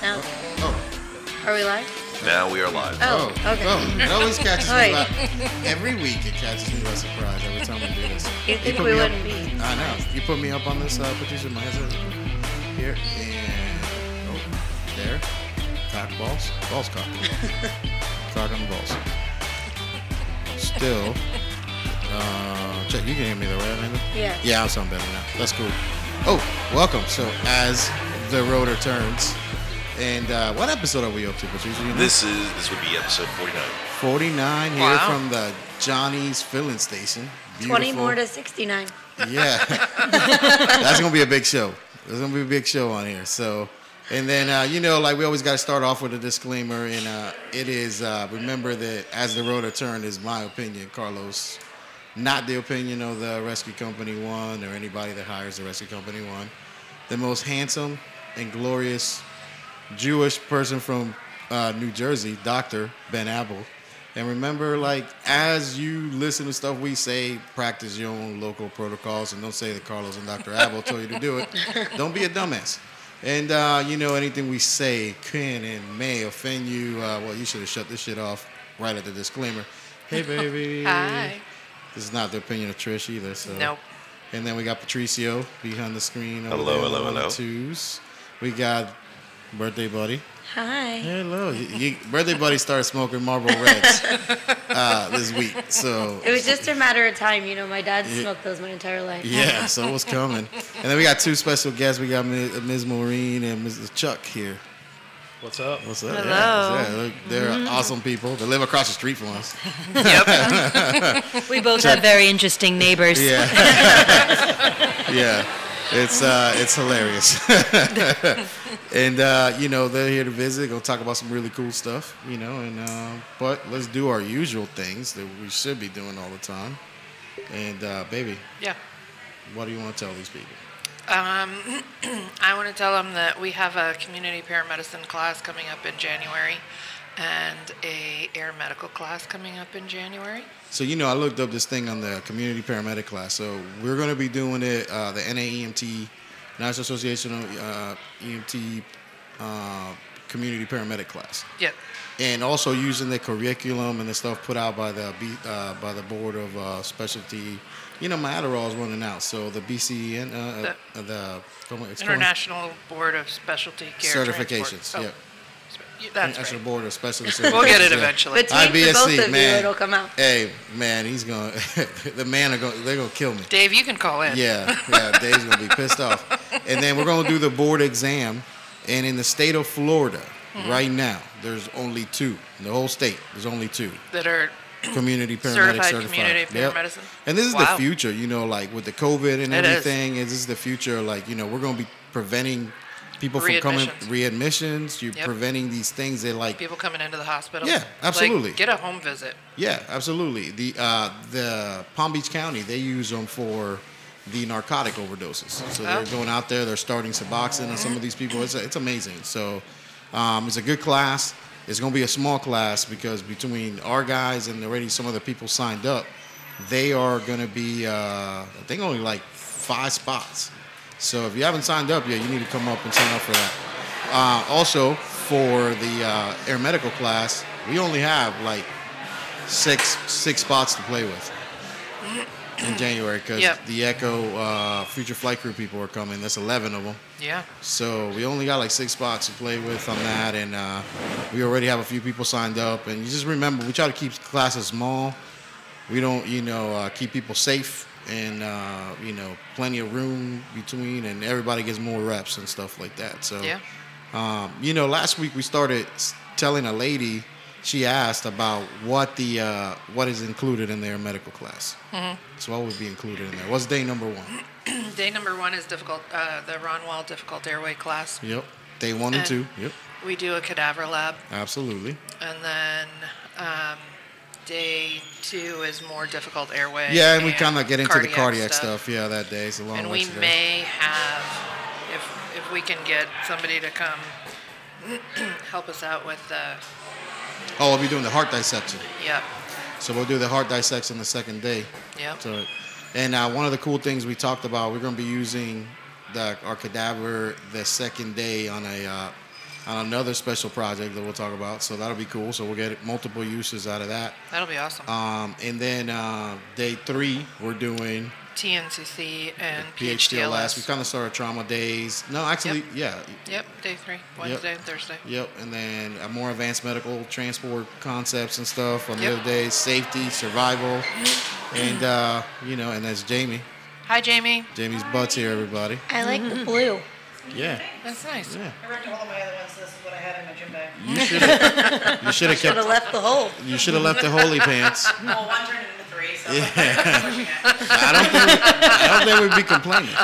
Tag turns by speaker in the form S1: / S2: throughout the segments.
S1: No.
S2: Oh,
S1: Are we live?
S3: Now we are live.
S1: Oh, okay.
S2: Oh, it always catches me
S1: Right.
S2: by, every week. It catches me by surprise every time we do this.
S1: You think
S2: put
S1: we
S2: me up-
S1: wouldn't be.
S2: I know. You put me up on this uh, producer my headset here and oh there, cock balls, balls cock, cock on the balls. Still, uh, check. You can hear me though, right, Amanda?
S1: Yeah.
S2: Yeah, I sound better now. That's cool. Oh, welcome. So as the rotor turns, and uh, what episode are we up to, Patricia? You know?
S3: This is this would be episode 49.
S2: 49 here
S1: Wow.
S2: from the Johnny's filling station.
S1: 20
S2: Beautiful.
S1: more to 69.
S2: Yeah. That's going to be a big show. There's going to be a big show on here. So, and then, uh, you know, like we always got to start off with a disclaimer. And uh, it is, uh, remember that As the Rotor Turned is my opinion, Carlos. Not the opinion of the rescue company one or anybody that hires the rescue company one. The most handsome and glorious Jewish person from uh, New Jersey, Dr. Ben Apple. And remember, like, as you listen to stuff we say, practice your own local protocols and don't say that Carlos and Dr. Apple told you to do it. Don't be a dumbass. And, uh, you know, anything we say can and may offend you. Uh, well, you should have shut this shit off right at the disclaimer. Hey, baby.
S4: Hi.
S2: This is not the opinion of Trish either. So.
S4: Nope.
S2: And then we got Patricio behind the screen. over
S3: Hello,
S2: there
S3: hello,
S2: on
S3: hello.
S2: Twos. We got birthday buddy.
S1: Hi.
S2: Hello. You, you, birthday buddy started smoking Marlboro Reds uh, this week. So
S1: It was just a matter of time. You know, my dad
S2: Yeah.
S1: smoked those my entire life.
S2: yeah, so it was coming. And then we got two special guests. We got Mi- Ms. Maureen and Mrs. Chuck here.
S5: What's up?
S2: What's up?
S4: Hello.
S2: Yeah, they're- they're
S6: Mm-hmm.
S2: awesome people. They live across the street from us.
S6: We both have very interesting neighbors.
S2: Yeah. yeah. It's uh, it's hilarious. and uh, you know, they're here to visit, gonna talk about some really cool stuff, you know, and uh, but let's do our usual things that we should be doing all the time. And uh, baby,
S4: Yeah.
S2: what do you want to tell these people?
S4: Um, I want to tell them that we have a community paramedicine class coming up in January and a air medical class coming up in January.
S2: So you know, I looked up this thing on the community paramedic class. So we're going to be doing it. Uh, the NAEMT, National Association of uh, EMT uh, Community Paramedic class.
S4: Yep.
S2: and also using the curriculum and the stuff put out by the B- uh, by the board of uh, specialty. You know, my Adderall is running out, so the BCN, uh,
S4: The-
S2: uh, the come on, it's called-
S4: International Board of Specialty Care
S2: certifications.
S4: Transport.
S2: yeah,
S4: Oh, you- That's
S2: International
S4: right.
S2: board of specialty.
S4: We'll get it
S2: Certifications, yeah.
S4: eventually.
S1: Between the both
S2: IBSC,
S1: of you,
S2: man.
S1: it'll come out.
S2: Hey, man, he's gonna the man are gonna they're gonna kill me.
S4: Dave, you can call in.
S2: Yeah, yeah, Dave's gonna be pissed off. And then we're gonna do the board exam, and in the state of Florida,
S4: Mm-hmm.
S2: right now, there's only two. In the whole state, there's only two
S4: That are
S2: community paramedic certified.
S4: Certified community
S2: Yep.
S4: paramedicine.
S2: And this is the
S4: Wow.
S2: future, you know, like with the COVID and
S4: It is.
S2: everything. Is. this is the future? Like you know, we're going to be preventing people from coming readmissions. You're
S4: Yep.
S2: preventing these things that like
S4: people coming into the hospital.
S2: Yeah,
S4: Like,
S2: absolutely.
S4: get a home visit.
S2: yeah, absolutely. The uh, the Palm Beach County they use them for the narcotic overdoses. So they're
S4: Oh.
S2: going out there, they're starting Suboxone on some of these people. It's it's amazing. So um, it's a good class. It's going to be a small class because between our guys and already some of the people signed up, they are going to be uh, I think only like five spots. So if you haven't signed up yet, you need to come up and sign up for that. Uh, also, for the uh, air medical class, we only have like six six spots to play with in January because
S4: Yep.
S2: the Echo uh, Future Flight Crew people are coming. That's eleven of them.
S4: Yeah.
S2: So we only got like six spots to play with on that, and uh, we already have a few people signed up. And you just remember, we try to keep classes small. We don't, you know, uh, keep people safe and uh, you know, plenty of room between, and everybody gets more reps and stuff like that. So
S4: Yeah.
S2: um, you know, last week we started s- telling a lady. She asked about what the uh, what is included in their medical class.
S4: Mm-hmm.
S2: So what would be included in there? What's day number one?
S4: Day number one is difficult. Uh, the Ron Wall difficult airway class.
S2: Yep. Day one and
S4: Uh,
S2: two. Yep.
S4: We do a cadaver lab.
S2: Absolutely.
S4: And then um, day two is more difficult airway.
S2: Yeah, and we kind of get into the cardiac
S4: stuff.
S2: stuff. Oh, Yeah, that day. It's a long
S4: And
S2: way
S4: we
S2: today.
S4: may have, if if we can get somebody to come help us out with the
S2: Oh, we'll be doing the heart dissection.
S4: yeah
S2: So we'll do the heart dissection the second day.
S4: yeah
S2: So, and uh, one of the cool things we talked about, we're going to be using the, our cadaver the second day on a uh, on another special project that we'll talk about. So that'll be cool. So we'll get multiple uses out of that.
S4: That'll be awesome.
S2: Um, and then uh, day three, we're doing
S4: TNCC and
S2: PHDLS. We
S4: PHDLS.
S2: kind of started trauma days. No, actually, yeah,
S4: Yep, day three, Wednesday and Thursday.
S2: Yep, and then uh, more advanced medical transport concepts and stuff on the
S4: Yep.
S2: other days, safety, survival, and uh, you know, and that's Jamie.
S4: Hi, Jamie.
S2: Jamie's butts here, everybody.
S1: I like the blue.
S2: Yeah,
S4: That's nice.
S2: yeah.
S5: I ran to all my other ones, so this is what I had in my gym bag.
S2: You should have. you should have
S1: Should have
S2: kept.
S1: left the hole.
S2: You should have left the holy pants.
S5: Well, one turned into three, so.
S2: I don't think. I don't think we'd be complaining.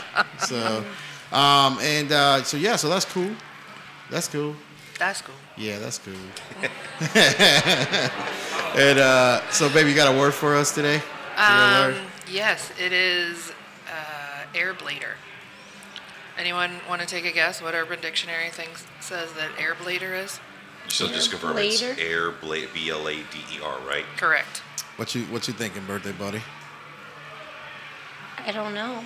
S2: So, um, and uh, so yeah, so that's cool. That's cool.
S4: That's cool.
S2: Yeah, that's cool. and uh, so, baby, you got a word for us today? You got a
S4: Um,
S2: word?
S4: yes, it is uh, air bleeder. Anyone want to take a guess what Urban Dictionary thinks says that air bleeder is?
S3: So just confirm it's
S1: Blader?
S3: air bla- B L A D E R, right?
S4: Correct.
S2: What you what you thinking, birthday buddy?
S1: I don't know.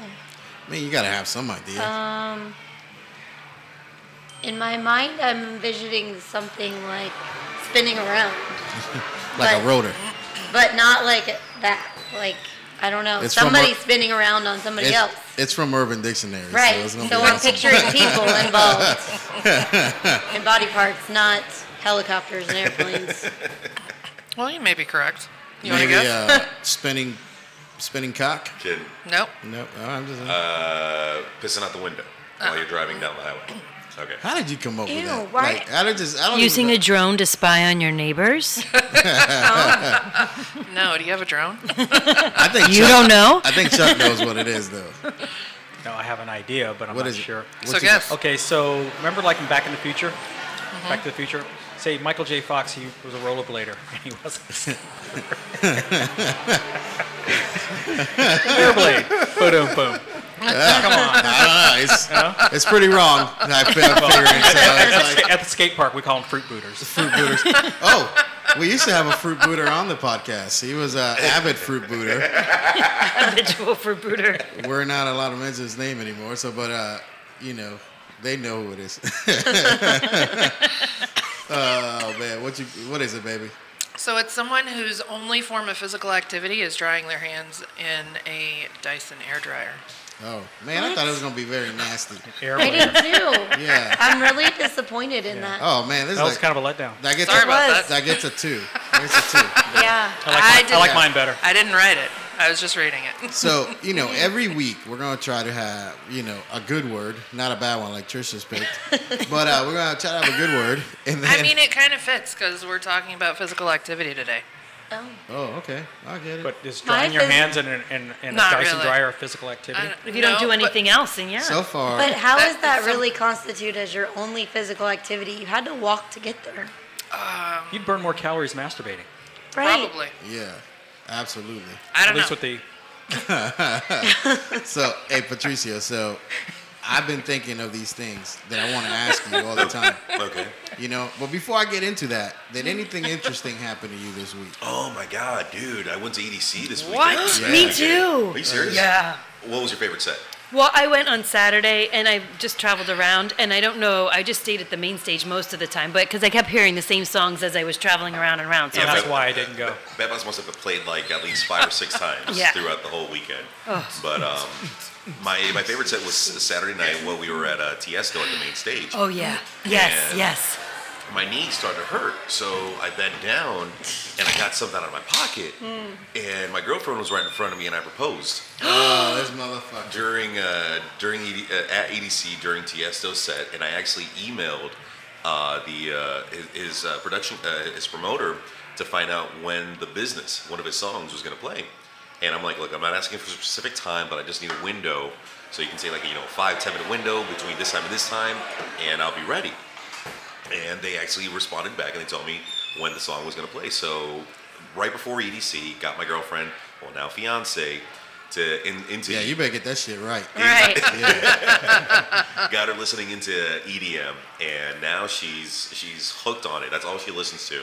S2: I mean, you gotta have some idea.
S1: Um, in my mind, I'm envisioning something like spinning around,
S2: like
S1: but-
S2: a rotor.
S1: but not like that. Like I don't know,
S2: It's from
S1: somebody
S2: a-
S1: spinning around on somebody
S2: It's,
S1: else.
S2: it's from Urban Dictionary. So,
S1: Right.
S2: it's
S1: So,
S2: gonna be
S1: I'm
S2: awesome.
S1: picturing people involved in body parts, not helicopters and airplanes.
S4: Well, you may be correct. You want to
S2: Maybe
S4: guess?
S2: uh, spinning, spinning cock.
S3: Kid
S4: Nope.
S2: No, oh, I'm just.
S3: uh, pissing out the window while you're driving down the highway. Okay.
S2: how did you come up with
S1: Ew,
S2: that?
S1: why-
S2: Like, I don't just. I don't
S6: Using a
S2: even
S6: drone to spy on your neighbors?
S4: No. Do you have a drone?
S2: know. I think
S6: You
S2: Chuck,
S6: don't know?
S2: I think Chuck knows what it is though.
S7: No, I have an idea, but I'm
S2: What
S7: not
S2: is it?
S7: sure.
S2: What's
S4: so
S2: it-
S4: guess.
S7: Okay, so remember, like in Back in the Future,
S4: Mm-hmm.
S7: Back to the Future. Say Michael J. Fox, he was a rollerblader, and he wasn't. Rollerblade. Boom, boom. Come on.
S2: I don't know. It's, it's pretty wrong. I feel figuring. So it's like,
S7: At the skate park, we call them fruit booters.
S2: fruit booters. Oh, we used to have a fruit booter on the podcast. He was an avid fruit booter.
S6: Habitual for booter.
S2: We're not allowed to mention his name anymore. So, but uh, you know, they know who it is. oh man, what you what is it, baby?
S4: So it's someone whose only form of physical activity is drying their hands in a Dyson air dryer.
S2: Oh man, I thought it was gonna be very nasty.
S1: I
S7: Airblade.
S1: did too.
S2: Yeah.
S1: I'm really disappointed in that.
S2: Oh man, this
S7: That was
S2: is like,
S7: kind of a letdown.
S2: that gets
S4: Sorry
S2: a,
S4: about
S1: was.
S2: that
S4: that.
S2: gets a two. It's a two.
S1: Yeah.
S4: I
S7: I like, mine- I
S4: did-
S7: like mine better.
S4: I didn't write it. I was just reading it.
S2: So you know, every week we're gonna try to have you know a good word, not a bad one like Trisha's picked, but uh, we're gonna try to have a good word. And then,
S4: I mean, it kind of fits because we're talking about physical activity today.
S1: Oh.
S2: oh okay, I get it.
S7: But is
S1: My
S7: drying your
S1: phys-
S7: hands in, an- in, in a
S4: Not
S7: Dyson
S4: really.
S7: dryer a physical activity?
S4: I
S6: If you don't
S4: no,
S6: do
S4: but-
S6: anything else, then yeah.
S2: so far,
S1: But how
S4: That-
S1: does that
S4: some-
S1: really constitute as your only physical activity? You had to walk to get there.
S7: You'd burn more calories masturbating.
S1: Right.
S4: Probably.
S2: yeah, absolutely.
S4: I
S7: At
S4: don't know.
S7: least with the
S2: So, hey, Patricio, so I've been thinking of these things that I want to ask you all the time.
S3: Okay.
S2: You know, but before I get into that, did anything interesting happen to you this week?
S3: Oh my god, dude! I went to EDC this week.
S4: What?
S6: Me
S3: Are
S6: too.
S3: you serious?
S6: Yeah.
S3: What was your favorite set?
S6: Well, I went on Saturday and I just traveled around and I don't know, I just stayed at the main stage most of the time, but because I kept hearing the same songs as I was traveling around and around. So
S3: Yeah,
S6: I'm
S7: that's
S3: but-
S7: why I didn't go.
S3: Bad Boss must have played like at least five or six times
S6: Yeah.
S3: throughout the whole weekend. But um, my my favorite set was Saturday night when we were at uh, Tiesto at the main stage.
S6: Oh yeah. Yes,
S3: Yeah.
S6: yes.
S3: my knee started to hurt, so I bent down and I got something out of my pocket. And my girlfriend was right in front of me, and I proposed
S2: Oh, this motherfucker.
S3: during uh, during ED, uh, at EDC during Tiesto set, and I actually emailed uh, the uh, his, his uh, production uh, his promoter to find out when the business one of his songs was going to play. And I'm like, look, I'm not asking for a specific time, but I just need a window, so you can say like you know five ten minute window between this time and this time, and I'll be ready. And they actually responded back and they told me when the song was going to play. So right before EDC, got my girlfriend, well now fiance, to in, into
S2: Yeah, you better get that shit right.
S6: Right.
S3: got her listening into EDM, and now she's she's hooked on it. That's all she listens to,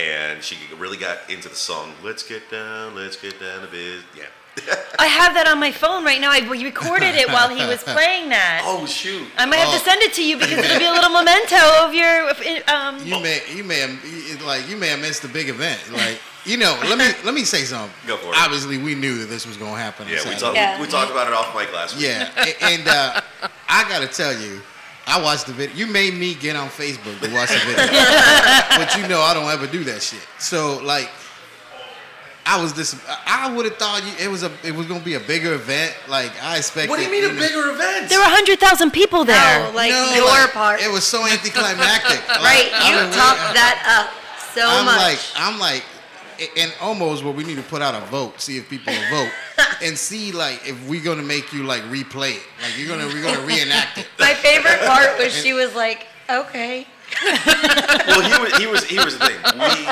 S3: and she really got into the song. Let's get down, let's get down to biz. Yeah,
S6: I have that on my phone right now. I we recorded it while he was playing that.
S3: Oh shoot!
S6: I might have to send it to you because it'll be a little memento of your. Um,
S2: You may, you may have, you- like, you may have missed the big event. Like, you know, let me let me say something.
S3: Go for it.
S2: Obviously, we knew that this was gonna happen. on
S3: Yeah, we
S2: Saturday.
S3: talked.
S1: Yeah.
S3: We, we talked about it off mic last week.
S2: Yeah, a- and uh, I gotta tell you, I watched the video. You made me get on Facebook to watch the video, but you know I don't ever do that shit. So like, I was dis. I would have thought you, it was a it was gonna be a bigger event. Like I expected.
S3: What do you mean a
S2: know-
S3: bigger event?
S6: there were hundred thousand people there.
S1: No, like
S2: No,
S1: your
S2: like,
S1: part.
S2: It was so anticlimactic. Like,
S1: right,
S2: I've
S1: you
S2: been
S1: topped
S2: waiting-
S1: that up so
S2: I'm
S1: much.
S2: like, I'm like, a- and almost where we need to put out a vote, see if people will vote, and see like if we're gonna make you like replay it, like you're gonna we're gonna reenact it.
S1: My favorite part was she was like, "Okay,
S3: well, he was. He was. He was the thing. We,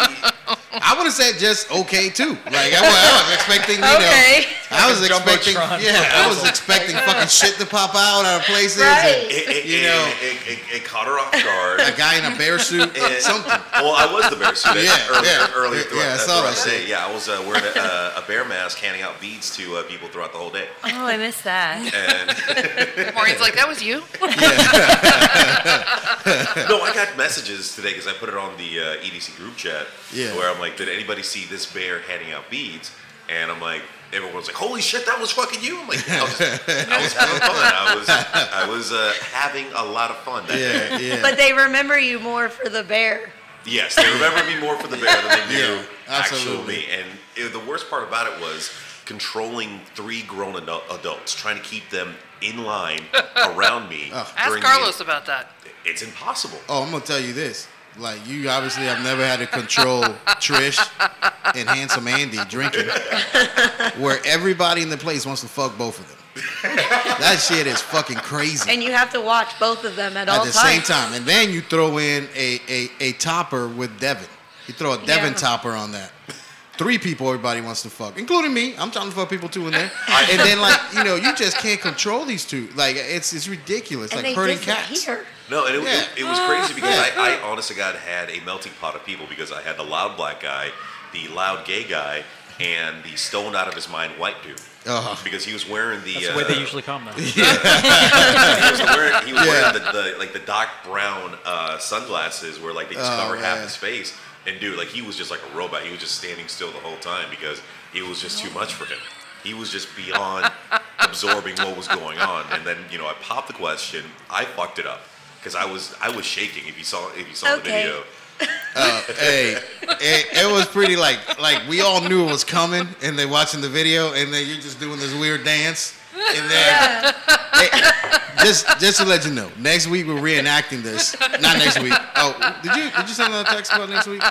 S2: I would have said just okay too. Like I was, I was expecting, you
S1: Okay.
S2: know, I was
S7: Jumbotron
S2: expecting, yeah, I was
S7: proposal.
S2: expecting fucking shit to pop out out of places. and
S1: Right.
S3: it, it,
S2: You
S3: it-
S2: know.
S3: it, it, it caught her off guard.
S2: A guy in a bear suit,
S3: And-
S2: something.
S3: Well, I was the bear suit
S2: Yeah,
S3: earlier,
S2: yeah.
S3: earlier throughout,
S2: Yeah, I
S3: uh,
S2: saw
S3: throughout
S2: that
S3: the day.
S2: shit.
S3: Yeah, I was uh, wearing a, uh, a bear mask, handing out beads to uh, people throughout the whole day.
S6: Oh, I missed that.
S3: And
S4: Maureen's like, that was you?
S3: no, I got messages today because I put it on the uh, EDC group chat.
S2: Yeah.
S3: Where I'm like, did anybody see this bear handing out beads? And I'm like, everyone's like, holy shit, that was fucking you. I'm like, I was, I was having fun. I was, I was uh, having a lot of fun. That day.
S2: Yeah, yeah.
S1: but they remember you more for the bear."
S3: Yes, they remember me more for the bear than they knew
S2: Yeah,
S3: actual
S2: absolutely.
S3: me. And it, the worst part about it was controlling three grown adu- adults, trying to keep them in line around me.
S4: Ask
S3: during the-
S4: Carlos about that.
S3: It's impossible.
S2: Oh, I'm gonna tell you this. Like you obviously have never had to control Trish and handsome Andy drinking where everybody in the place wants to fuck both of them. that shit is fucking crazy.
S1: And you have to watch both of them at, all
S2: At the
S1: times.
S2: same time. And then you throw in a, a, a topper with Devin. You throw a Devin
S1: Yeah.
S2: topper on that. Three people everybody wants to fuck, including me. I'm trying to fuck people too in there. and then like, you know, you just can't control these two. Like it's it's ridiculous.
S1: And
S2: like
S1: they
S2: herding
S1: did that
S2: cats.
S1: here.
S3: No, and it,
S2: Yeah.
S3: it, it was crazy because I, I honest to God had a melting pot of people because I had the loud black guy, the loud gay guy, and the stoned out of his mind white dude.
S2: Uh-huh.
S3: Because he was wearing the
S7: That's
S3: uh,
S7: the way they usually come, though.
S3: he was wearing, he was
S2: Yeah.
S3: wearing the, the like the Doc Brown uh, sunglasses where like they just
S2: Oh,
S3: cover half
S2: yeah.
S3: his face. And dude, like he was just like a robot. He was just standing still the whole time because it was just too much for him. He was just beyond absorbing what was going on. And then you know, I popped the question. I fucked it up because I was I was shaking. If you saw if you saw the
S1: Okay.
S3: video,
S2: hey, it, it was pretty like like we all knew it was coming, and they watching the video, and then you're just doing this weird dance, and then Hey, just just to let you know, next week we're reenacting this. Not next week. Oh, did you did you send another text about next week?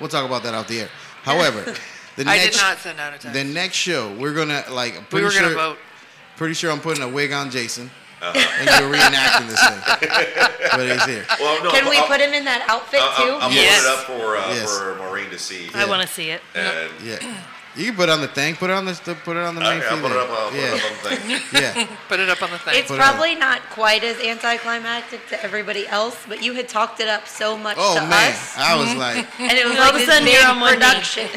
S2: We'll talk about that off the air. However, the
S4: I did
S2: next
S4: not send out a text.
S2: the next show we're gonna like I'm
S4: we
S2: pretty
S4: were
S2: sure
S4: going to vote.
S2: pretty sure I'm putting a wig on Jason, and you're reenacting this thing, but he's here.
S3: well, no,
S6: Oh,
S1: Can we
S3: I'll,
S1: put him in that outfit
S6: Uh,
S3: I'll, I'll,
S1: too?
S3: I'll put
S4: Yes.
S3: it up for uh,
S2: Yes.
S3: for Maureen to see.
S6: I want to see it.
S3: And
S2: Yeah. You can put it on the thing. Put it on the put it on the main
S3: okay, I'll
S2: feed
S3: put it up.
S2: there.
S3: I'll
S2: yeah.
S3: put it up on the thing.
S2: yeah.
S4: Put it up on the thing.
S1: It's
S2: Put it
S1: probably not quite as anticlimactic to everybody else, but you had talked it up so much
S2: Oh
S1: to
S2: man,
S1: us,
S2: I was like,
S1: and it was
S6: All
S1: like
S6: of a
S1: this
S6: sudden,
S1: big
S6: you're on one knee.
S1: production.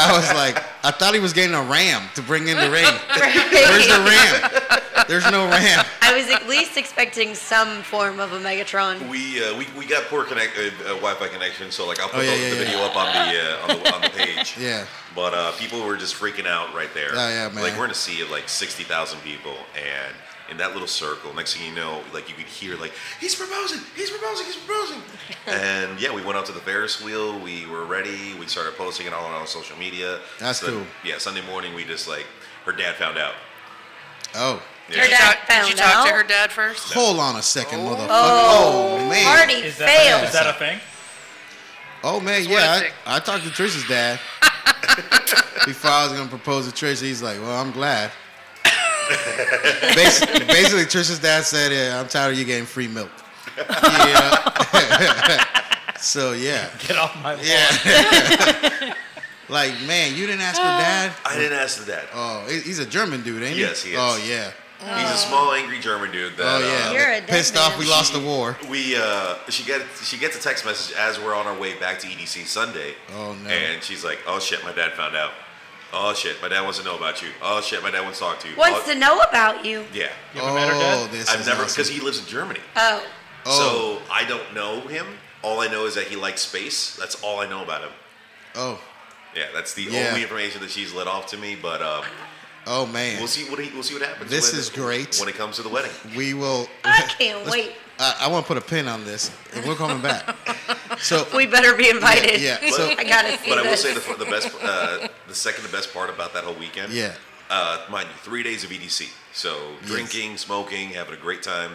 S2: I was like, I thought he was getting a ram to bring in the ring. Where's the
S1: Right?
S2: ram? There's no ram.
S1: I was at least expecting some form of a Megatron.
S3: We, uh, we we got poor connect uh, uh, Wi-Fi connection, so like I'll put
S2: Oh, yeah,
S3: the,
S2: yeah,
S3: the
S2: yeah.
S3: video up on the, uh, on the on the page.
S2: Yeah.
S3: But uh, people were just freaking out right there.
S2: Oh, yeah, man.
S3: Like we're in a sea of like sixty thousand people, and in that little circle, next thing you know, like you could hear like he's proposing, he's proposing, he's proposing. and yeah, we went out to the Ferris wheel. We were ready. We started posting it all on our social media.
S2: That's
S3: Sun-
S2: cool.
S3: Yeah, Sunday morning we just like her dad found out.
S2: Oh,
S3: Yeah.
S1: Her dad
S4: Talk-
S1: found
S4: did you talk to
S1: out.
S4: her dad first?
S2: hold on a second, motherfucker.
S1: Oh,
S2: Oh man.
S1: party
S7: Is that,
S1: failed.
S7: is that a thing?
S2: Oh man,
S4: what I
S2: yeah.
S4: think.
S2: I, I talked to Trish's dad before I was gonna propose to Trish. He's like, "Well, I'm glad." basically, basically, Trish's dad said, yeah, "I'm tired of you getting free milk." Yeah. so yeah,
S7: Get off my lawn.
S2: yeah. like man, you didn't ask
S1: Uh.
S2: for dad.
S3: I didn't ask the dad.
S2: Oh, he- he's a German dude, ain't he?
S3: Yes, he is.
S2: Oh yeah.
S3: He's a small, angry German dude. That,
S2: Oh
S3: uh,
S2: yeah.
S1: You're a dead
S2: Pissed off, we
S1: man.
S2: lost the war.
S3: We uh, she get she gets a text message as we're on our way back to EDC E Sunday.
S2: Oh, no.
S3: And she's like, "Oh shit, my dad found out." Oh shit, my dad wants to know about you. Oh shit, my dad wants to talk to you.
S1: Wants
S3: oh,
S1: to know about you.
S3: yeah.
S7: You ever met her dad?
S2: Oh, this
S3: I've
S2: is
S3: never
S2: awesome.
S3: because he lives in Germany.
S1: Oh,
S2: Oh.
S3: So I don't know him. All I know is that he likes space. That's all I know about him.
S2: Oh,
S3: Yeah, that's the
S2: Yeah.
S3: only information that she's let off to me. But um,
S2: oh man.
S3: we'll see what he, we'll see what happens.
S2: This
S3: when-
S2: is great.
S3: when it comes to the wedding.
S2: We will.
S1: I can't
S2: Let's-
S1: wait.
S2: I, I want to put a pin on this, and we're coming back. So
S1: we better be invited.
S2: yeah, so-
S1: I gotta see
S3: But I will
S1: this.
S3: say the, the best, uh, the second to best part about that whole weekend.
S2: Yeah.
S3: Uh, mind you, three days of EDC. So drinking, smoking, having a great time.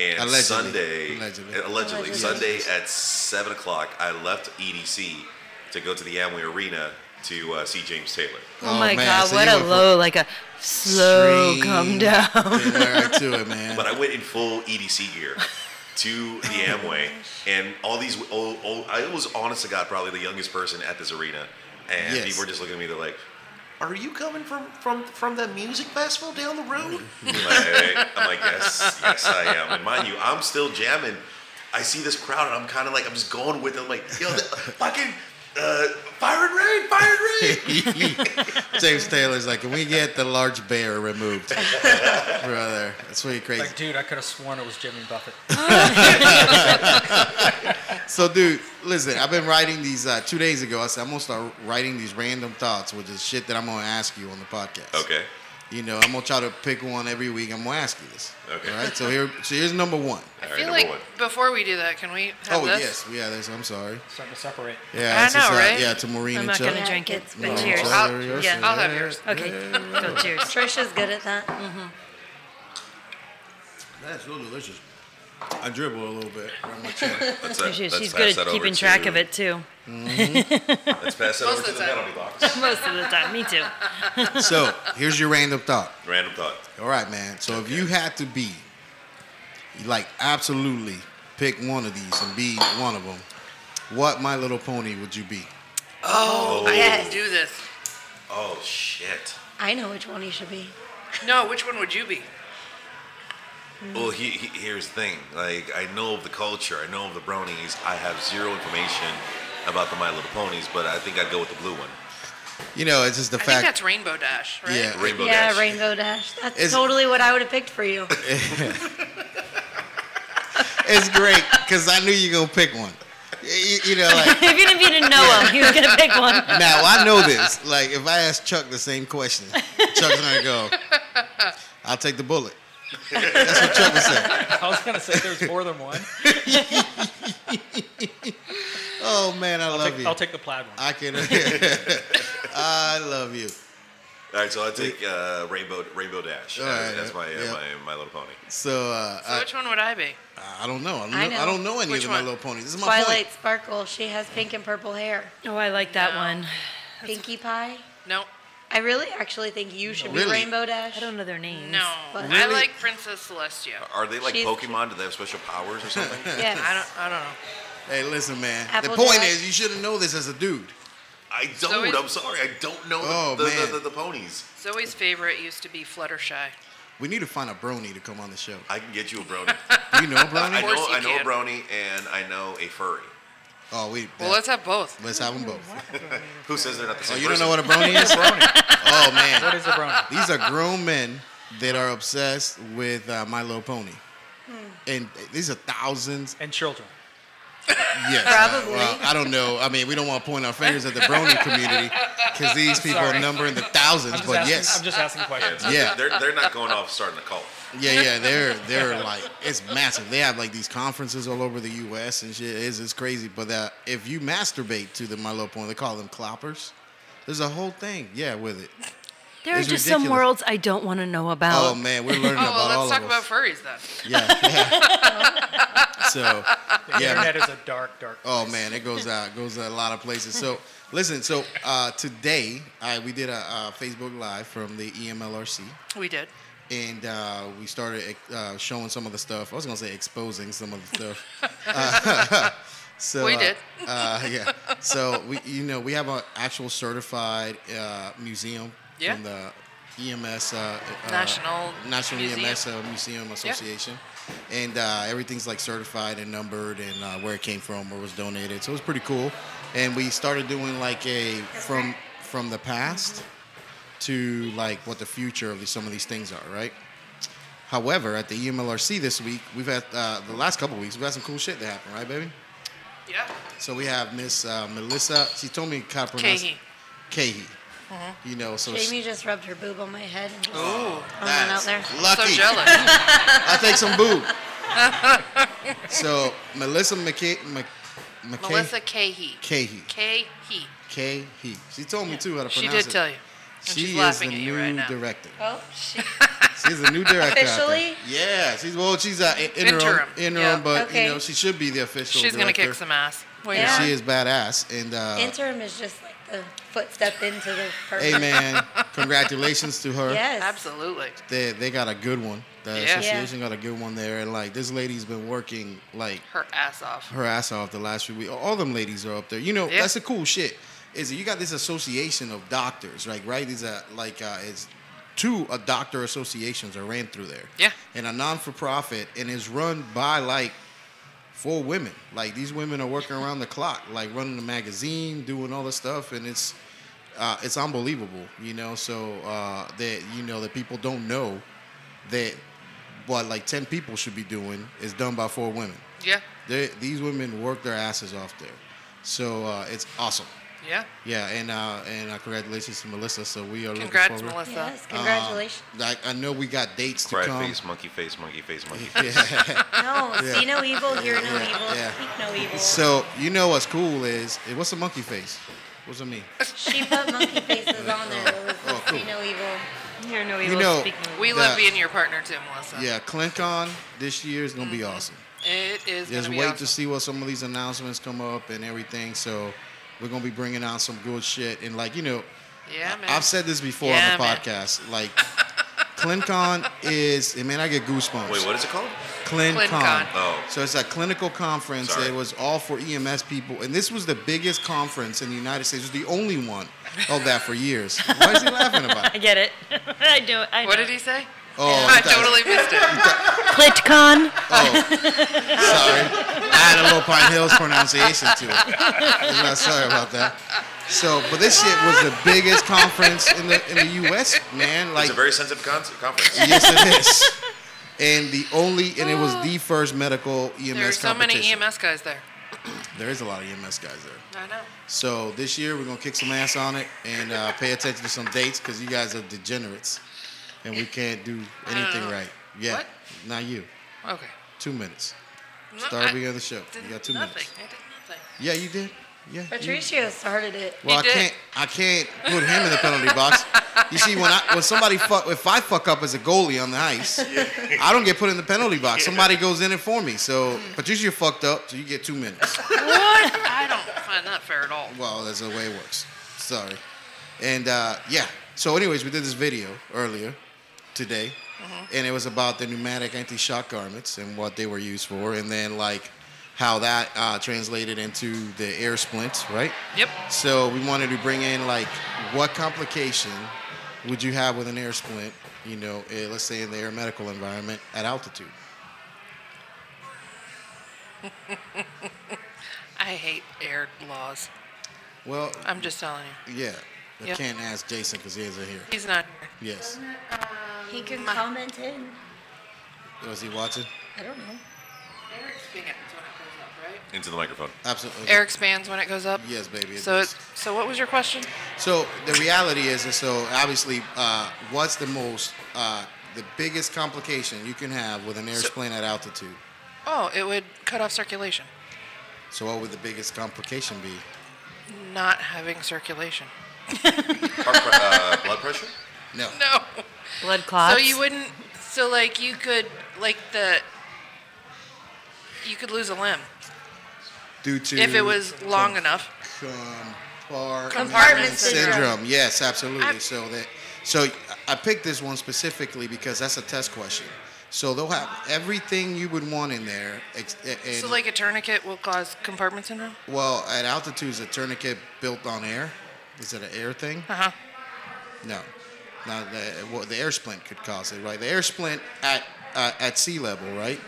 S3: And
S2: Allegedly.
S3: Sunday, uh,
S2: Allegedly.
S3: allegedly, Sunday at seven o'clock, I left EDC to go to the Amway Arena to uh, see James Taylor.
S6: Oh,
S2: Oh,
S6: my
S2: man,
S6: God,
S2: so
S6: what
S2: you
S6: a
S2: went from
S6: low, like a slow
S2: Extreme.
S6: come down.
S2: Get right to it, man.
S3: But I went in full EDC gear to the
S6: Oh
S3: Amway, and all these old, old. I was honest to God, probably the youngest person at this arena, and
S2: Yes.
S3: people were just looking at me. They're like, "Are you coming from from from that music festival down the road?" like, I'm like, "Yes, yes, I am." And mind you, I'm still jamming. I see this crowd, and I'm kind of like, I'm just going with it. I'm like, "Yo, the, fucking." Uh, fire and rain, fire and rain.
S2: James Taylor's like, can we get the large bear removed, brother? That's really crazy.
S7: Like, dude, I could have sworn it was Jimmy Buffett.
S2: So, dude, listen, I've been writing these uh, two days ago. I said, I'm going to start writing these random thoughts, which is shit that I'm going to ask you on the podcast.
S3: okay,
S2: You know, I'm going to try to pick one every week. I'm going to ask you this.
S3: Okay.
S2: All right. So, here, so here's number one.
S4: I
S3: All right,
S4: feel
S3: number
S4: like
S3: one.
S4: before we do that, can we have
S2: oh,
S4: this?
S2: yes. Yeah, there's, I'm sorry.
S7: Starting to separate.
S2: Yeah.
S4: I
S2: this is,
S4: know, right?
S2: Yeah, to Maureen
S6: I'm
S2: and
S6: not
S2: Chuck.
S6: going to drink it,
S1: Yeah.
S6: but cheers.
S2: Oh,
S4: I'll-
S2: there you go.
S6: yeah,
S4: I'll have yours.
S6: Okay, go cheers.
S1: Trisha's good at that.
S2: That's so delicious. I dribble a little bit. around my chin.
S3: let's, uh,
S6: She's
S3: let's
S6: she's
S3: pass
S6: good
S3: that
S6: at
S3: over
S6: keeping track
S3: to-
S6: of it, too,
S3: Let's pass that
S4: Most
S3: over to
S4: of
S3: the
S4: the time.
S3: penalty box.
S6: most of the time. Me, too.
S2: so, here's your random thought.
S3: Random thought.
S2: All right, man. So if you had to be, like, absolutely pick one of these and be one of them, what My Little Pony would you be?
S4: Oh, I
S1: yes.
S4: didn't do this.
S3: Oh shit.
S1: I know which one he should be.
S4: No, which one would you be?
S2: Mm-hmm.
S3: Well, he, he, here's the thing. Like, I know of the culture. I know of the bronies. I have zero information about the My Little Ponies, but I think I'd go with the blue one.
S2: You know, it's just the
S4: I think
S2: fact.
S4: that's Rainbow Dash, right?
S2: Yeah.
S3: Rainbow
S1: yeah,
S3: Dash.
S1: Rainbow Dash. That's
S2: Is-
S1: totally what I would have picked for you.
S2: It's great because I knew you were gonna pick one. You, you know, like
S6: If you didn't, if you didn't know him, he was going to pick one.
S2: now I know this. Like if I ask Chuck the same question, Chuck's gonna go, "I'll take the bullet." That's what Chuck would say.
S7: I was gonna say there's more than one.
S2: Oh man, I love
S7: Take-
S2: you.
S7: I'll take the plaid one.
S2: I can. I love you.
S3: All right, so I take uh, Rainbow Rainbow Dash.
S2: All
S3: as-
S2: right,
S3: as my, uh,
S2: yeah.
S3: my My Little Pony.
S2: So uh,
S4: So which one would I be?
S2: I, I don't know. I don't know.
S1: I
S2: I,
S1: know.
S2: don't know any
S4: Which
S2: of the My
S4: one?
S2: Little Ponies. This is my
S1: Twilight
S2: point.
S1: Sparkle. She has pink and purple hair.
S6: Oh, I like that one.
S1: Pinkie Pie.
S4: No,
S1: I really actually think you should
S2: Really?
S1: be Rainbow Dash.
S6: I don't know their names.
S4: no.
S1: But-
S4: I
S2: Really?
S4: like Princess Celestia.
S3: Are they like
S1: She's-
S3: Pokemon? Do they have special powers or something?
S1: Yes.
S4: I don't. I don't know.
S2: Hey, listen, man.
S1: Apple
S2: the point
S1: Jack.
S2: is, you shouldn't know this as a dude.
S3: I don't.
S4: So is-
S3: I'm sorry. I don't know the,
S2: Oh,
S3: the,
S2: man.
S3: The, the, the ponies.
S4: Zoe's favorite used to be Fluttershy.
S2: We need to find a brony to come on the show.
S3: I can get you a brony.
S2: Do you know a
S3: I
S2: brony?
S4: course
S3: know.
S4: you
S3: I know a
S4: can.
S3: brony, and I know a furry.
S2: Oh, we.
S4: Well, let's have both.
S2: let's have them both.
S3: Who says they're not the
S2: Oh,
S3: same?
S2: you don't
S3: person?
S2: know what a brony is? oh
S7: What
S2: man,
S7: is a brony?
S2: these are grown men that are obsessed with uh, My Little Pony, and these are thousands.
S7: And children.
S2: Yes,
S1: Probably.
S2: Uh, well, I don't know. I mean, we don't want to point our fingers at the brony community because these people are
S7: Sorry.
S2: numbering the
S7: I'm
S2: thousands.
S7: just
S2: But
S7: asking,
S2: yes,
S7: I'm just asking questions.
S2: yeah.
S3: They're, they're not going off starting a cult.
S2: Yeah, yeah, they're they're like it's massive. They have like these conferences all over the U.S. and shit. It's it's crazy. But uh, if you masturbate to the My Little Pony, they call them cloppers. There's a whole thing, yeah, with it.
S6: There are
S2: It's
S6: just some
S2: ridiculous.
S6: worlds I don't want to know about.
S2: Oh man, we're learning
S4: Oh
S2: about
S4: well,
S2: all
S4: let's talk
S2: of
S4: about
S2: us.
S4: furries then.
S2: yeah, yeah. So
S7: The
S2: yeah,
S7: internet is a dark, dark.
S2: Oh man, it goes out, goes a lot of places. So listen, so uh, today I we did a, uh Facebook Live from the E EMLRC,
S4: We did.
S2: and uh, we started uh, showing some of the stuff. I was gonna say exposing some of the stuff. So
S4: We
S2: uh,
S4: did.
S2: uh, yeah. So we, you know, we have an actual certified uh, museum
S4: Yeah.
S2: from the EMS uh, uh,
S4: National
S2: National
S4: Museum.
S2: EMS uh, Museum Association, and uh, everything's like certified and numbered and uh, where it came from, where it was donated. So it was pretty cool. And we started doing like a from from the past to like what the future of these- some of these things are, right? However, at the E EMLRC this week, we've had uh, the last couple weeks, we've had some cool shit that happened, right, baby?
S4: Yeah.
S2: So we have Miss uh, Melissa. She told me how to pronounce
S4: Cahey.
S2: Cahey.
S1: Mm-hmm.
S2: You know, so she-
S1: Jamie just rubbed her boob on my head and just
S2: Oh.
S4: Ooh,
S1: throwing it out there.
S4: so
S2: lucky.
S4: jealous.
S2: I take some boob. so Melissa McKay, Mc, McKay
S4: Melissa Cahey.
S2: Cahey.
S4: Cahey.
S2: K he. She told me too how to
S4: She
S2: pronounce
S4: did
S2: it.
S4: tell you. And
S2: she
S4: she's
S2: is the
S4: laughing at
S2: new
S4: you right now.
S2: director.
S1: Oh, she,
S2: She's the new director. out there.
S1: Officially?
S2: Yeah. She's well. She's uh, in- interim.
S4: Interim.
S2: Interim.
S4: Yeah.
S2: But
S1: Okay.
S2: you know she should be the official.
S4: She's
S2: director.
S4: gonna kick some ass. Wait
S1: Yeah.
S4: on.
S2: She is badass. And uh,
S1: interim is just like the footstep into the person.
S2: hey man, congratulations to her.
S1: Yes.
S4: Absolutely.
S2: They they got a good one. The
S4: Yeah.
S2: association got a good one there. And like this lady's been working like
S4: Her ass off.
S2: her ass off the last few weeks. All them ladies are up there. You know,
S4: Yeah.
S2: that's the cool shit. Is that you got this association of doctors, like right? These are like uh, it's two uh, doctor associations are ran through there.
S4: Yeah.
S2: And a non for profit and is run by like four women. Like these women are working around the clock, like running the magazine, doing all this stuff, and it's uh, it's unbelievable, you know. So uh, that you know that people don't know that what like ten people should be doing is done by four women
S4: Yeah.
S2: they these women work their asses off there. So uh, it's awesome.
S4: Yeah.
S2: Yeah, and uh, and uh, congratulations to Melissa. So we are
S4: Congrats,
S2: looking forward.
S4: Melissa.
S1: Yes. Congratulations.
S2: Like I know we got dates to
S3: Cry
S2: come.
S3: face, monkey face, monkey face, monkey face.
S2: Yeah.
S1: no, see no evil, hear no
S2: Yeah,
S1: evil,
S2: yeah.
S1: speak no evil.
S2: so you know what's cool is eh, what's a monkey face? What's it mean?
S1: she put monkey faces on there. It was
S2: Oh, cool.
S1: see no evil.
S6: Here, no
S2: You
S6: evil,
S2: know-
S6: speak no evil.
S4: We
S2: The-
S4: love being your partner too, Melissa.
S2: Yeah, ClinkCon this year is gonna be awesome.
S4: It
S2: Just
S4: is Mm-hmm. gonna be
S2: wait
S4: awesome.
S2: to see what some of these announcements come up and everything. So we're gonna be bringing out some good shit and like you know
S4: Yeah, man.
S2: I've said this before
S4: Yeah,
S2: on the
S4: man.
S2: podcast. Like, ClinCon is, and man, I get goosebumps.
S3: Wait, what is it called?
S2: ClinCon.
S4: ClinCon.
S3: Oh.
S2: So it's a clinical conference
S3: Sorry.
S2: that was all for EMS people. And this was the biggest conference in the United States. It was the only one of that for years. Why is he laughing about
S6: I
S2: it?
S6: get it. I do. I
S4: what
S6: know.
S4: did he say?
S2: Oh,
S4: I
S2: he thought-
S4: totally missed it.
S6: ClitCon.
S2: Oh, sorry. I had a little Pine Hills pronunciation to it. I'm not sorry about that. So, but this shit was the biggest conference in the in the U.S. Man, like
S3: It's a very sensitive con- conference.
S2: Yes, it is. And the only, and it was the first medical E EMS
S4: There are so many E
S2: competition.
S4: EMS guys there.
S2: There is a lot of EMS guys there.
S4: I know.
S2: So this year we're gonna kick some ass on it and uh, pay attention to some dates because you guys are degenerates, and we can't do anything
S4: know.
S2: right. Yeah,
S4: Uh, What?
S2: not you.
S4: Okay.
S2: Two minutes.
S4: No,
S2: Start
S4: I
S2: beginning of the show.
S4: did
S2: You got two
S4: nothing.
S2: minutes.
S4: I did nothing.
S2: Yeah, you did. Yeah. you-
S1: Patricio started it.
S2: Well, I
S4: did.
S2: can't. I can't put him in the penalty box. You see, when I when somebody fuck, if I fuck up as a goalie on the ice, I don't get put in the penalty box. Somebody goes in it for me. So Patricia fucked up, so you get two minutes.
S4: What? I don't find that fair at all.
S2: Well, that's the way it works. Sorry. And uh, yeah. So, anyways, we did this video earlier today, and it was about the pneumatic anti-shock garments and what they were used for, and then like how that uh, translated into the air splints, right?
S4: Yep.
S2: So we wanted to bring in like what complication would you have with an air splint? You know, eh, let's say in the air medical environment at altitude.
S4: I hate air laws.
S2: Well,
S4: I'm just telling you.
S2: yeah, I
S4: Yeah.
S2: can't ask Jason because he isn't here.
S4: He's not here.
S2: Yes,
S1: He can comment in.
S2: was he watching?
S1: I don't know.
S4: Air expands when it goes up, right?
S3: Into the microphone.
S2: Absolutely.
S4: Air expands when it goes up?
S2: Yes, baby. it
S4: So
S2: does.
S4: it, so what was your question?
S2: So the reality is, is so obviously, uh, what's the most, uh, the biggest complication you can have with an air splint at altitude?
S4: Oh, it would cut off circulation.
S2: So what would the biggest complication be?
S4: Not having circulation.
S3: Heart pre- uh, blood pressure?
S2: No.
S4: No.
S6: Blood clots.
S4: So you wouldn't so like you could like the you could lose a limb
S2: Due to
S4: if it was long enough.
S2: Compartment,
S1: Compartment
S2: syndrome.
S1: syndrome.
S2: Yes, absolutely.
S4: I-
S2: so that so I picked this one specifically because that's a test question. So they'll have everything you would want in there. ex- And,
S4: So like a tourniquet will cause compartment syndrome?
S2: well, at altitude, is a tourniquet built on air? Is it an air thing?
S4: Uh-huh.
S2: No, no. The, well, the air splint could cause it, right? The air splint at uh, at sea level, right?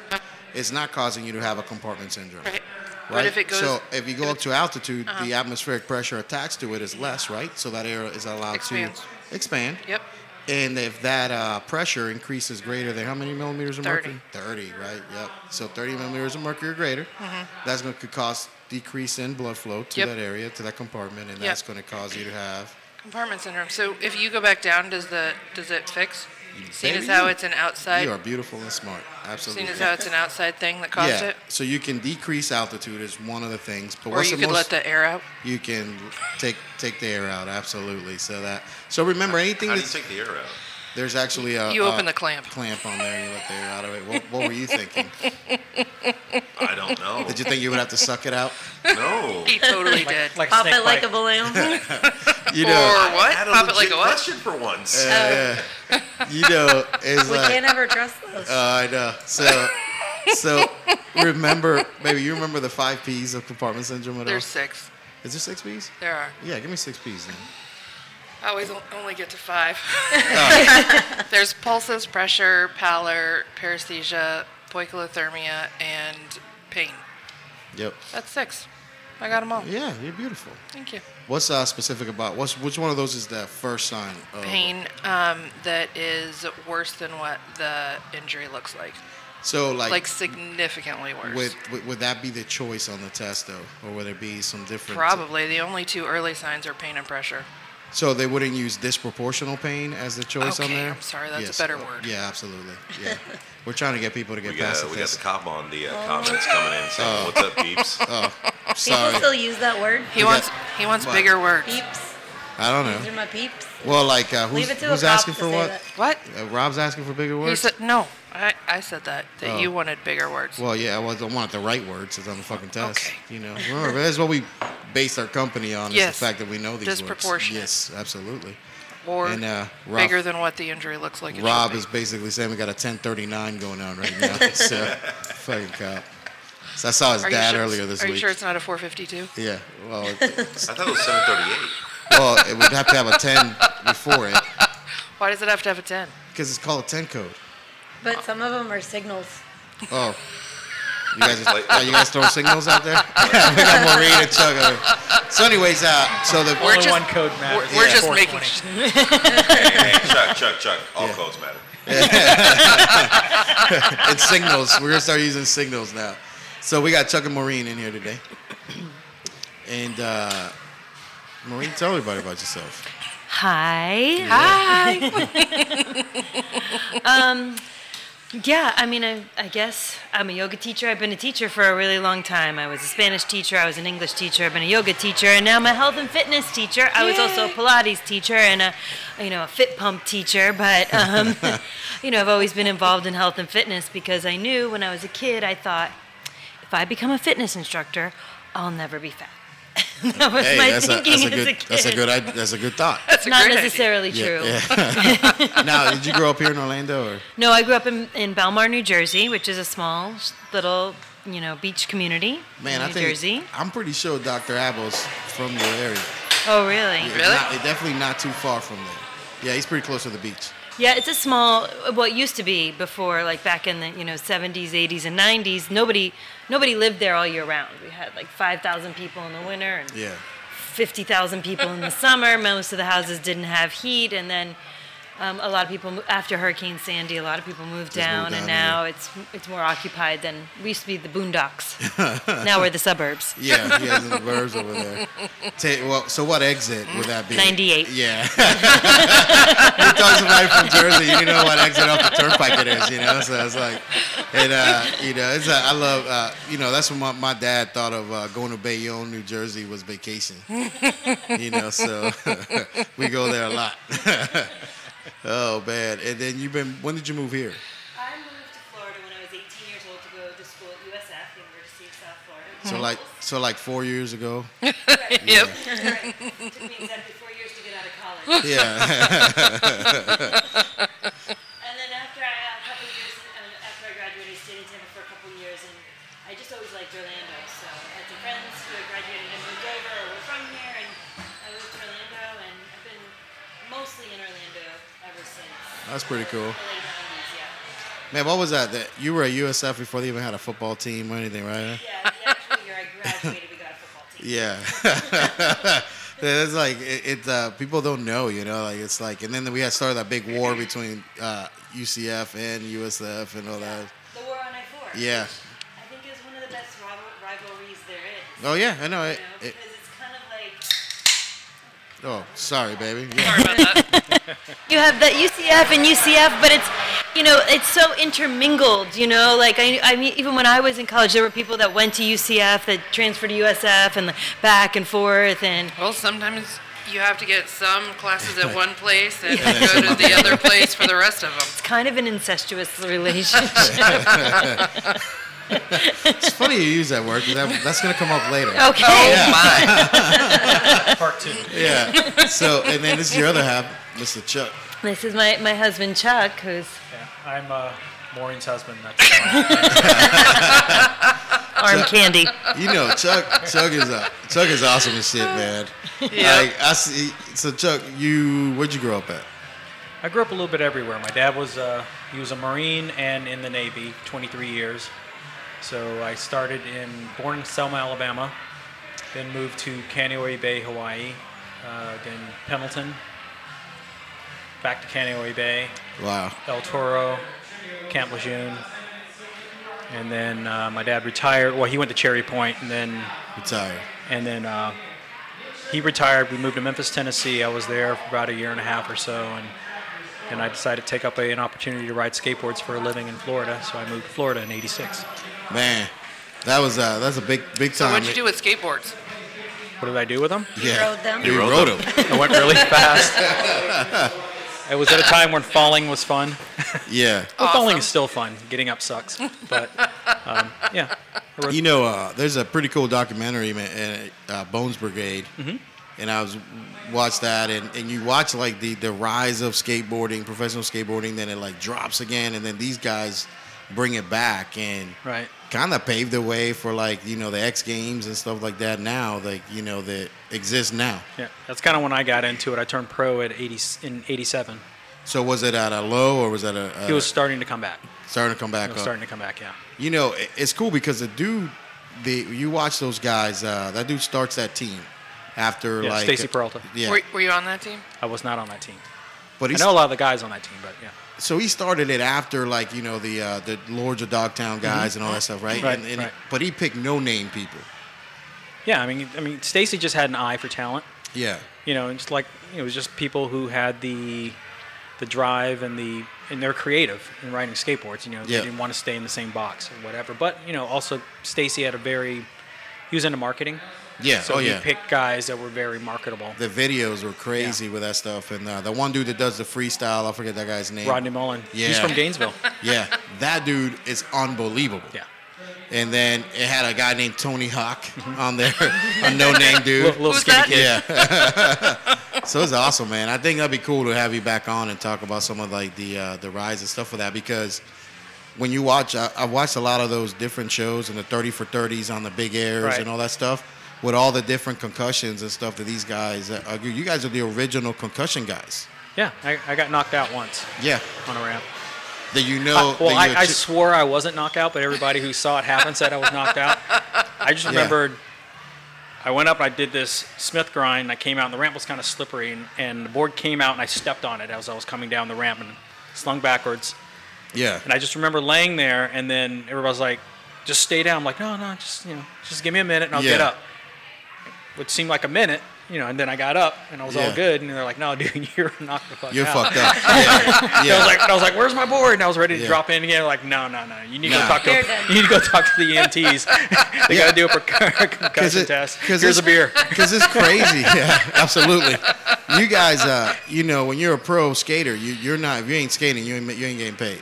S2: It's not causing you to have a compartment syndrome.
S4: Right.
S2: Right?
S4: if Uh-huh. it goes-
S2: so if you go up to altitude, the atmospheric pressure attached to it is less, right? So that air is allowed
S4: Expands.
S2: to expand.
S4: Yep.
S2: And if that uh, pressure increases greater than how many millimeters of
S4: 30.
S2: mercury? 30, right? Yep. So 30 millimeters of mercury or greater, that's going to cause decrease in blood flow to
S4: Mm-hmm. Yep.
S2: that area, to that compartment, and
S4: Yep.
S2: that's going to cause you to have
S4: Compartment syndrome. So if you go back down, does the does it fix? Seeing
S2: baby,
S4: as how
S2: you-
S4: it's an outside,
S2: You are beautiful and smart. Absolutely.
S4: seeing as how it's an outside thing that caused
S2: yeah.
S4: it,
S2: So you can decrease altitude is one of the things, but
S4: or
S2: what's
S4: you
S2: the
S4: could
S2: most
S4: let the air out.
S2: you can take take the air out absolutely. So that so remember anything
S3: How do you
S2: that's
S3: take the air out?
S2: there's actually a
S4: You
S2: a
S4: open the clamp.
S2: clamp on there. You let the air out of it. What, what were you thinking?
S3: I don't know.
S2: Did you think you would have to suck it out?
S3: no.
S4: He totally did.
S7: Like
S1: Pop
S7: snake
S1: it like a
S7: bite.
S1: balloon.
S2: You
S4: or
S2: know,
S4: what?
S3: Had a
S4: Pop it like
S3: legit
S4: a what?
S3: Question for once.
S2: you know, it's
S1: we
S2: like
S1: can't ever trust those.
S2: Uh, I know. So, so remember, maybe you remember the five P's of compartment syndrome at all?
S4: There's
S2: Is
S4: six.
S2: there six P's?
S4: There are.
S2: Yeah, give me six P's then.
S4: I always o- only get to five.
S2: Ah.
S4: There's pulses, pressure, pallor, paresthesia, poikilothermia, and pain.
S2: Yep.
S4: That's six. I got them all.
S2: Yeah, you're beautiful.
S4: Thank you.
S2: What's uh, specific about what's which one of those is the first sign of
S4: Pain um, that is worse than what the injury looks like,
S2: So like,
S4: like significantly worse.
S2: would, would would that be the choice on the test though, or would it be some different?
S4: Probably the only two early signs are pain and pressure.
S2: So they wouldn't use disproportional pain as the choice on
S4: Okay,
S2: there.
S4: I'm sorry, that's a better
S2: uh,
S4: word.
S2: Yeah, absolutely. Yeah, we're trying to get people to get
S3: We
S2: past
S3: got, we
S2: the
S3: got the
S2: test.
S3: cop on the
S4: Oh.
S3: uh, comments coming in saying,
S2: Oh.
S3: "What's up, peeps?"
S1: People
S2: Sorry,
S1: still use that word.
S4: He
S2: We
S4: wants
S2: got-
S4: he wants
S2: what?
S4: bigger words.
S1: Peeps.
S2: I don't
S1: These
S2: know.
S1: are my peeps.
S2: Well, like uh, who's,
S1: Leave it to
S2: who's
S1: a cop
S2: asking
S1: to
S2: for
S1: say
S2: what?
S1: that.
S4: What?
S2: Uh, Rob's asking for bigger
S4: He
S2: words.
S4: said no. I, I said that that
S2: Oh.
S4: you wanted bigger words.
S2: well, yeah, well, I don't want the right words. It's on the fucking test.
S4: Okay.
S2: You know, Remember, that's what we base our company on.
S4: Yes.
S2: Is the fact that we know these
S4: Disproportionate.
S2: words. Yes, absolutely.
S4: or
S2: and, uh, Rob-
S4: bigger than what the injury looks like. it should
S2: Rob
S4: be.
S2: is basically saying we got a 1039 going on right now. so fucking cop. So I saw his
S4: Are you
S2: dad
S4: sure it's-
S2: earlier this
S4: are
S2: week.
S4: you sure it's not a 452?
S2: Yeah. Well, it,
S3: I thought it was 738.
S2: well, it would have to have a 10 before it
S4: Why does it have to have a 10?
S2: because it's called a 10 code.
S1: But some of them are signals.
S2: Oh. You guys, are you guys throwing signals out there? we got Maureen and Chuck. over here. So, anyways, uh, so the
S4: We're
S7: Only
S4: just-
S7: one code
S4: We're,
S7: matters.
S4: we're
S7: Yeah.
S4: just
S7: 420.
S4: making. sh-
S3: hey, hey, Chuck, Chuck, Chuck. All
S2: Yeah.
S3: codes matter.
S2: it's signals. We're gonna start using signals now. So we got Chuck and Maureen in here today. And uh, Maureen, tell everybody about yourself.
S6: Hi.
S4: Hi.
S6: Um, Yeah, I mean, I, I guess I'm a yoga teacher. I've been a teacher for a really long time. I was a Spanish teacher, I was an English teacher, I've been a yoga teacher, and now I'm a health and fitness teacher. I was also a Pilates teacher and a, you know, a fit pump teacher. But, um, you know, I've always been involved in health and fitness because I knew when I was a kid, I thought, if I become a fitness instructor, I'll never be fat. that was
S2: Hey,
S6: my
S2: that's a,
S6: thinking
S2: that's a
S6: as
S2: good
S6: a kid.
S2: that's a good id- that's a good thought.
S4: That's a
S6: Not
S4: great idea.
S6: necessarily
S2: Yeah,
S6: true.
S2: yeah. now, did you grow up here in Orlando, or
S6: No, I grew up in, in Belmar, New Jersey, which is a small sh- little, you know, beach community.
S2: man?
S6: in
S2: I
S6: New
S2: think
S6: Jersey.
S2: I'm pretty sure Dr. Abel's from your area.
S6: Oh, really?
S2: If
S6: Yeah.
S4: Really?
S2: not- definitely not too far from there. Yeah, he's pretty close to the beach.
S6: it's a small. Well, it used to be before, like back in the you know 70s, 80s, and 90s. Nobody, nobody lived there all year round. We had like 5,000 people in the winter and
S2: Yeah,
S6: 50,000 people in the summer. Most of the houses didn't have heat, and then um, a lot of people mo- after Hurricane Sandy, a lot of people moved
S2: moved
S6: down,
S2: down,
S6: and
S2: yeah.
S6: now it's it's more occupied than we used to be the boondocks. now we're the suburbs.
S2: yeah, he has the verbs over there. Ta- well, so what exit would that be?
S6: 98.
S2: Yeah. you talk to somebody from Jersey, you know what exit off the turnpike it is, you know? So it's like, and, uh, you know, it's, uh, I love, uh, you know, that's what my, my dad thought of uh, going to Bayonne, New Jersey was vacation. you know, so we go there a lot. oh, man. And then you've been, when did you move here?
S6: I moved to Florida when I was 18 years old to go to school at USF, University of South Florida.
S2: So like, so like four years ago.
S4: Yep.
S6: Right. Took me exactly four years to get out of college.
S2: Yeah.
S6: And then after I, a couple of years, um, after I graduated, I stayed in Tampa for a couple of years, and I just always liked Orlando. So I had some friends who had graduated and moved over or were from here, and I moved to Orlando, and I've been mostly in Orlando ever since
S2: That's pretty cool.
S6: the late 90s, yeah.
S2: Man, what was that? That you were at USF before they even had a football team or anything, right?
S6: Yeah, the actual year I grew
S8: graduated, we got a football team.
S2: Yeah. It's like it, it uh, people don't know, you know. Like it's like, and then we had started that big war between uh, UCF and USF and all that.
S8: The War on I four.
S2: Yeah.
S8: I think is one of the best rival- rivalries there is.
S2: Oh yeah, I know
S8: You
S2: it.
S8: know,
S2: it
S8: because it's kind of like
S2: oh, sorry, baby. Yeah.
S4: Sorry about that.
S6: You have that UCF and UCF, but it's, you know, it's so intermingled, you know? Like, I, I mean, even when I was in college, there were people that went to UCF that transferred to USF and back and forth. And
S4: Well, sometimes you have to get some classes at one place and go to the other place for the rest of them.
S6: it's kind of an incestuous relationship.
S2: It's funny you use that word. 'cause That, that's gonna come up later.
S6: Okay.
S7: Oh,
S4: Oh,
S7: Part two.
S2: Yeah. So, and then this is your other half, Mr. Chuck.
S6: This is my, my husband, Chuck, who's
S7: Yeah. I'm uh, Maureen's husband. That's fine. Oh.
S6: arm candy.
S2: You know, Chuck. Chuck is uh, Chuck is awesome as shit, man. Like I see. So Chuck, you where'd you grow up at?
S7: I grew up a little bit everywhere. My dad was uh, he was a Marine and in the Navy, 23 years. So I started in born in Selma, Alabama, then moved to Kaneohe Bay, Hawaii, uh, then Pendleton, back to Kaneohe Bay,
S2: Wow.
S7: El Toro, Camp Lejeune, and then uh, my dad retired. Well, he went to Cherry Point, and then
S2: Retired.
S7: and then uh, he retired. We moved to Memphis, Tennessee. I was there for about a year and a half or so, and and I decided to take up a, an opportunity to ride skateboards for a living in Florida. So I moved to Florida in '86.
S2: Man, that was uh, that's a big big
S4: So
S2: time.
S4: what'd you do with skateboards?
S7: What did I do with them?
S2: Yeah.
S1: Rode them.
S2: You
S3: rode
S2: rode them.
S7: I went really fast. It was at a time when falling was fun.
S2: yeah.
S7: Well, Falling is still fun. Getting up sucks, but um, yeah. I rode-
S2: You know, uh, there's a pretty cool documentary, man, uh, uh, Bones Brigade,
S7: Mm-hmm.
S2: and I was watched that, and, and you watch like the the rise of skateboarding, professional skateboarding, then it like drops again, and then these guys bring it back, and
S7: Right.
S2: kind of paved the way for like you know the X Games and stuff like that now, like you know that exists now.
S7: Yeah, that's kind of when I got into it. I turned pro at 80 in '87.
S2: So was it at a low or was that a, a
S7: He was starting to come back.
S2: starting to come
S7: He
S2: back?
S7: was
S2: up?
S7: starting to come back. Yeah.
S2: You know, i- it's cool because the dude, the you watch those guys. Uh, that dude starts that team after
S7: Yeah,
S2: like
S7: Stacy Peralta.
S2: Yeah,
S4: Were, were you on that team?
S7: I was not on that team.
S2: but
S7: I
S2: he
S7: know a lot of the guys on that team, but yeah.
S2: so he started it after like you know the uh, the Lords of Dogtown guys and all that stuff, right?
S7: Mm-hmm. Right,
S2: and, and
S7: right.
S2: But he picked no name people.
S7: Yeah, I mean, I mean, Stacy just had an eye for talent,
S2: Yeah,
S7: you know, and just like it was just people who had the, the drive and the and they're creative in riding skateboards. You know,
S2: Yeah.
S7: they didn't want to stay in the same box or whatever. But you know, also Stacy had a very, he was into marketing,
S2: yeah,
S7: so
S2: oh
S7: he
S2: yeah.
S7: picked guys that were very marketable.
S2: the videos were crazy with that stuff, and uh, the one dude that does the freestyle, I forget that guy's name.
S7: Rodney Mullen, he's
S2: Yeah.
S7: from Gainesville.
S2: Yeah, that dude is unbelievable.
S7: yeah,
S2: And then it had a guy named Tony Hawk on there, a no name dude.
S7: Mm-hmm. little, little
S4: Who's
S7: skinny
S4: that?
S7: kid.
S2: Yeah. so it's awesome, man. I think that'd be cool to have you back on and talk about some of like the uh, the rise and stuff of that because when you watch, I, I've watched a lot of those different shows and the thirty for thirties on the big airs
S7: Right.
S2: and all that stuff with all the different concussions and stuff that these guys uh, are. You guys are the original concussion guys.
S7: Yeah, I, I got knocked out once
S2: Yeah.
S7: on a ramp.
S2: That you know.
S7: well,
S2: that you
S7: I, I
S2: achie-
S7: swore I wasn't knocked out, but everybody who saw it happen said I was knocked out. I just remembered I went up, I did this Smith grind, and I came out, and the ramp was kind of slippery, and, and the board came out, and I stepped on it as I was coming down the ramp and slung backwards.
S2: yeah.
S7: And I just remember laying there, and then everybody was like, just stay down. I'm like, no, no, just, you know, just give me a minute, and I'll get
S2: Yeah.
S7: up. Which seemed like a minute, you know, and then I got up, and I was
S2: Yeah.
S7: all good, and they're like, no, dude, you're knocked the fuck
S2: You're
S7: out.
S2: fucked up. Yeah.
S7: I
S2: yeah.
S7: was like, I was like, "Where's my board?" And I was ready to
S2: Yeah.
S7: drop in again. Like, no, no, no. You need to
S2: Nah.
S7: go talk to
S1: You're done.
S7: you need to go talk to the EMTs. they got to do a perc- concussion
S2: it-
S7: test.
S2: 'cause
S7: Here's a
S2: it's-
S7: beer.
S2: Because it's crazy. yeah, absolutely. You guys, uh, you know, when you're a pro skater, you, you're not. If you ain't skating, you ain't, you ain't getting paid.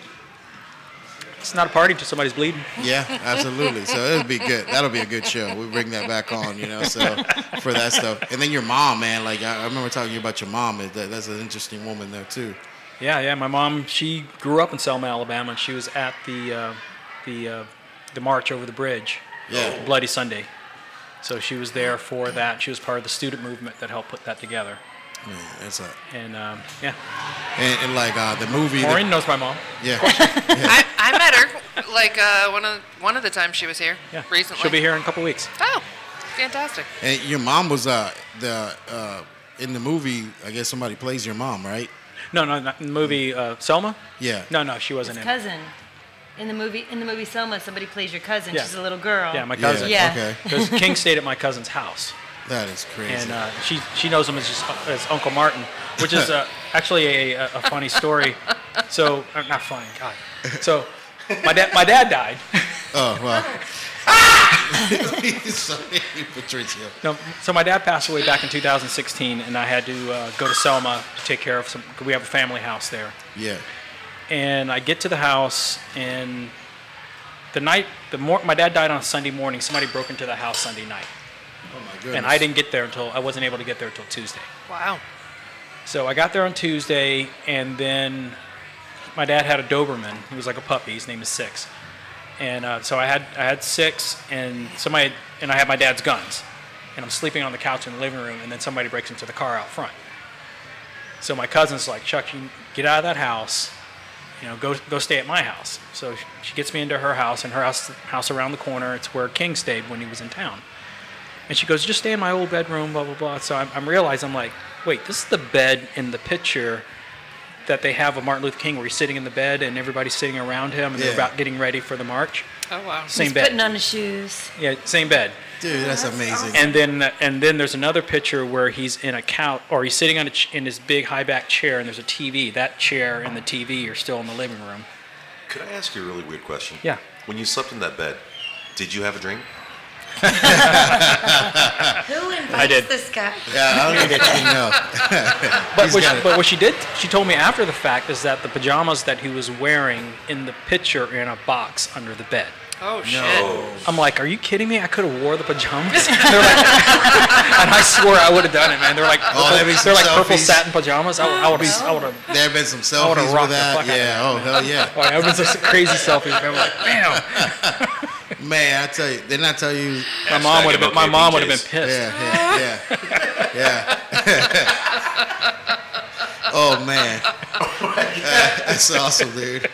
S7: It's not a party until somebody's bleeding.
S2: Yeah, absolutely. So it'll be good. That'll be a good show. We bring that back on, you know. So for that stuff, and then your mom, man. Like I, I remember talking to you about your mom. That, that's an interesting woman there too.
S7: Yeah, yeah. My mom, she grew up in Selma, Alabama, and she was at the uh, the uh, the march over the bridge.
S2: Yeah.
S7: Bloody Sunday. So she was there for that. She was part of the student movement that helped put that together.
S2: Man, that's a
S7: And um, yeah,
S2: and, and like uh, the movie. that-
S7: Maureen knows my mom.
S2: yeah,
S4: I, I met her like uh, one of one of the times she was here
S7: Yeah,
S4: recently.
S7: she'll be here in a couple weeks.
S4: Oh, Fantastic.
S2: And your mom was uh the uh in the movie. I guess somebody plays your mom, right?
S7: No, no, not in the movie uh, Selma.
S2: Yeah.
S7: No, no, she wasn't
S6: His
S7: in. it.
S6: cousin. In the movie, in the movie Selma, somebody plays your cousin.
S7: Yeah.
S6: She's a little girl.
S7: Yeah, my
S2: Yeah.
S7: cousin.
S6: Yeah.
S2: Okay.
S7: Because King stayed at my cousin's house,
S2: That is crazy.
S7: and uh, she she knows him as just, as Uncle Martin, which is uh, actually a, a, a funny story. So uh, not funny, God. So my dad my dad died.
S2: oh well. Sorry, Patricia.
S7: No, so my dad passed away back in 2016, and I had to uh, go to Selma to take care of some. We have a family house there.
S2: Yeah.
S7: and I get to the house and the night the mor- my dad died on a Sunday morning. Somebody broke into the house Sunday night,
S2: Oh my goodness.
S7: and I didn't get there until I wasn't able to get there until Tuesday.
S4: Wow.
S7: So I got there on Tuesday, and then my dad had a Doberman. He was like a puppy. His name is Six, and uh, so I had I had Six, and somebody and I had my dad's guns, and I'm sleeping on the couch in the living room, and then somebody breaks into the car out front. So my cousin's like, Chuck, you get out of that house, you know, go go stay at my house. So she- she gets me into her house, and her house house around the corner. It's where King stayed when he was in town. And she goes, just stay in my old bedroom, blah, blah, blah. So I'm, I'm realizing, I'm like, wait, this is the bed in the picture that they have of Martin Luther King where he's sitting in the bed and everybody's sitting around him and
S2: Yeah.
S7: they're about getting ready for the march.
S4: Oh wow.
S7: Same
S6: He's
S7: bed.
S6: putting on his shoes.
S7: yeah, same bed.
S2: Dude, that's amazing.
S7: And then and then there's another picture where he's in a couch or he's sitting on a ch- in his big high back chair and there's a TV. That chair and the TV are still in the living room.
S3: Could I ask you a really weird question?
S7: Yeah.
S3: When you slept in that bed, did you have a dream?
S1: Who invites
S7: did.
S1: this guy?
S2: Yeah, I don't even think you know.
S7: But
S2: He's
S7: what, she,
S2: got it.
S7: but what she did, she told me after the fact is that the pajamas that he was wearing in the picture are in a box under the bed.
S4: Oh shit.
S7: I'm like, are you kidding me? I could have wore the pajamas. They're like, and I swore I would have done it, man. They're like,
S2: Oh, that'd be
S7: they're
S2: some
S7: like purple
S2: selfies.
S7: satin pajamas. I would have, I would have,
S2: There have been some
S7: would've
S2: selfies
S7: rocked
S2: with
S7: the fuck
S2: that.
S7: out of
S2: Yeah. Oh hell yeah.
S7: like, I was a crazy selfie. I'm like, bam.
S2: Man, I tell you, didn't I tell you?
S7: My mom would have been, my
S3: MLK
S7: mom would have been
S3: PJs.
S7: pissed.
S2: Yeah, yeah, yeah, yeah. oh man, that's awesome, dude.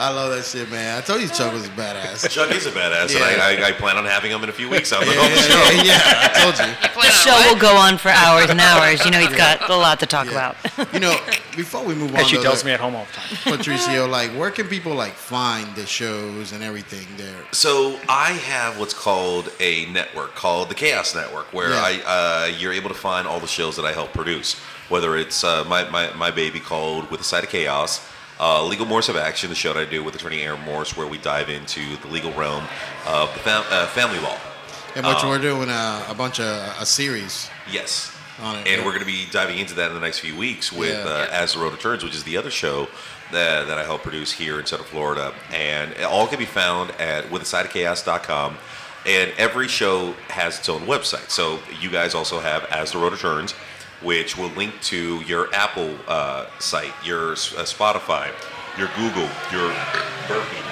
S2: I love that shit, man. I told you Chuck was a badass.
S3: Chuck is a badass, and I, I, I plan on having him in a few weeks on the
S7: Oh,
S2: Yeah,
S3: whole show.
S2: yeah, yeah, yeah, I told you.
S4: Plan
S6: The
S4: on
S6: show
S4: what?
S6: will go on for hours and hours. You know, he's got a lot to talk
S2: Yeah.
S6: about.
S2: You know, before we move on,
S7: And she
S2: though,
S7: tells me
S2: like,
S7: at home all the time.
S2: Patricio, like, where can people like find the shows and everything? There,
S3: So I have what's called a network called the Chaos Network, where
S2: Yeah.
S3: I uh, you're able to find all the shows that I help produce. Whether it's uh, my, my my baby called with a side of chaos, uh, legal morse of action, the show that I do with attorney Aaron Morse, where we dive into the legal realm of the fam- uh, family law.
S2: and what we're doing uh, a bunch of a series.
S3: Yes.
S2: On it,
S3: and
S2: yeah.
S3: we're going to be diving into that in the next few weeks with
S2: Yeah.
S3: uh, As the Road Returns, which is the other show that, that I help produce here in Central Florida. And it all can be found at withasideofchaos.com. And every show has its own website. So you guys also have As the Road Returns, which will link to your Apple uh, site, your uh, Spotify, your Google, your Burpee,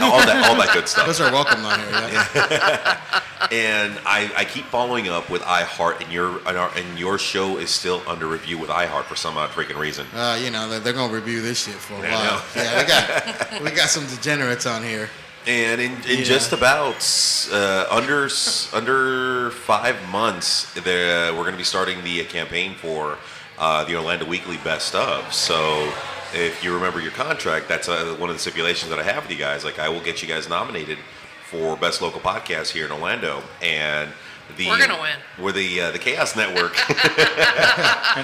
S3: all that, all that good stuff
S2: Those are welcome on here. Yeah.
S3: and I, I keep following up with iHeart, and your and, our, and your show is still under review with iHeart for some odd freaking reason.
S2: Uh, you know, they're, they're gonna review this shit for a
S3: I
S2: while.
S3: know.
S2: Yeah, we got we got some degenerates on here.
S3: And in, in
S2: Yeah.
S3: just about uh, under s- under five months, the, we're going to be starting the campaign for uh, the Orlando Weekly Best of. So. If you remember your contract, that's uh, one of the stipulations that I have with you guys. Like, I will get you guys nominated for best local podcast here in Orlando, and the
S4: We're gonna win.
S3: We're the uh, the Chaos Network
S7: And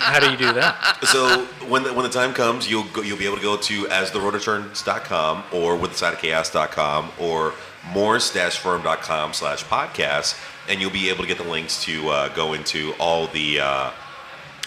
S7: how do you do that?
S3: So when the, when the time comes, you'll go, you'll be able to go to astheroadreturns.com or withthesideofchaos.com or morse-firm.com slash podcast, and you'll be able to get the links to uh, go into all the uh,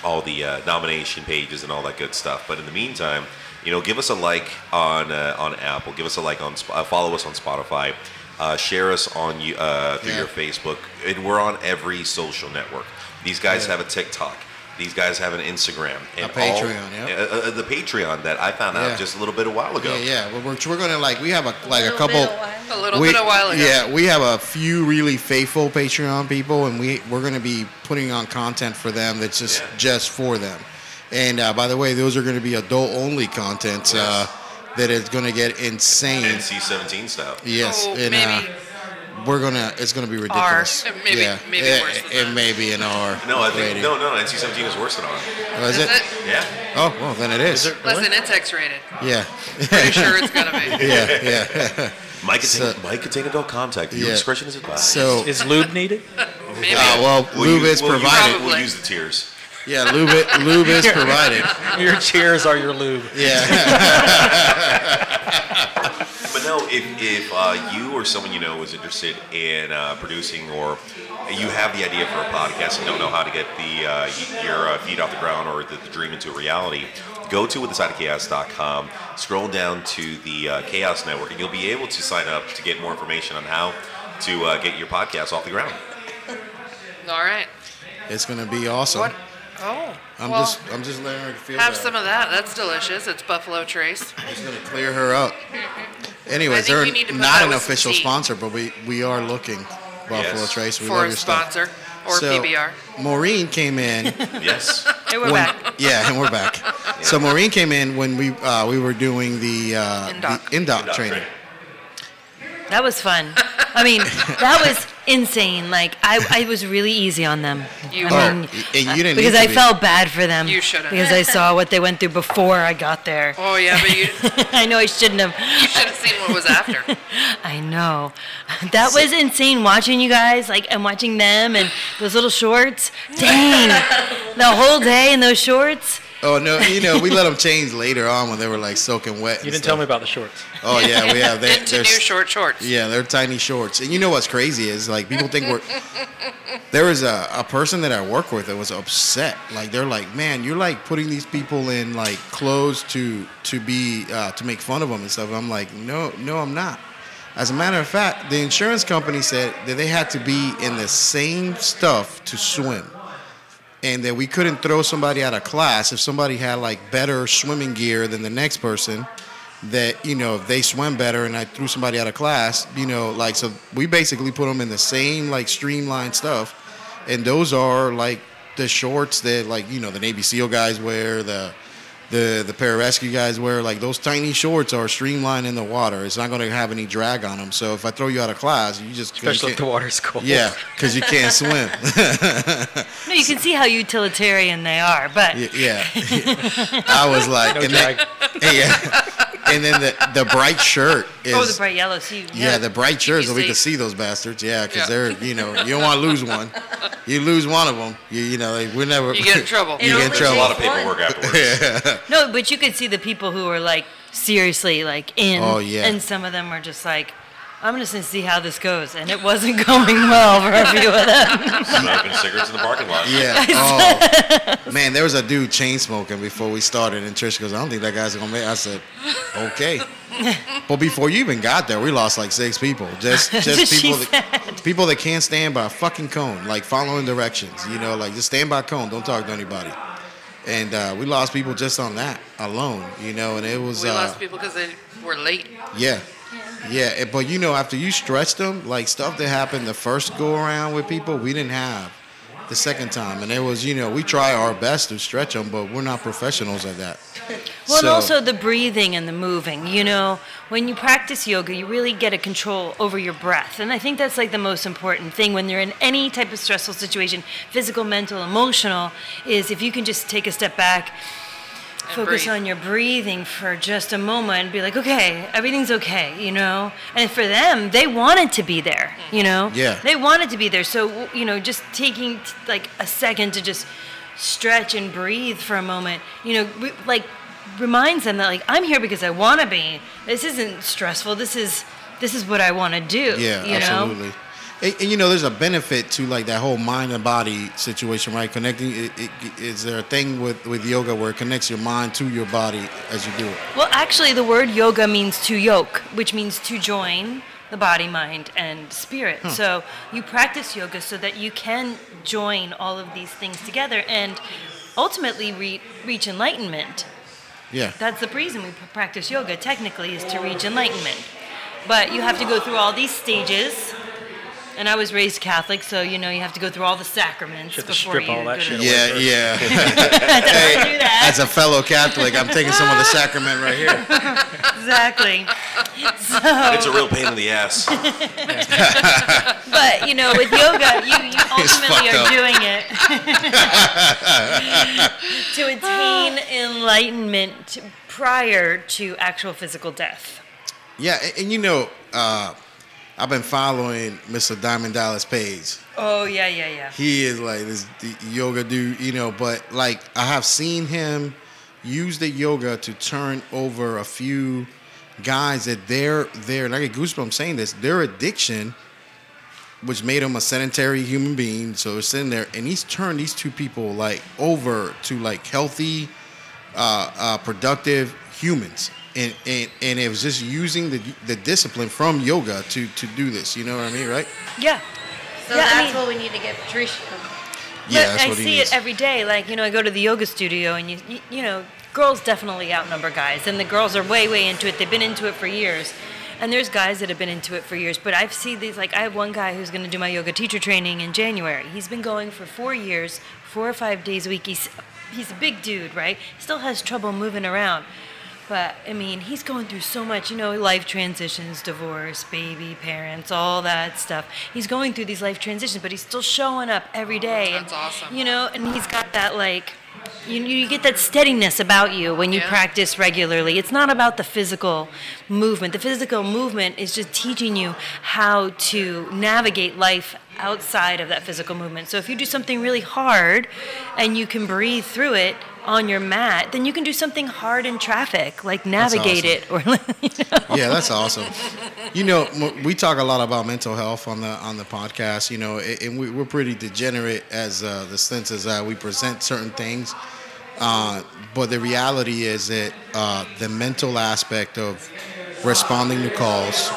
S3: all the uh, nomination pages and all that good stuff. But in the meantime, you know, give us a like on uh, on Apple, give us a like on Sp- uh, follow us on Spotify, uh, share us on you uh, through
S2: Yeah.
S3: your Facebook, and we're on every social network. These guys
S2: Yeah.
S3: have a TikTok. These guys have an Instagram and
S2: A
S3: all-
S2: Patreon, yeah.
S3: uh, uh, the Patreon that I found out
S2: Yeah.
S3: just a little bit a while ago.
S2: Yeah, yeah. We're, we're, we're gonna like we have a like a,
S1: Little
S2: couple.
S1: bit of wine.
S4: A little
S2: we-
S4: bit a while ago.
S2: Yeah, we have a few really faithful Patreon people, and we we're gonna be putting on content for them that's just
S3: Yeah.
S2: just for them. And uh, by the way, those are gonna be adult only content uh, that is gonna get insane.
S3: NC seventeen style.
S2: Yes,
S4: Oh,
S2: and,
S4: maybe.
S2: Uh, we're gonna. It's gonna be ridiculous.
S4: R. Maybe-
S2: yeah.
S4: maybe
S2: it,
S4: worse than
S2: it
S4: that.
S2: may be an R.
S3: No, I think
S2: rating.
S3: no, no. NC-17 is worse than R.
S2: Oh, is it?
S3: Yeah.
S2: Oh, well, then it is.
S7: Is it
S4: Listen, it's X-rated.
S2: yeah.
S4: Pretty sure it's gonna be.
S2: yeah. Yeah.
S3: Mike could
S2: So-
S3: take Mike could take adult contact. Your
S2: Yeah.
S3: discretion is advised.
S2: So,
S7: Is lube needed?
S4: Maybe.
S2: uh, well,
S3: We'll
S2: lube
S3: use-
S2: is
S3: we'll use-
S2: provided.
S3: We'll
S4: Probably.
S3: use the tears.
S2: Yeah, lube, i- lube is provided.
S7: Your cheers are your lube.
S2: Yeah.
S3: But no, if, if uh, you or someone you know is interested in uh, producing or you have the idea for a podcast and don't know how to get the uh, y- your uh, feet off the ground or the, the dream into a reality, go to withthesideofchaos.com, scroll down to the uh, Chaos Network, and you'll be able to sign up to get more information on how to uh, get your podcast off the ground.
S4: All right.
S2: It's gonna be awesome.
S4: What? Oh.
S2: I'm
S4: well,
S2: just, I'm just letting her feel
S4: have
S2: better.
S4: some of that. That's delicious. It's Buffalo Trace.
S2: It's gonna clear her up.
S4: I
S2: Anyways,
S4: think
S2: they're
S4: we need to put
S2: not
S4: that
S2: an
S4: with some
S2: official
S4: tea.
S2: sponsor, but we, we are looking. Buffalo
S3: Yes.
S2: Trace, we
S4: For
S2: love
S4: a
S2: your stuff.
S4: sponsor or
S2: So,
S4: PBR.
S2: Maureen came in.
S3: Yes.
S6: Hey, we're
S2: when-
S6: back.
S2: Yeah, and we're back. So Maureen came in when we uh, we were doing the uh,
S4: Indoc.
S2: the indoc
S3: Not
S2: training.
S3: great.
S6: That was fun. I mean, that was insane. Like I, I was really easy on them.
S4: You
S6: I
S4: were.
S6: mean,
S2: Oh, and you didn't
S6: because
S2: need to
S6: I
S2: be.
S6: felt bad for them.
S4: You shouldn't.
S6: Because I saw what they went through before I got there.
S4: Oh yeah, but you, you
S6: I know I shouldn't have.
S4: should have seen what was after.
S6: I know. That was insane watching you guys, like, and watching them and those little shorts. Dang. the whole day in those shorts.
S2: Oh no, you know we let them change later on when they were like soaking wet.
S7: You didn't tell me about the shorts.
S2: Oh yeah, we have. They,
S4: Into
S2: they're
S4: new
S2: s-
S4: short shorts.
S2: Yeah, they're tiny shorts. And you know what's crazy is like people think we're. there was a, a person that I work with that was upset. Like they're like, man, you're like putting these people in like clothes to to be uh, to make fun of them and stuff. I'm like, no, no, I'm not. As a matter of fact, the insurance company said that they had to be in the same stuff to swim and that we couldn't throw somebody out of class if somebody had like better swimming gear than the next person that you know if they swim better and i threw somebody out of class you know like so we basically put them in the same like streamlined stuff and those are like the shorts that like you know the navy seal guys wear the the the pararescue guys wear like those tiny shorts are streamlined in the water it's not going to have any drag on them so if i throw you out of class you just you
S7: Especially if the
S2: can't-
S7: water's cold.
S2: yeah because you can't swim
S6: No, you can see how utilitarian they are, but
S2: Y- Yeah, I was like,
S7: No
S2: and then,
S7: drag.
S2: yeah, and then the the bright shirt is.
S6: oh, the bright yellow. So you,
S2: yeah, the bright shirt so we
S4: see.
S2: can see those bastards. Yeah, because
S4: Yeah.
S2: they're you know you don't want to lose one. You lose one of them, you, you know like, we're never.
S4: You get in trouble.
S2: you
S1: It
S2: get in
S1: only
S3: A
S2: trouble.
S3: lot of paperwork afterwards.
S6: no, but you could see the people who were like seriously like in.
S2: Oh, yeah.
S6: And some of them were just like, I'm just gonna see how this goes, and it wasn't going well for a few of them.
S3: Smoking cigarettes in the parking lot.
S2: Yeah. Oh man, there was a dude chain smoking before we started, and Trish goes, "I don't think that guy's gonna make." it." I said, "Okay." but before you even got there, we lost like six people. Just just
S6: She
S2: people that, people that can't stand by a fucking cone, like following directions. You know, like just stand by cone. Don't talk to anybody. And uh, we lost people just on that alone. You know, and it was
S4: We
S2: uh,
S4: lost people because they were late.
S2: yeah. Yeah, eh, but you know, after you stretch them, like stuff that happened the first go around with people, we didn't have the second time. And it was, you know, we try our best to stretch them, but we're not professionals at that.
S6: Well, and
S2: So-
S6: also the breathing and the moving. You know, when you practice yoga, you really get a control over your breath. And I think that's like the most important thing when you're in any type of stressful situation, physical, mental, emotional, is if you can just take a step back, focus
S4: breathe.
S6: on your breathing for just a moment and be like, okay, everything's okay, you know? And for them, they wanted to be there, you know?
S2: Yeah.
S6: They wanted to be there. So, you know, just taking t- like a second to just stretch and breathe for a moment, you know, re- like reminds them that like I'm here because I want to be. This isn't stressful. This is this is what I want to do.
S2: Yeah,
S6: you know?
S2: absolutely. And, and, you know, there's a benefit to like that whole mind and body situation, right? Connecting. It, it, is there a thing with with yoga where it connects your mind to your body as you do it?
S6: Well, actually, the word yoga means to yoke, which means to join the body, mind, and spirit. So you practice yoga so that you can join all of these things together and ultimately re- reach enlightenment.
S2: Yeah.
S6: That's the reason we p- practice yoga, technically, is to reach enlightenment. But you have to go through all these stages. And I was raised Catholic, so you know you have to go through all the sacraments
S7: You have to
S6: before
S7: strip
S6: you
S7: all that
S6: go to-
S7: shit away.
S2: Yeah, yeah.
S6: do that.
S2: As a fellow Catholic, I'm taking some of the sacrament right here.
S6: Exactly. So
S3: It's a real pain in the ass.
S6: But you know, with yoga, you, you
S2: It's
S6: ultimately
S2: fucked
S6: are
S2: up.
S6: doing it to attain enlightenment prior to actual physical death.
S2: Yeah, and, and you know, uh, I've been following Mr. Diamond Dallas Page.
S6: Oh yeah, yeah, yeah.
S2: He is like this d- yoga dude, you know, but like I have seen him use the yoga to turn over a few guys that they're they're and I get goosebumps saying this, their addiction, which made him a sedentary human being, so it's sitting there and he's turned these two people like over to like healthy, uh, uh, productive humans. And, and, and it was just using the, the discipline from yoga to, to do this. You know what I mean, right?
S6: Yeah.
S1: So
S6: Yeah, I
S1: that's
S6: mean-
S1: what we need to get Patricia.
S6: but I see it every day. Like you know, I go to the yoga studio, and you you, you know, girls definitely outnumber guys, and the girls are way way into it. They've been into it for years, and there's guys that have been into it for years. But I've seen these. Like I have one guy who's going to do my yoga teacher training in January. He's been going for four years, four or five days a week. He's he's a big dude, right? Still has trouble moving around. But I mean, he's going through so much, you know, life transitions, divorce, baby, parents, all that stuff. He's going through these life transitions, but he's still showing up every day.
S4: Oh, That's
S6: and,
S4: awesome.
S6: You know, and he's got that like, you, you get that steadiness about you when you
S4: Yeah.
S6: practice regularly. It's not about the physical movement. The physical movement is just teaching you how to navigate life outside of that physical movement. So if you do something really hard and you can breathe through it on your mat, then you can do something hard in traffic, like navigate it or you know.
S2: yeah, that's awesome. You know, m- we talk a lot about mental health on the on the podcast. You know, a- and we, we're pretty degenerate as uh, the sense as uh, we present certain things. Uh, but the reality is that uh, the mental aspect of responding to calls,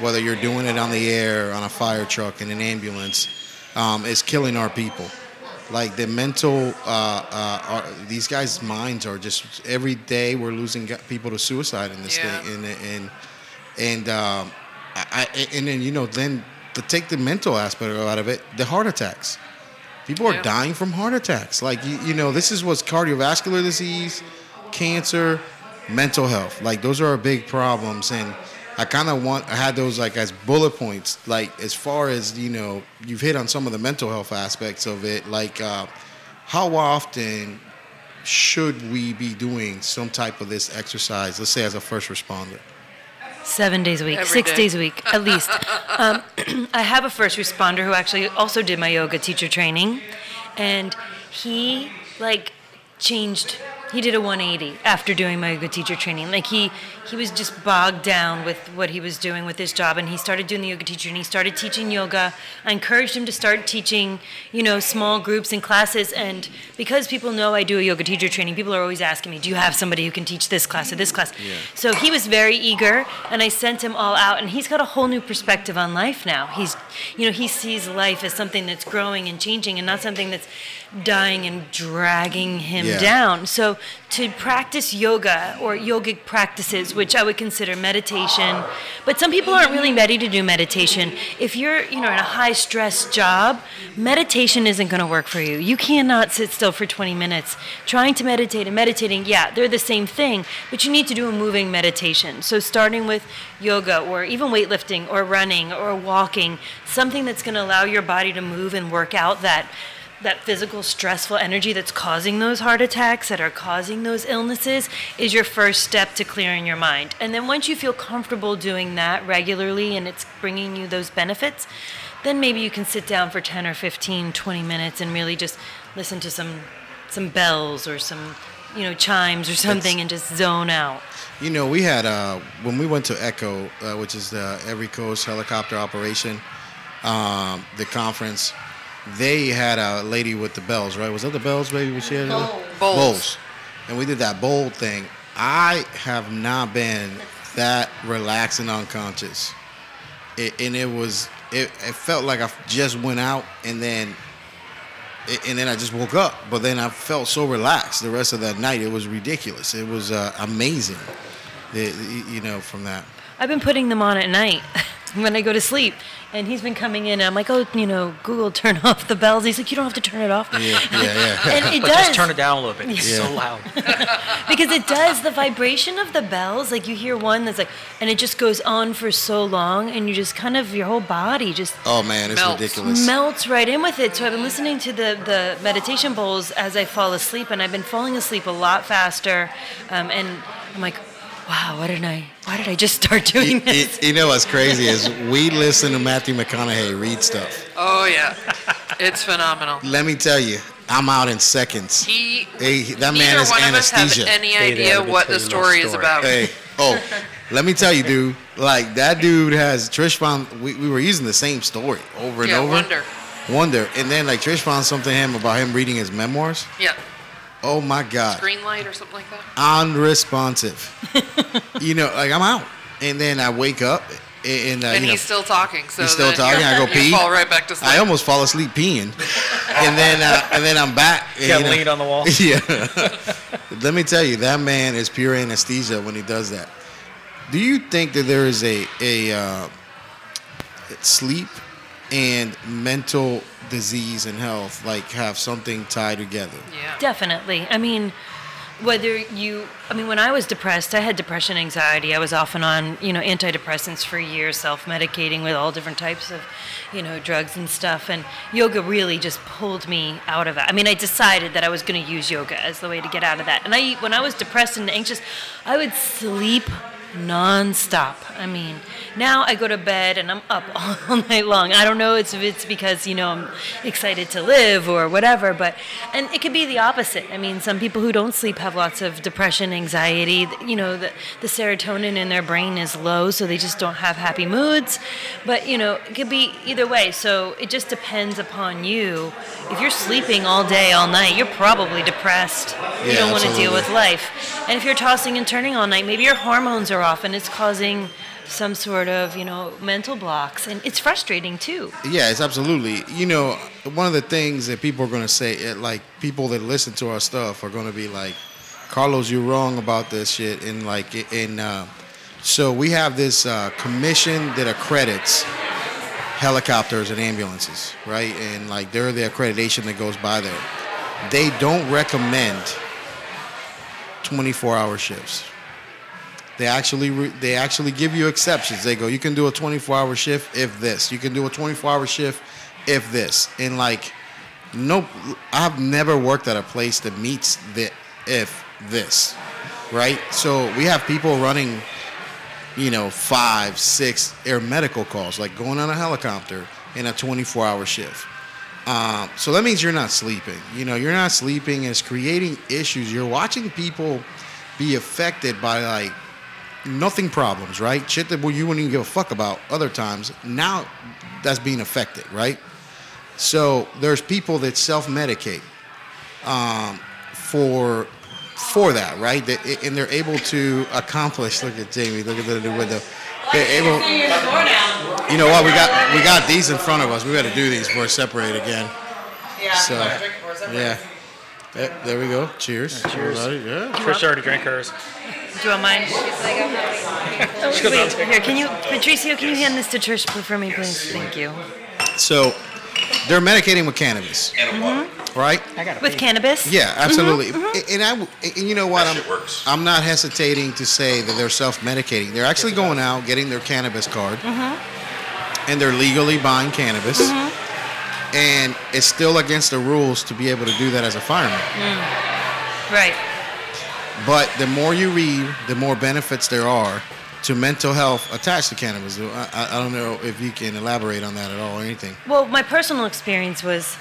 S2: whether you're doing it on the air, on a fire truck, in an ambulance, um, is killing our people. Like the mental, uh, uh, are, these guys' minds are just every day we're losing gu- people to suicide in this
S4: Yeah.
S2: thing, and and and um, I, I and then you know then to take the mental aspect out of it, the heart attacks. People are
S4: Yeah.
S2: dying from heart attacks. Like you, you know, this is what's cardiovascular disease, cancer, mental health. Like those are our big problems, and I kind of want I had those like as bullet points. Like as far as you know, you've hit on some of the mental health aspects of it. Like uh, how often should we be doing some type of this exercise? Let's say as a first responder.
S6: Seven days a week,
S4: Every
S6: six
S4: day.
S6: days a week, at least. Um, I have a first responder who actually also did my yoga teacher training, and he like changed. He did a 180 after doing my yoga teacher training. Like he he was just bogged down with what he was doing with his job, and he started doing the yoga teacher, and he started teaching yoga. I encouraged him to start teaching, you know, small groups and classes, and because people know I do a yoga teacher training, people are always asking me, "Do you have somebody who can teach this class or this class?" So he was very eager, and I sent him all out, and he's got a whole new perspective on life now. He's, you know, he sees life as something that's growing and changing, and not something that's dying and dragging him
S2: Yeah.
S6: down. So to practice yoga or yogic practices, which I would consider meditation, but some people aren't really ready to do meditation. If you're, you know, in a high stress job, meditation isn't going to work for you. You cannot sit still for 20 minutes. Trying to meditate and meditating, yeah, they're the same thing, but you need to do a moving meditation. So starting with yoga or even weightlifting or running or walking, something that's going to allow your body to move and work out that that physical stressful energy that's causing those heart attacks that are causing those illnesses is your first step to clearing your mind and then once you feel comfortable doing that regularly and it's bringing you those benefits then maybe you can sit down for 10 or 15 20 minutes and really just listen to some some bells or some you know chimes or something and just zone out
S2: You know, we had uh, when we went to Echo, uh, which is the Every Coast Helicopter Operation, um, the conference. They had a lady with the bells, right? Was that the bells, baby? Was she had
S1: Bowls.
S4: Bowls.
S2: And we did that bowl thing. I have not been that relaxed and unconscious, it, and it was it, it. felt like I just went out and then. it- And then I just woke up, but then I felt so relaxed the rest of that night. It was ridiculous. It was uh, amazing the, the- you know, from that.
S6: i've been putting them on at night when I go to sleep. And he's been coming in. And I'm like, oh, you know, Google, turn off the bells. He's like, you don't have to turn it off.
S2: Yeah, yeah, yeah.
S6: And it
S7: But
S6: does
S7: just turn it down a little bit. It's
S2: Yeah.
S7: so loud.
S6: because it does the vibration of the bells. Like you hear one that's like, and it just goes on for so long, and you just kind of your whole body just
S2: Oh man, it's
S4: Melts.
S2: ridiculous.
S6: melts right in with it. So I've been listening to the, the meditation bowls as I fall asleep, and I've been falling asleep a lot faster. Um, and I'm like, wow, why didn't I? Why did I just start
S2: you,
S6: doing
S2: you-
S6: this?
S2: you know what's crazy is we listen to Matthew McConaughey read stuff.
S4: Oh yeah, it's phenomenal.
S2: Let me tell you, I'm out in seconds.
S4: He,
S2: Hey, that man
S4: neither
S2: is
S4: one of us
S2: anesthesia.
S4: have any
S7: Hey, they
S4: idea
S7: have a
S4: what the
S7: good
S4: story is
S7: story.
S4: about.
S2: Hey, oh, let me tell you, dude. Like that dude has Trish found. We, we were using the same story over and
S4: Yeah,
S2: over.
S4: Wonder.
S2: Wonder, and then like Trish found something him about him reading his memoirs.
S4: Yeah,
S2: Oh my god,
S4: green light or something like that.
S2: unresponsive. you know, like I'm out, and then I wake up, and, and, uh,
S4: and
S2: you know,
S4: he's still talking. So
S2: He's still
S4: then
S2: talking. I go
S4: you
S2: pee.
S4: Fall right back to sleep.
S2: I almost fall asleep peeing, and then uh, and then I'm back. and,
S7: Yeah,
S2: you know-
S7: lean on the wall.
S2: Yeah. Let me tell you, that man is pure anesthesia when he does that. Do you think that there is a a uh, sleep and mental disease and health like have something tied together?
S4: yeah.
S6: Definitely. I mean, whether you, I mean, when I was depressed, I had depression, anxiety. I was off and on, you know, antidepressants for years, self medicating with all different types of, you know, drugs and stuff. And yoga really just pulled me out of it. I mean, I decided that I was going to use yoga as the way to get out of that. And I, when I was depressed and anxious, I would sleep nonstop. I mean, now I go to bed and I'm up all night long. I don't know it's, if it's because, you know, I'm excited to live or whatever, but, and it could be the opposite. I mean, some people who don't sleep have lots of depression, anxiety, th- you know, the, the serotonin in their brain is low, so they just don't have happy moods. But, you know, it could be either way. So it just depends upon you. If you're sleeping all day, all night, you're probably depressed. you
S2: Yeah,
S6: don't want to deal
S2: absolutely.
S6: with life. And if you're tossing and turning all night, maybe your hormones are off and it's causing some sort of, you know, mental blocks. And it's frustrating too.
S2: Yeah, it's absolutely. You know, one of the things that people are going to say, eh, like people that listen to our stuff are going to be like, "Carlos, you're wrong about this shit." And like, it- and uh, so we have this uh, commission that accredits helicopters and ambulances, right? And like, they're the accreditation that goes by there. They don't recommend 24-hour shifts. They actually re- they actually give you exceptions. They go, you can do a 24-hour shift if this. You can do a 24-hour shift if this. And like, nope, I've never worked at a place that meets the if this, right? So we have people running, you know, five, six air medical calls, like going on a helicopter in a 24-hour shift. Um, so that means you're not sleeping. You know, you're not sleeping. And it's creating issues. You're watching people be affected by like nothing problems, right? Shit that well, you wouldn't even give a fuck about other times. Now that's being affected, right? So there's people that self-medicate um, for for that, right? That, and they're able to accomplish. Look at Jamie. Look at the, the window. They're able. You know what? We got we got these in front of us. We got to do these. We're separate again.
S5: Yeah.
S2: So,
S5: I'm gonna drink it for us.
S2: Yeah. Eh, There we go. Cheers.
S7: cheers.
S2: Everybody. Yeah.
S7: Trish already drank hers.
S6: Do you want mine? Wait, here, can you, Patricio, can you hand this to Trish for me, please? Thank you.
S2: So they're medicating with cannabis,
S3: And a water.
S2: right?
S6: With cannabis?
S2: Yeah, absolutely. A- And I w- and you know what?
S3: That
S2: I'm
S3: shit works.
S2: I'm not hesitating to say that they're self-medicating. They're actually going out getting their cannabis card, and they're legally buying cannabis. And it's still against the rules to be able to do that as a fireman.
S6: Right.
S2: But the more you read, the more benefits there are to mental health attached to cannabis. I, I- I don't know if you can elaborate on that at all or anything.
S6: Well, my personal experience was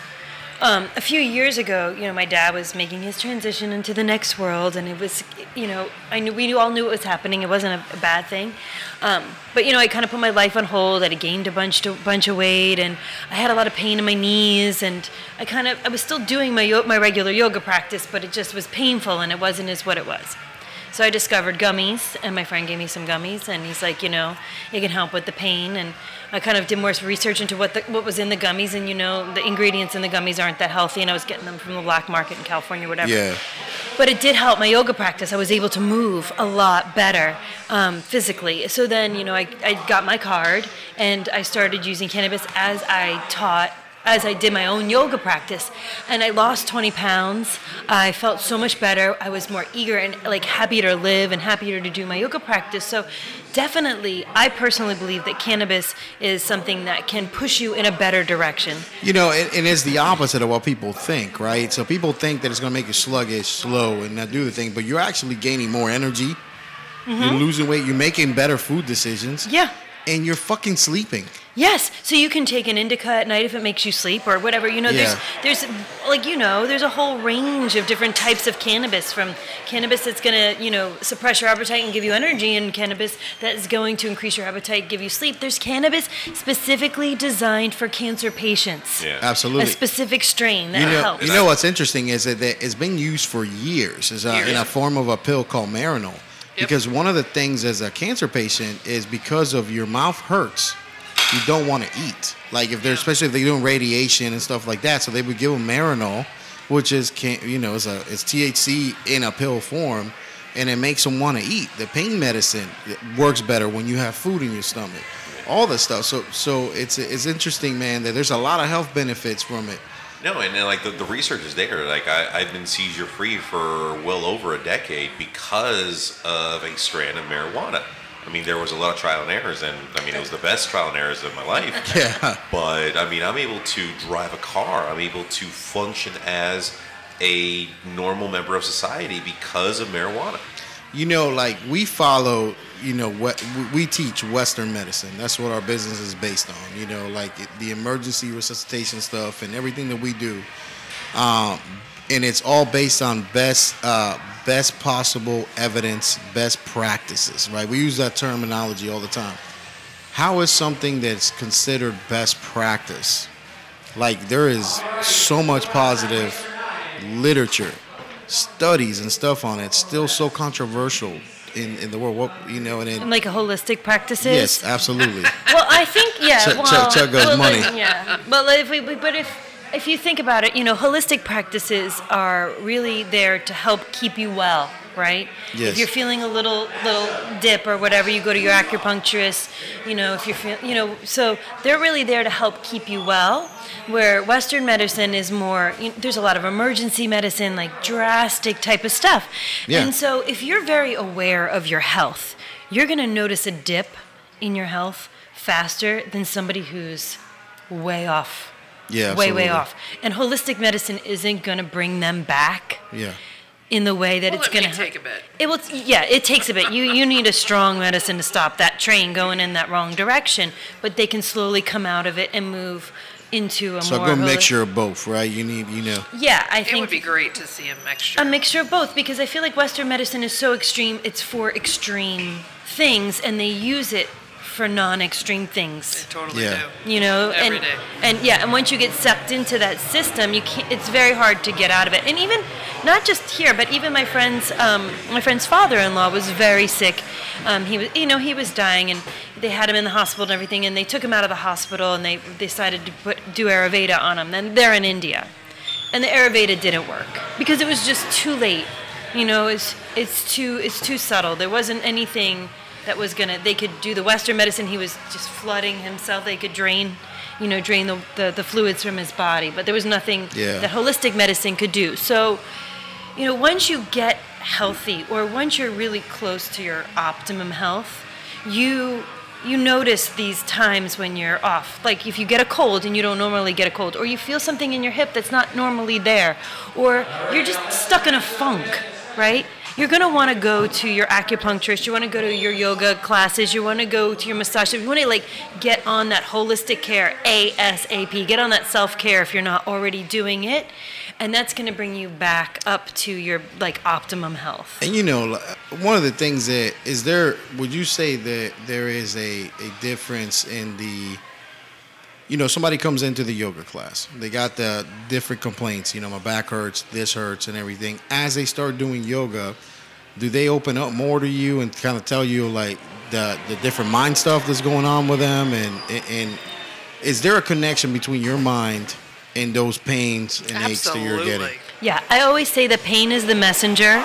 S6: um, a few years ago. You know, my dad was making his transition into the next world, and it was, you know, I knew we all knew it was happening. It wasn't a, a bad thing, um, but you know, I kind of put my life on hold. I gained a bunch to, bunch of weight, and I had a lot of pain in my knees, and I kind of I was still doing my yo- my regular yoga practice, but it just was painful, and it wasn't as what it was. So I discovered gummies, and my friend gave me some gummies, and he's like, you know, it can help with the pain. And I kind of did more research into what the, what was in the gummies, and you know, the ingredients in the gummies aren't that healthy, and I was getting them from the black market in California, whatever.
S2: Yeah.
S6: But it did help my yoga practice. I was able to move a lot better um, physically. So then, you know, I, I got my card and I started using cannabis as I taught, as I did my own yoga practice. And I lost 20 pounds. I felt so much better. I was more eager and like happier to live and happier to do my yoga practice. So definitely, I personally believe that cannabis is something that can push you in a better direction.
S2: You know, and, and it's the opposite of what people think, right? So people think that it's going to make you sluggish, slow, and not do the thing, but you're actually gaining more energy. You're losing weight. You're making better food decisions.
S6: Yeah.
S2: And you're fucking sleeping.
S6: Yes, so you can take an indica at night if it makes you sleep or whatever. You know, there's there's like you know, there's a whole range of different types of cannabis from cannabis that's going to, you know, suppress your appetite and give you energy and cannabis that's going to increase your appetite, give you sleep. There's cannabis specifically designed for cancer patients.
S3: Yeah.
S2: Absolutely.
S6: A specific strain that
S2: You know,
S6: helps.
S2: you know what's interesting is that that it's been used for years as a, in a form of a pill called Marinol. Because one of the things as a cancer patient is because of your mouth hurts, you don't want to eat. Like if they're especially if they're doing radiation and stuff like that, so they would give them Marinol, which is can you know it's a it's THC in a pill form, and it makes them want to eat. The pain medicine works better when you have food in your stomach. All this stuff. So so it's it's interesting, man. That there's a lot of health benefits from it.
S3: No, and, and like the, the research is there. Like I, I've been seizure free for well over a decade because of a strand of marijuana. I mean, there was a lot of trial and errors, and I mean, it was the best trial and errors of my life.
S2: Yeah.
S3: But I mean, I'm able to drive a car. I'm able to function as a normal member of society because of marijuana.
S2: you know, like we follow, you know, what we teach Western medicine. That's what our business is based on. You know, like it- the emergency resuscitation stuff and everything that we do, um, and it's all based on best, uh, best possible evidence, best practices. Right? We use that terminology all the time. How is something that's considered best practice? Like there is so much positive literature, studies and stuff on it. Still so controversial in, in the world. What you know, and
S6: And
S2: it,
S6: like a holistic practices.
S2: yes, absolutely.
S6: Well, I think yeah.
S2: Chuck-
S6: well,
S2: Chuck- Chuck goes
S6: well,
S2: money.
S6: like, yeah, but like, if we, we- but if if you think about it, you know, holistic practices are really there to help keep you well, right?
S2: Yes.
S6: If you're feeling a little little dip or whatever, you go to your acupuncturist. You know, if you're feel, you know, so they're really there to help keep you well. Where Western medicine is more, you there's a lot of emergency medicine, like drastic type of stuff.
S2: Yeah.
S6: And so if you're very aware of your health, you're going to notice a dip in your health faster than somebody who's way off.
S2: Yeah,
S6: way,
S2: absolutely.
S6: way off. And holistic medicine isn't going to bring them back
S2: Yeah,
S6: in the way that
S4: Well,
S6: it's
S4: it
S6: going
S4: may
S6: to
S4: take a bit.
S6: It will. Yeah, it takes a bit. You you need a strong medicine to stop that train going in that wrong direction. But they can slowly come out of it and move into a
S2: so a
S6: more
S2: good
S6: holi-
S2: mixture of both, right? You need, you know,
S6: Yeah, I think
S4: It would be great to see a mixture.
S6: a mixture of both because I feel like Western medicine is so extreme. It's for extreme things, and they use it for non-extreme
S4: I
S6: things.
S4: totally
S2: Yeah.
S4: do.
S6: You know,
S4: Every
S6: and
S4: day.
S6: and yeah, and once you get sucked into that system, you can't. It's very hard to get out of it. And even not just here, but even my friend's um, my friend's father-in-law was very sick. Um, he was, you know, he was dying, and they had him in the hospital and everything. And they took him out of the hospital, and they decided to put do Ayurveda on him. Then they're in India and the Ayurveda didn't work because it was just too late. You know, it's it's too it's too subtle. There wasn't anything that was gonna. They could do the Western medicine. He was just flooding himself. They could drain, you know, drain the the, the fluids from his body, but there was nothing
S2: Yeah.
S6: that holistic medicine could do. So, you know, once you get healthy or once you're really close to your optimum health, you you notice these times when you're off. Like if you get a cold and you don't normally get a cold or you feel something in your hip that's not normally there or you're just stuck in a funk, right? You're going to want to go to your acupuncturist, you want to go to your yoga classes, you want to go to your massage. You want to like get on that holistic care ASAP. Get on that self-care if you're not already doing it and that's going to bring you back up to your like optimum health
S2: and you know, like, one of the things that is there. Would you say that there is a a difference in the you know, somebody comes into the yoga class. They got the different complaints. You know, my back hurts, this hurts, and everything. As they start doing yoga, do they open up more to you and kind of tell you like the the different mind stuff that's going on with them? And and is there a connection between your mind in those pains and aches that you're getting.
S4: Absolutely.
S6: Yeah, I always say the pain is the messenger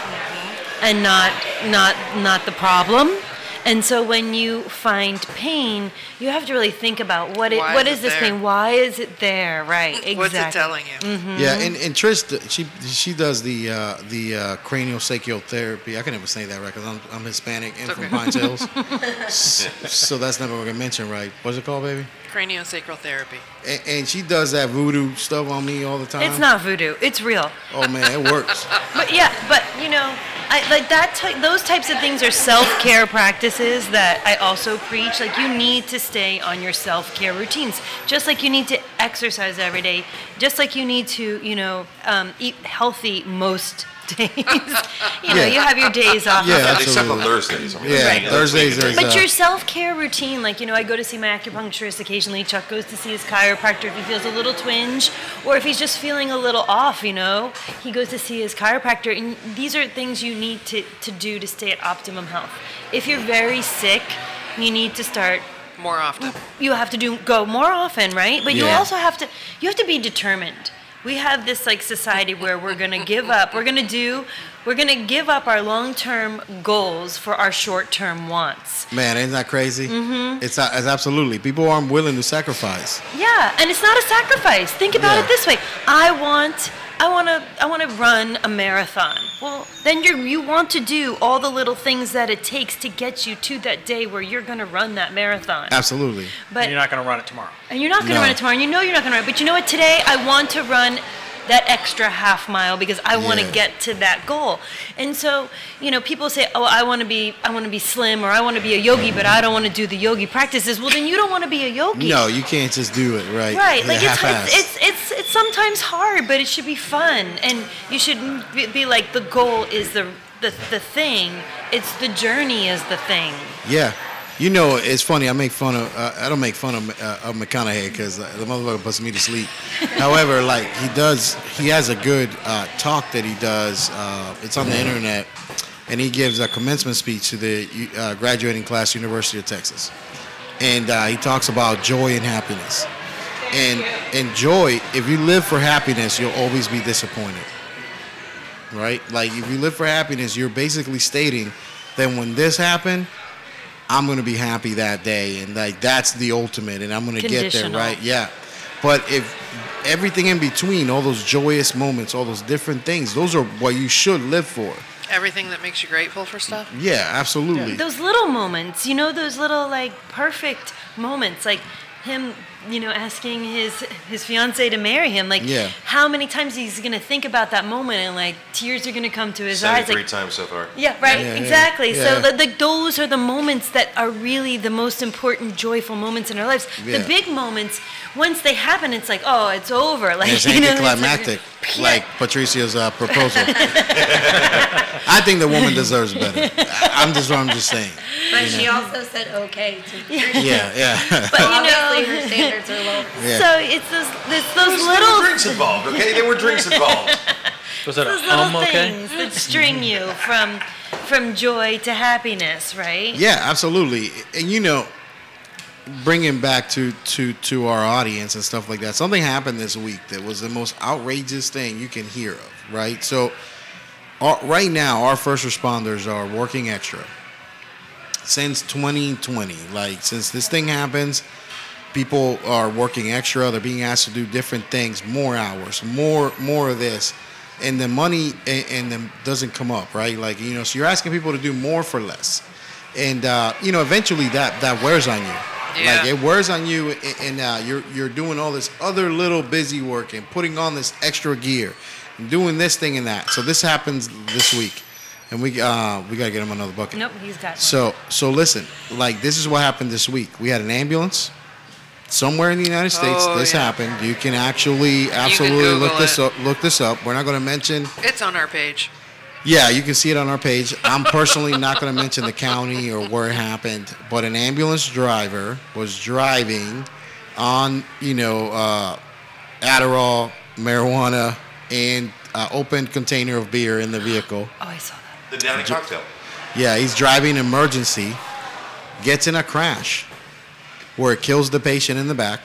S6: and not not not the problem. And so when you find pain, you have to really think about what it
S4: Why
S6: what
S4: is
S6: is
S4: it
S6: this
S4: there?
S6: pain? Why is it there? Right. Exactly.
S4: What's it telling you?
S1: Mm-hmm.
S2: Yeah,
S6: Mm-hmm.
S2: and, and Trish, she she does the uh, the uh, cranial sacral therapy. I can never say that right because I'm, I'm Hispanic and from
S4: okay.
S2: Pine Hills, S- so that's not what we're gonna mention, right? What's it called, baby?
S4: Craniosacral therapy.
S2: And, and she does that voodoo stuff on me all the time.
S6: It's not voodoo. It's real.
S2: Oh man, it works.
S6: But yeah, but you know, I like that. Ty- those types of things are self-care practices that I also preach. Like you need to stay on your self-care routines, just like you need to exercise every day, just like you need to, you know, um, eat healthy most days. you know,
S2: Yeah.
S6: you have your days off.
S2: Yeah,
S3: Except on
S2: absolutely.
S3: Thursdays. I mean,
S2: Yeah,
S3: that's the- that's the
S2: Thursdays
S3: weekend.
S2: is,
S6: But
S2: uh,
S6: your self care routine, like, you know, I go to see my acupuncturist occasionally. Chuck goes to see his chiropractor if he feels a little twinge or if he's just feeling a little off, you know. He goes to see his chiropractor. And these are things you need to, to do to stay at optimum health. If you're very sick, you need to start
S4: More often.
S6: you have to do go more often, right? But you
S2: Yeah.
S6: also have to you have to be determined. We have this like society where we're gonna give up. We're gonna do. We're gonna give up our long-term goals for our short-term wants.
S2: Man, isn't that crazy? Mm-hmm. It's, it's absolutely. People aren't willing to sacrifice.
S6: Yeah, and it's not a sacrifice. Think about
S2: Yeah.
S6: it this way: I want, I want to, I want to run a marathon. Well, then you you want to do all the little things that it takes to get you to that day where you're gonna run that marathon.
S2: Absolutely.
S6: But
S7: and you're not going to run it tomorrow.
S6: and you're not going to
S2: No.
S6: run it tomorrow, and you know you're not going to run it. But you know what? Today, I want to run that extra half mile because I want to
S2: Yeah.
S6: get to that goal. And so, you know, people say, "Oh, I want to be, I want to be slim, or I want to be a yogi, but I don't want to do the yogi practices." Well, then you don't want to be a yogi.
S2: No, you can't just do it right.
S6: Right,
S2: Yeah,
S6: like it's,
S2: half-assed.
S6: it's it's it's it's sometimes hard, but it should be fun, and you should not be, be like the goal is the the the thing. It's the journey is the thing.
S2: Yeah. You know, it's funny. I make fun of. Uh, I don't make fun of, uh, of McConaughey because uh, the motherfucker puts me to sleep. However, like he does, he has a good uh, talk that he does. Uh, it's on the internet, and he gives a commencement speech to the uh, graduating class, University of Texas, and uh, he talks about joy and happiness. And and joy, if you live for happiness, you'll always be disappointed right? Like if you live for happiness, you're basically stating that when this happened, I'm gonna be happy that day, and like that's the ultimate, and I'm gonna get there,
S6: Conditional.
S2: right? Yeah. But if everything in between, all those joyous moments, all those different things, those are what you should live for.
S4: Everything that makes you grateful for stuff.
S2: Yeah, absolutely.
S6: those little moments you know those little like perfect moments like him you know asking his his fiance to marry him like
S2: Yeah.
S6: how many times he's gonna think about that moment and like tears are gonna come to his
S3: Said it
S6: eyes
S3: three
S6: like
S3: times so far.
S6: yeah right
S2: Yeah, yeah,
S6: exactly
S2: yeah.
S6: so the, the, those are the moments that are really the most important joyful moments in our lives
S2: Yeah.
S6: the big moments once they happen it's like oh it's over like
S2: And it's
S6: you know, like-
S2: anticlimactic, like Patricia's uh, proposal. I think the woman deserves better. I- I'm just, I'm just saying.
S1: But she also said okay to
S2: Yeah, yeah.
S6: but you
S1: Obviously, her
S6: know
S1: standards are low.
S2: Yeah.
S6: so it's those, it's those
S3: There were
S6: little
S3: drinks involved, okay? There were drinks involved.
S7: Was it a
S6: those little
S7: um okay?
S6: things that string you from from joy to happiness, right?
S2: Yeah, absolutely. And you know, bringing back to to to our audience and stuff like that. Something happened this week that was the most outrageous thing you can hear of, right? So, our, right now, our first responders are working extra since 2020. Like since this thing happens, people are working extra. They're being asked to do different things, more hours, more more of this, and the money and, and the, doesn't come up, right? Like you know, so you're asking people to do more for less, and uh, you know, eventually that that wears on you. Like
S4: Yeah.
S2: it wears on you, a- and uh, you're you're doing all this other little busy work and putting on this extra gear, and doing this thing and that. So this happens this week, and we uh, we gotta get him another bucket.
S6: Nope, he's got one.
S2: So so listen, like this is what happened this week. We had an ambulance somewhere in the United States.
S4: Oh,
S2: this
S4: yeah.
S2: happened. You can actually absolutely look
S4: Google
S2: this
S4: it.
S2: up. Look this up. We're not going to mention.
S4: It's on our page.
S2: Yeah, you can see it on our page. I'm personally not going to mention the county or where it happened, but an ambulance driver was driving on you know uh, Adderall, marijuana, and uh, open container of beer in the vehicle.
S6: Oh, I saw that.
S3: The Downy cocktail.
S2: Yeah, he's driving emergency, gets in a crash where it kills the patient in the back,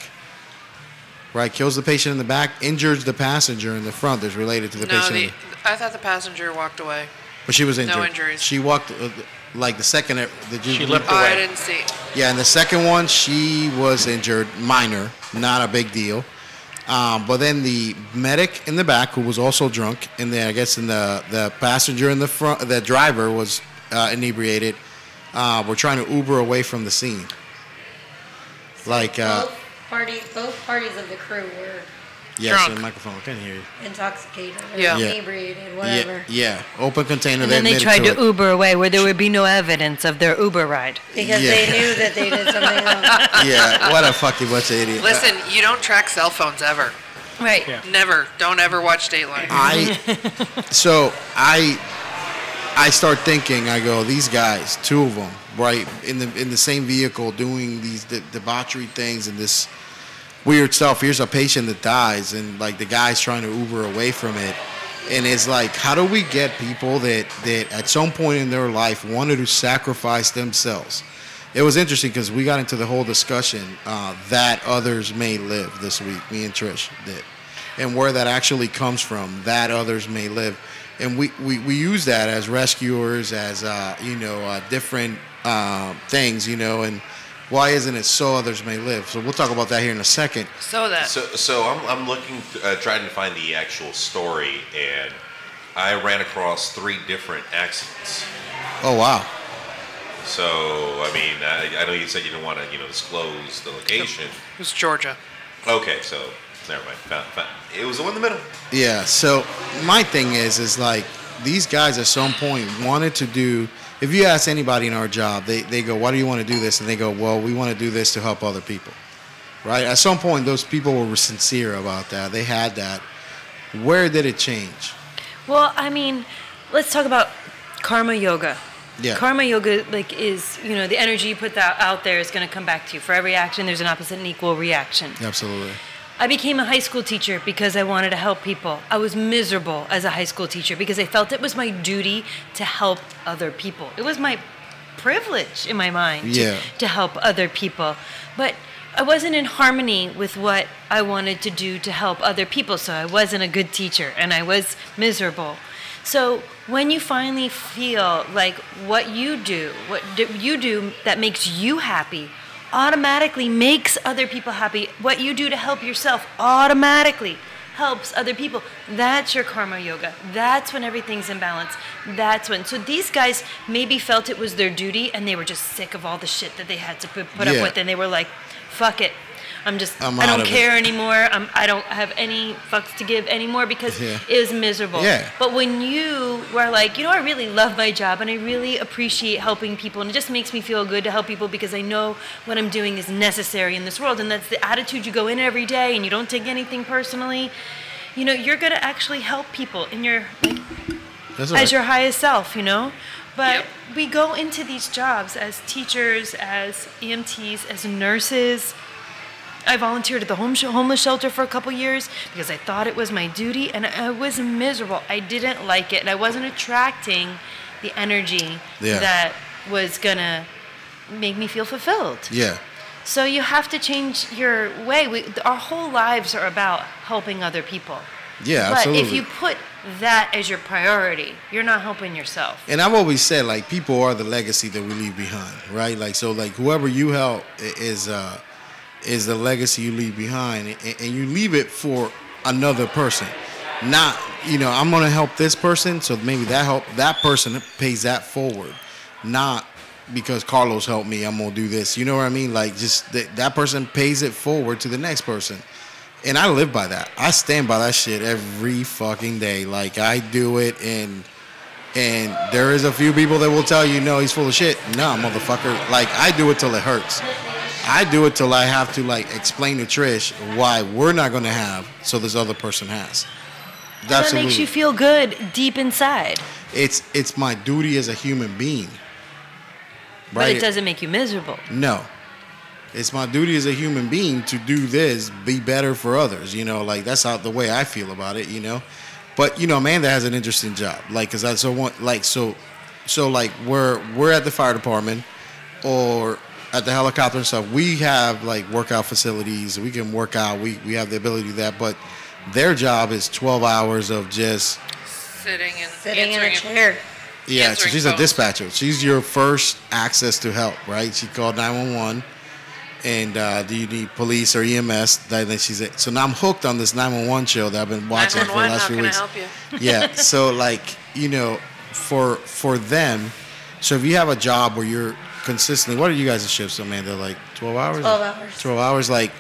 S2: right? Kills the patient in the back, injures the passenger in the front that's related to the
S4: no,
S2: patient. in
S4: the,
S2: the-
S4: I thought the passenger walked away.
S2: But she was injured.
S4: injuries.
S2: She walked uh, like the second. uh, Did you?
S7: She left
S4: Oh,
S7: Away.
S4: I didn't see.
S2: Yeah, and the second one, she was injured, minor, not a big deal. Um, but then the medic in the back, who was also drunk, and then I guess in the the passenger in the front, the driver was uh, inebriated. Uh, were trying to Uber away from the scene. Like, uh,
S1: both parties, both parties of the crew were
S2: yes,
S4: Drunk.
S2: the microphone. I can't hear you.
S1: intoxicated, or
S4: Yeah.
S2: Yeah.
S1: inebriated,
S2: Yeah,
S1: whatever.
S2: yeah. Open container.
S6: And then they
S2: admitted
S6: tried to,
S2: it.
S6: Uber away where there would be no evidence of their Uber ride.
S1: Because
S2: Yeah.
S1: they knew that they did something wrong.
S2: Yeah, what a fucking bunch of idiots.
S4: Listen, you don't track cell phones ever.
S6: Right.
S7: Yeah.
S4: Never. Don't ever watch Dateline.
S2: Uh, I so I I start thinking. I go, these guys, two of them, right in the in the same vehicle, doing these de- debauchery things and this weird stuff. Here's a patient that dies, and like the guy's trying to Uber away from it. And it's like, how do we get people that that at some point in their life wanted to sacrifice themselves? It was interesting because we got into the whole discussion uh, that others may live this week. Me and Trish did, and where that actually comes from. That others may live, and we we, we use that as rescuers, as uh, you know, uh, different uh, things, you know, and why isn't it so others may live? So we'll talk about that here in a second.
S4: so that.
S3: So, so I'm, I'm looking, th- uh, trying to find the actual story, and I ran across three different accidents.
S2: Oh wow,
S3: So, I mean, I, I know you said you didn't want to, you know, disclose the location.
S4: it was Georgia.
S3: Okay, so never mind. Found, found, it was the one in the middle.
S2: yeah. So my thing is, is like these guys at some point wanted to do. If you ask anybody in our job, they they go, "Why do you want to do this?" and they go, "Well, we want to do this to help other people." Right? At some point, those people were sincere about that. They had that. Where did it change?
S6: Well, I mean, let's talk about karma yoga.
S2: Yeah.
S6: Karma yoga, like, is you know the energy you put that out there is going to come back to you. For every action, there's an opposite and equal reaction.
S2: Absolutely.
S6: I became a high school teacher because I wanted to help people. I was miserable as a high school teacher because I felt it was my duty to help other people. It was my privilege in my mind to-
S2: Yeah.
S6: to, help other people. But I wasn't in harmony with what I wanted to do to help other people, so I wasn't a good teacher and I was miserable. So when you finally feel like what you do, what do you do that makes you happy, automatically makes other people happy. What you do to help yourself automatically helps other people. That's your karma yoga. That's when everything's in balance. That's when. So these guys maybe felt it was their duty and they were just sick of all the shit that they had to put, put
S2: Yeah.
S6: up with and they were like, fuck it. I'm just
S2: I'm
S6: I
S2: out
S6: don't
S2: of it.
S6: care anymore. I'm I don't have any fucks to give anymore because
S2: Yeah.
S6: it was miserable.
S2: Yeah.
S6: But when you were like, you know, I really love my job and I really appreciate helping people, and it just makes me feel good to help people because I know what I'm doing is necessary in this world, and that's the attitude you go in every day and you don't take anything personally. You know, you're gonna actually help people in your like,
S2: That's
S6: as
S2: right.
S6: your highest self, you know? But
S4: Yep.
S6: we go into these jobs as teachers, as EMTs, as nurses. I volunteered at the home sh- homeless shelter for a couple years because I thought it was my duty and I was miserable. I didn't like it and I wasn't attracting the energy
S2: Yeah.
S6: that was going to make me feel fulfilled.
S2: yeah.
S6: So you have to change your way. We, our whole lives are about helping other people.
S2: Yeah,
S6: but
S2: absolutely.
S6: if you put that as your priority, you're not helping yourself.
S2: And I've always said like people are the legacy that we leave behind, right? Like so, like whoever you help i- is uh, is the legacy you leave behind, and, and you leave it for another person. Not you know I'm gonna help this person, so maybe that help that person pays that forward. Not because Carlos helped me, I'm gonna do this. You know what I mean? Like just that that person pays it forward to the next person. And I live by that. I stand by that shit every fucking day. Like I do it and and there is a few people that will tell you, no, he's full of shit. No, motherfucker. Like I do it till it hurts. I do it till I have to like explain to Trish why we're not gonna have, so this other person has. That's
S6: That makes you feel good deep inside,
S2: it's it's my duty as a human being.
S6: but it doesn't make you miserable.
S2: No. It's my duty as a human being to do this, be better for others. You know, like that's how the way I feel about it. You know, but you know, Amanda has an interesting job. Like, cause I so want, like, so, so like we're we're at the fire department, or at the helicopter and stuff, we have like workout facilities. We can work out. We we have the ability to do that, but their job is 12 hours of just
S4: Sitting and
S1: Sitting in
S4: answering
S1: a chair.
S2: yeah, so
S4: answering
S2: she's a
S4: phones.
S2: dispatcher. She's your first access to help, right? She called 911 and uh, do you need police or EMS? That- Then she's it. So now I'm hooked on this 911 show that I've been watching for the
S4: 911,
S2: last
S4: how
S2: few
S4: can I
S2: weeks.
S4: help you?
S2: yeah, so like, you know, for for them, so if you have a job where you're consistently, what are you guys' shifts, Amanda? Like 12 hours?
S1: 12 hours.
S2: 12 hours like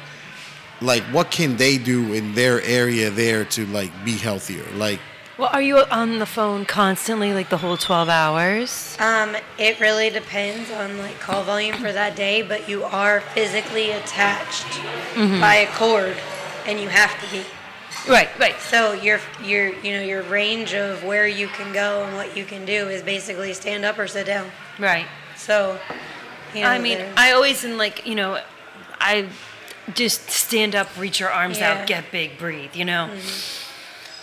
S2: like what can they do in their area there to like be healthier? Like
S6: Well, are you on the phone constantly, like the whole 12 hours?
S1: Um, it really depends on like call volume for that day, but you are physically attached
S6: Mm-hmm.
S1: by a cord, and you have to be.
S6: Right, right.
S1: So your your you know your range of where you can go and what you can do is basically stand up or sit down.
S6: Right.
S1: So, you know,
S6: I mean,
S1: there-
S6: I always in like you know, I just stand up, reach your arms
S1: Yeah.
S6: out, get big, breathe. You know,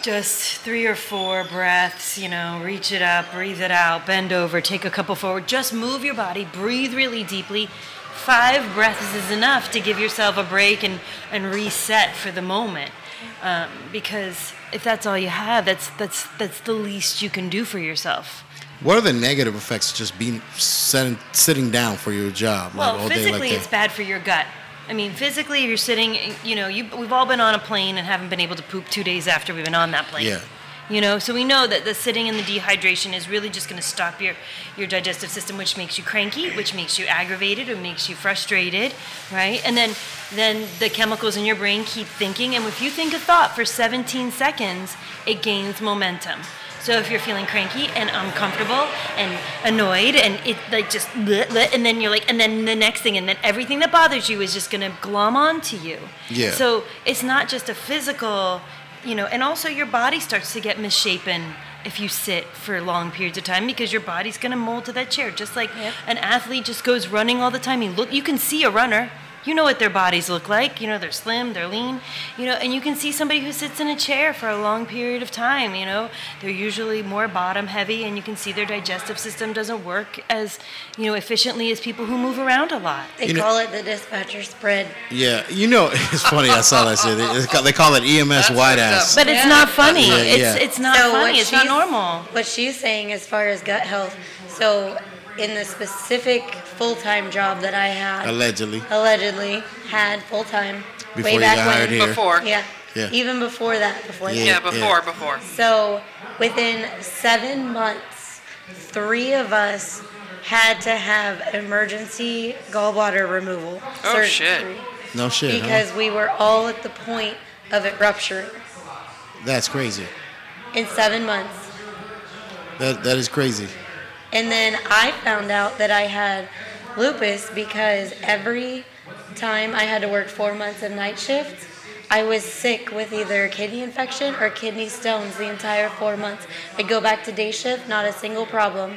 S6: just three or four breaths. You know, reach it up, breathe it out, bend over, take a couple forward. Just move your body, breathe really deeply. Five breaths is enough to give yourself a break and and reset for the moment. Um, because if that's all you have, that's that's that's the least you can do for yourself.
S2: What are the negative effects of just being sitting, sitting down for your job like
S6: Well,
S2: all day
S6: physically,
S2: like that?
S6: it's bad for your gut. I mean, physically, if you're sitting, you know, you, we've all been on a plane and haven't been able to poop two days after we've been on that plane.
S2: Yeah.
S6: You know, so we know that the sitting and the dehydration is really just going to stop your, your digestive system, which makes you cranky, which makes you aggravated, or makes you frustrated, right? And then, then the chemicals in your brain keep thinking, and if you think a thought for 17 seconds, it gains momentum. So if you're feeling cranky and uncomfortable and annoyed and it like just bleh, bleh, and then you're like and then the next thing and then everything that bothers you is just gonna glom onto you.
S2: Yeah.
S6: So it's not just a physical, you know, and also your body starts to get misshapen if you sit for long periods of time because your body's gonna mold to that chair. Just like an athlete just goes running all the time. You look, you can see a runner. You know what their bodies look like. You know they're slim, they're lean. You know, and you can see somebody who sits in a chair for a long period of time. You know, they're usually more bottom heavy, and you can see their digestive system doesn't work as you know efficiently as people who move around a lot.
S1: they
S2: you know-
S1: call it the dispatcher spread.
S2: yeah, you know, it's funny. I saw that shit. They- They call, they call it E EMS wide ass.
S6: But it's not funny.
S2: Yeah,
S6: it's
S2: yeah.
S6: it's not funny. It's not
S1: she's-
S6: normal.
S1: What she's saying as far as gut health. So, in the specific full time job that I had,
S2: Allegedly,
S1: allegedly had full time
S2: Before
S1: way
S2: you
S1: back
S2: got
S1: when.
S2: hired here.
S4: Before.
S1: Yeah.
S2: Yeah.
S1: Even before that, before
S2: Yeah.
S1: that.
S4: Yeah, before,
S2: yeah.
S4: before.
S1: So within seven months, three of us had to have emergency gallbladder removal.
S4: Oh,
S1: surgery
S4: shit.
S2: no shit. huh?
S1: Because we were all at the point of it rupturing
S2: That's crazy.
S1: in seven months.
S2: That that is crazy.
S1: And then I found out that I had lupus because every time I had to work four months of night shifts, I was sick with either a kidney infection or kidney stones the entire four months. I'd go back to day shift, not a single problem.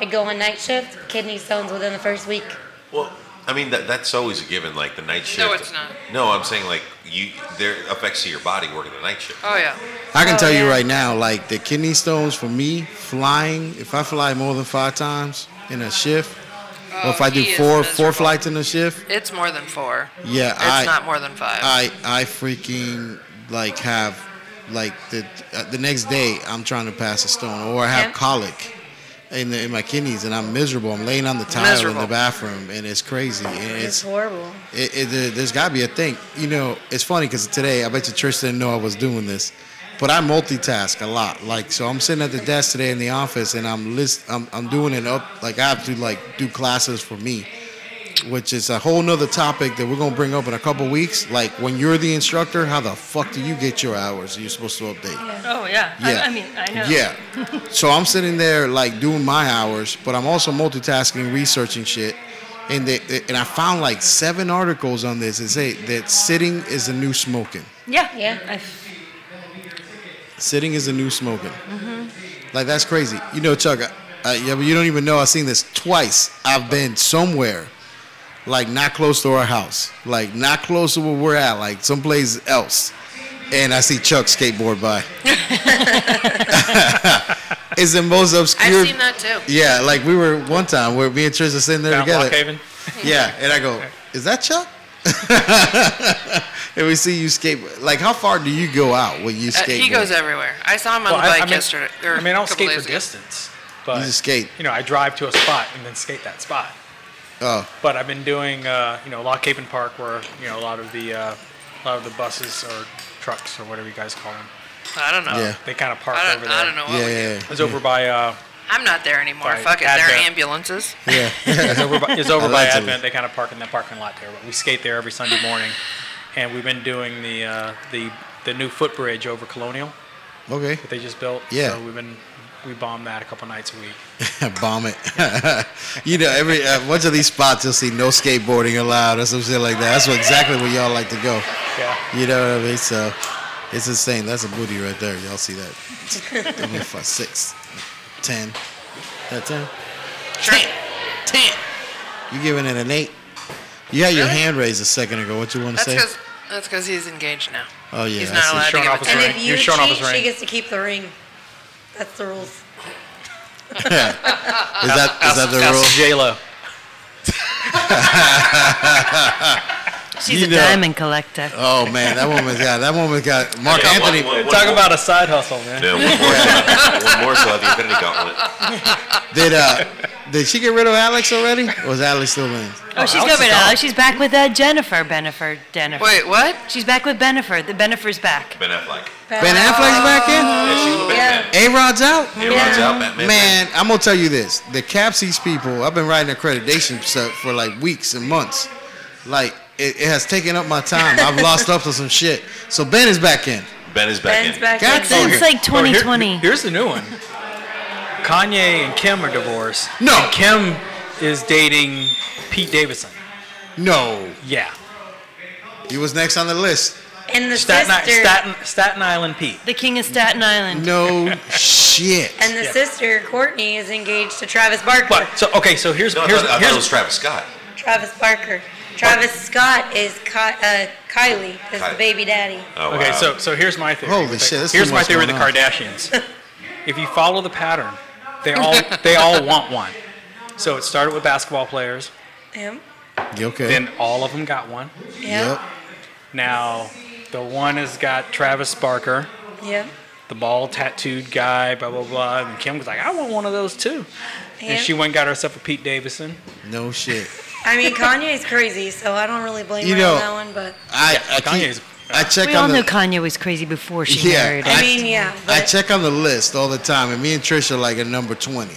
S1: I'd go on night shift, kidney stones within the first week.
S3: Well, I mean that that's always a given. Like the night shift.
S4: No, it's not.
S3: No, I'm saying like you there affects your body working the night shift.
S4: Oh, yeah.
S2: I can
S1: Oh,
S2: tell you
S1: yeah.
S2: right now, like the kidney stones for me, flying. If I fly more than five times in a shift, or if
S4: Oh,
S2: I do
S4: he is
S2: four four
S4: miserable.
S2: flights in a shift,
S4: It's more than four.
S2: yeah,
S4: It's
S2: I
S4: not more than five.
S2: I I freaking like have like the uh, the next day I'm trying to pass a stone or I have
S1: Yeah.
S2: colic in the, in my kidneys and I'm miserable. I'm laying on the tile in
S4: Miserable.
S2: the bathroom and it's crazy. And
S1: It's
S2: it's
S1: horrible.
S2: it, it, there- there's got to be a thing. You know, it's funny because today I bet you Trish didn't know I was doing this, but I multitask a lot. Like, so I'm sitting at the desk today in the office and I'm list, I'm, I'm doing it up. Like, I have to like do classes for me, which is a whole nother topic that we're gonna bring up in a couple weeks. Like, when you're the instructor, how the fuck do you get your hours? You're supposed to update.
S6: Oh yeah.
S2: Yeah.
S6: I, I mean, I know.
S2: Yeah. so I'm sitting there like doing my hours, but I'm also multitasking, researching shit. And they, and I found like seven articles on this that say that sitting is the new smoking.
S6: Yeah.
S1: Yeah.
S6: I've-
S2: Sitting is the new smoking. Like that's crazy. You know, Chuck. I, I, yeah, but you don't even know. I've seen this twice. I've been somewhere, like not close to our house, like not close to where we're at, like someplace else, and I see Chuck skateboard by. it's the most obscure.
S4: I've seen that too.
S2: Yeah, like we were one time where me and Trish were sitting there
S7: Down
S2: together.
S7: Lock Haven.
S2: Yeah, and I go, is that Chuck? and we see you skate. Like, how far do you go out when you
S4: Uh,
S2: skate?
S4: he goes everywhere. I saw him on the
S7: I-
S4: bike
S7: I mean,
S4: yesterday. Or
S7: I mean, I
S4: a
S7: don't
S4: couple
S7: skate for
S4: days ago.
S7: distance, but
S2: You just skate.
S7: You know, I drive to a spot and then skate that spot.
S2: Oh,
S7: But I've been doing, uh, you know, Lock Haven Park, where you know a lot of the, uh, a lot of the buses or trucks or whatever you guys call them,
S4: I don't know.
S2: yeah,
S7: they kind of park
S4: I
S7: over
S4: don't,
S7: there.
S4: I don't know what
S2: yeah,
S4: we do.
S2: yeah,
S7: It's over by, uh,
S4: I'm not there anymore.
S7: Right.
S4: Fuck it.
S7: Add
S4: There are
S7: that.
S4: ambulances.
S2: yeah.
S7: it's over by, it's over by
S2: Allegedly.
S7: Advent. They kind of park in that parking lot there, but we skate there every Sunday morning, and we've been doing the uh, the the new footbridge over Colonial
S2: okay,
S7: that they just built.
S2: Yeah.
S7: So we've been we bomb that a couple nights a week.
S2: bomb it. you know, every uh, bunch of these spots you'll see no skateboarding allowed or some shit like that. That's what, exactly where y'all like to go.
S7: Yeah.
S2: You know what I mean? So it's insane. That's a booty right there. Y'all see that? I mean, five, six, ten. That ten? Ten. Ten. You giving it an eight? You had your
S4: Really?
S2: hand raised a second ago. What you want to
S4: That's
S2: say?
S4: because that's because he's engaged now.
S2: Oh yeah.
S4: he's
S2: I
S4: not
S2: see.
S4: allowed to
S7: Showing
S4: give
S7: off
S4: it
S7: his
S1: And
S4: to me.
S7: ring.
S1: if
S7: You're
S1: you
S7: showing off
S1: cheat,
S7: his
S1: she
S7: ring.
S1: gets to keep the ring. That's the rules.
S2: Is that is that the rule?
S7: J Lo.
S6: She's
S2: You
S6: a
S2: know-
S6: diamond collector.
S2: Oh man, that woman's got that woman's got Mark
S3: Yeah, one-
S2: Anthony.
S3: one- one
S7: Talk
S3: more-
S7: about a side hustle, man.
S3: Yeah, one more, so- one more so I have the Infinity Gauntlet.
S2: Did uh did she get rid of Alex already? Or was Alex still in?
S6: Oh, she's
S7: Alex
S6: good
S7: is
S6: with
S7: gone.
S6: Alex. She's back with uh, Jennifer Benifer. Jennifer.
S4: Wait, what?
S6: She's back with Benifer. The Benifer's back.
S3: Ben Affleck.
S2: Ben Affleck's back in?
S3: Yeah, she's a Batman.
S2: A Rod's out?
S3: A-Rod's out, Batman.
S2: Man, I'm gonna tell you this: the CAPSES people, I've been writing accreditation stuff for like weeks and months. Like it, it has taken up my time. I've lost up to some shit. So Ben is back in.
S3: Ben is back
S1: Ben's
S3: in.
S1: back
S2: God
S1: in.
S2: damn
S6: Since
S2: it.
S6: like
S7: Oh, here-
S6: 2020.
S7: here's the new one. Kanye and Kim are divorced.
S2: No.
S7: And Kim is dating Pete Davidson.
S2: No,
S7: Yeah.
S2: he was next on the list.
S1: And the
S7: Staten, I-
S1: sister
S7: Staten, Staten Island Pete.
S6: The king of Staten Island.
S2: No shit.
S1: and the
S7: Yeah.
S1: sister Courtney is engaged to Travis Barker.
S7: But so okay, so here's
S3: No, I
S7: here's,
S3: thought, I thought
S7: here's
S3: it was Travis Scott.
S1: Travis Barker. Travis Scott is Ky- uh, Kylie is
S3: Kylie.
S1: the baby daddy.
S3: Oh,
S7: okay.
S3: wow.
S7: So so here's my theory.
S2: Holy
S7: with
S2: shit,
S7: The,
S2: that's
S7: here's
S2: too
S7: my
S2: much
S7: theory with the
S2: going on.
S7: Kardashians. if you follow the pattern, they all they all want one. So it started with basketball players,
S1: Him.
S2: You okay.
S7: then all of them got one.
S1: Yep.
S7: Now, the one has got Travis Barker,
S1: Yep.
S7: the bald tattooed guy, blah blah blah, and Kim was like, I want one of those too.
S1: Yep.
S7: And she went and got herself a Pete Davidson.
S2: Yep. No shit.
S1: I mean, Kanye's crazy, so I don't really blame
S2: You
S1: her
S2: know-
S1: on that one. But
S2: I I,
S7: Kanye's-
S2: keep, I check
S6: We
S2: on
S6: all
S2: the
S6: knew Kanye was crazy before she
S2: Yeah,
S6: married
S1: I,
S6: him.
S2: I-
S1: mean, yeah. But
S2: I check on the list all the time, and me and Trish are like a number twenty.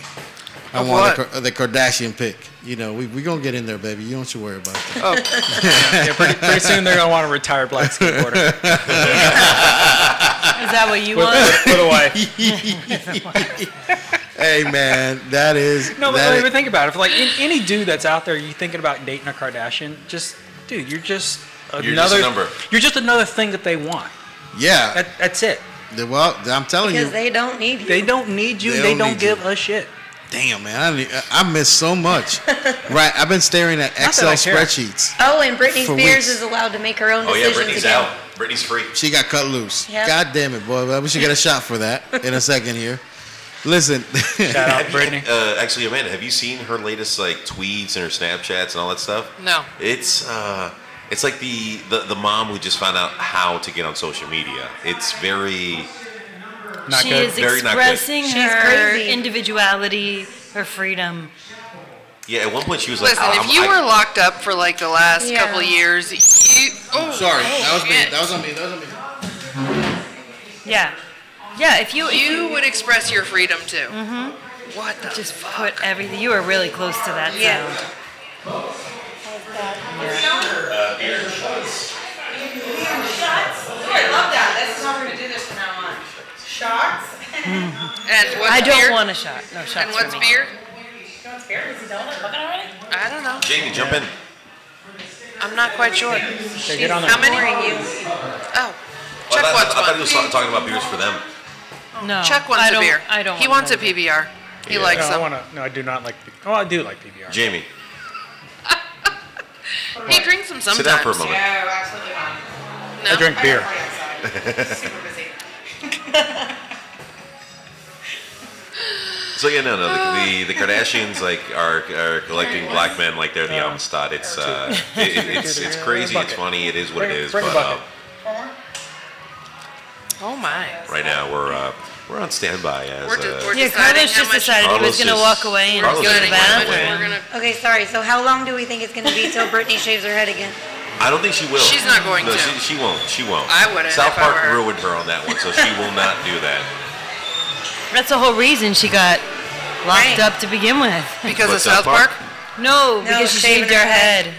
S2: I
S4: Of
S2: want
S4: what?
S2: The, Kar- the Kardashian pick. You know, we we gonna get in there, baby. You don't you worry about that.
S7: Yeah, pretty, pretty soon they're gonna want a retired black
S6: Is
S7: skateboarder
S6: that what you
S7: with,
S6: want?
S7: with, with a wife.
S2: hey man, that is
S7: No, but
S2: that
S7: don't
S2: is-
S7: even think about it. If like in, any dude that's out there, you thinking about dating a Kardashian, just dude, you're just another
S3: just a number.
S7: You're just another thing that they want.
S2: yeah.
S7: That, that's it.
S2: The- well, I'm telling you,
S1: because they don't need you.
S7: They don't need you.
S2: They
S7: They,
S2: don't
S7: don't,
S2: need you.
S7: give a shit.
S2: damn man, I, need- I miss so much. right, I've been staring at
S7: Not
S2: Excel
S7: that I care.
S2: spreadsheets.
S1: oh, and Britney
S2: For
S1: Spears
S2: weeks.
S1: is allowed to make her own
S3: oh yeah,
S1: decisions
S3: Britney's
S1: again.
S3: out. Britney's free.
S2: She got cut loose.
S1: Yep.
S2: God damn it, boy. Well, We should get a shot for that in a second here. Listen,
S7: Shout out Brittany.
S3: Uh, actually, Amanda, have you seen her latest like tweets and her Snapchats and all that stuff?
S4: No.
S3: It's uh, it's like the, the the mom who just found out how to get on social media. It's very
S7: Not
S6: she
S7: good.
S6: is
S3: Very not good.
S6: expressing
S1: She's
S6: her
S1: crazy.
S6: individuality, her freedom.
S3: yeah. At one point, she was like,
S4: Listen,
S3: "Oh, I'm-
S4: if you
S3: I-
S4: were locked up for like the last
S1: Yeah.
S4: couple years, you. Oh,
S2: sorry,
S4: oh,
S2: that was me.
S4: shit.
S2: That was on me. That was on me.
S6: Yeah. Yeah, if you,
S4: you would express your freedom too. Mm-hmm. What the
S6: just
S4: fuck?
S6: put everything, you are really close to that
S1: Yeah.
S6: sound.
S5: Oh, I love that. This is how we're gonna do this from now on. Shots?
S4: And what's
S6: I
S4: beer?
S6: don't want a shot. No shots
S4: And what's
S6: for me.
S4: beer?
S5: You want beer? Is he done it? Looking already?
S4: I don't know.
S3: Jamie, jump in.
S4: I'm not quite sure.
S7: Okay, get on there.
S4: How many? Oh,
S3: Well, I,
S4: Chuck wants
S3: thought, I thought
S4: one.
S3: he was ta- talking about beers for them.
S6: No.
S4: Chuck wants
S6: I don't,
S4: a beer.
S6: I don't
S4: He
S6: want
S4: wants a
S6: one.
S4: PBR. He
S3: Yeah.
S7: No,
S4: likes
S7: I
S4: them.
S7: wanna, no, I do not like. P- Oh, I do like PBR.
S3: Jamie,
S4: He drinks them sometimes.
S3: sit down for a moment.
S5: No, absolutely not.
S4: No?
S7: I drink
S5: I
S7: beer.
S5: got party outside. Super busy.
S3: It's So yeah, no, no. The, the, the Kardashians like are, are collecting black men like they're the Amistad. It's uh, it, it- it's it's crazy. It's funny. It is what it is.
S7: Bring a
S3: But uh,
S7: bucket.
S4: Oh my.
S3: right now we're uh, we're on standby as
S4: We're just-
S3: uh,
S4: we're
S6: Yeah,
S4: Deciding
S6: Carlos
S4: how
S6: just
S4: much-
S6: decided he
S3: Carlos
S6: was going to
S3: is-
S6: walk away and
S3: Carlos
S6: go to the
S3: is walking away.
S6: bathroom.
S4: We're gonna.
S1: Okay, sorry. So how long do we think it's going to be till Britney shaves her head again?
S3: I don't think she will.
S4: She's not going
S3: no,
S4: to.
S3: She, she won't. She won't.
S4: I wouldn't
S3: South
S4: if I
S3: Park
S4: were-
S3: ruined her on that one, so she will not do that.
S6: That's the whole reason she got locked
S1: Right.
S6: up to begin with.
S4: Because
S3: What,
S4: of South uh, Park?
S6: No, because she
S1: shaving
S6: shaved her
S1: her
S6: head.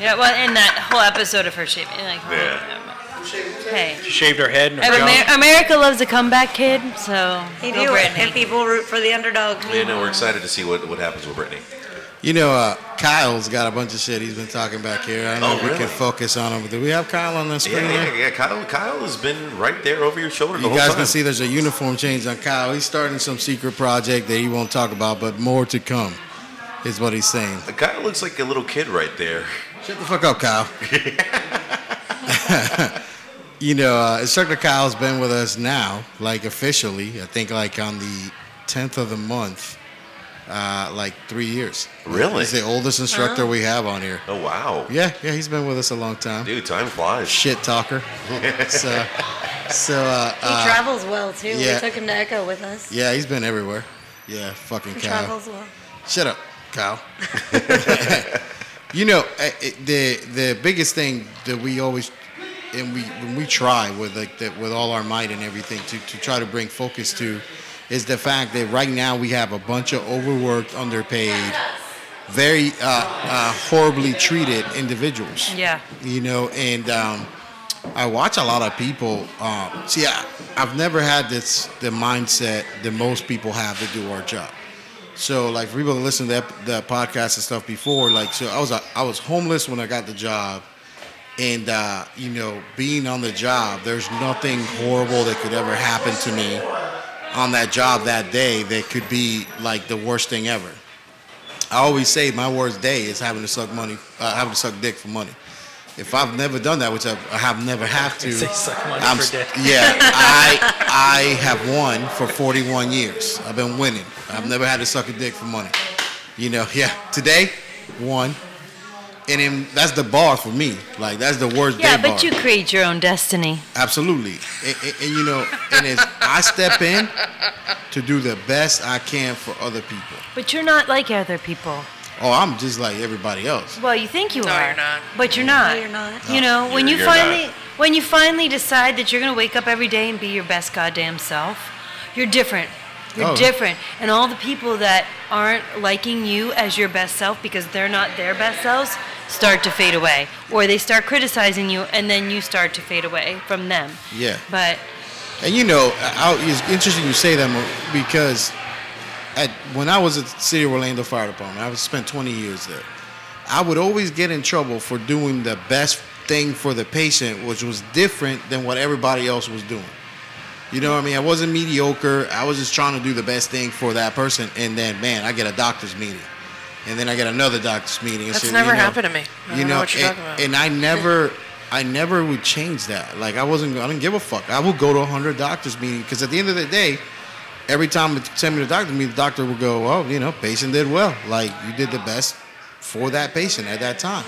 S6: Yeah, well, and that whole episode of her shaving, like, oh,
S3: Yeah.
S6: hey.
S7: She shaved her head and her
S6: Amer-
S7: junk.
S6: America loves a comeback kid, so
S1: They
S6: go
S1: do it,
S6: Britney.
S1: and people root for the underdog.
S3: Yeah, no, we're excited to see what, what happens with Brittany.
S2: You know, uh, Kyle's got a bunch of shit he's been talking back here. I don't know
S3: Oh,
S2: if we
S3: really?
S2: can focus on him. Do we have Kyle on the
S3: Yeah,
S2: screen? there?
S3: yeah, yeah. Kyle, Kyle has been right there over your shoulder the
S2: You
S3: whole
S2: guys
S3: time.
S2: can see there's a uniform change on Kyle. He's starting some secret project that he won't talk about, but more to come, is what he's saying.
S3: The guy looks like a little kid right there.
S2: Shut the fuck up, Kyle. you know, uh, Instructor Kyle's been with us now, like officially, I think like on the 10th of the month, uh, like three years.
S3: Really?
S2: He's the oldest instructor we have on here.
S3: Oh wow,
S2: Yeah, yeah, he's been with us a long time.
S3: dude, time flies.
S2: Shit talker. so, so uh,
S1: He
S2: uh,
S1: travels well too.
S2: yeah.
S1: We took him to Echo with us.
S2: yeah, he's been everywhere. Yeah, fucking
S1: He
S2: Kyle.
S1: travels well.
S2: Shut up, Kyle. you know eh, eh, the the biggest thing that we always and we when we try with like that with all our might and everything to to try to bring focus to is the fact that right now we have a bunch of overworked, underpaid, very uh, uh, horribly treated individuals
S6: yeah.
S2: you know and um, i watch a lot of people um, see I, i've never had this the mindset that most people have to do our job so like for people that listen to that, that podcast and stuff before like so i was uh, i was homeless when i got the job and uh, you know being on the job there's nothing horrible that could ever happen to me on that job that day that could be like the worst thing ever I always say my worst day is having to suck money, uh, having to suck dick for money. If I've never done that, which I've, I have never have to,
S7: Say suck money
S2: I'm
S7: for
S2: s-
S7: dick.
S2: yeah, I I have won for 41 years. I've been winning. I've never had to suck a dick for money. You know, yeah. Today, one, and then that's the bar for me. Like that's the worst
S6: Yeah,
S2: day bar.
S6: but you create your own destiny.
S2: Absolutely. And, and- and, you know, and it's, I step in to do the best I can for other people.
S6: But you're not like other people.
S2: Oh, I'm just like everybody else.
S6: Well, you think you
S4: No,
S6: are.
S4: you're not.
S6: But you're not.
S1: you're not.
S6: You know, when
S3: You're-
S6: you
S3: you're
S6: finally
S3: not.
S6: when you finally decide that you're going to wake up every day and be your best goddamn self, you're different. You're
S2: Oh.
S6: different. And all the people that aren't liking you as your best self because they're not their best selves start to fade away or they start criticizing you and then you start to fade away from them.
S2: Yeah.
S6: But
S2: And you know, I, I- it's interesting you say that Mo, because at, when I was at the City of Orlando Fire Department, I was spent 20 years there. I would always get in trouble for doing the best thing for the patient, which was different than what everybody else was doing. You know what I mean? I wasn't mediocre. I was just trying to do the best thing for that person. And then, man, I get a doctor's meeting. And then I get another doctor's meeting. and
S4: That's
S2: shit,
S4: never
S2: you know.
S4: happened to me. I don't
S2: you
S4: know
S2: know,
S4: what you're
S2: and,
S4: talking about.
S2: and I never, I never would change that. Like I wasn't, I didn't give a fuck. I would go to a hundred doctors meeting because at the end of the day, every time they send me to the doctor meeting, the doctor would go, "Oh, you know, patient did well. Like you did the best for that patient at that time."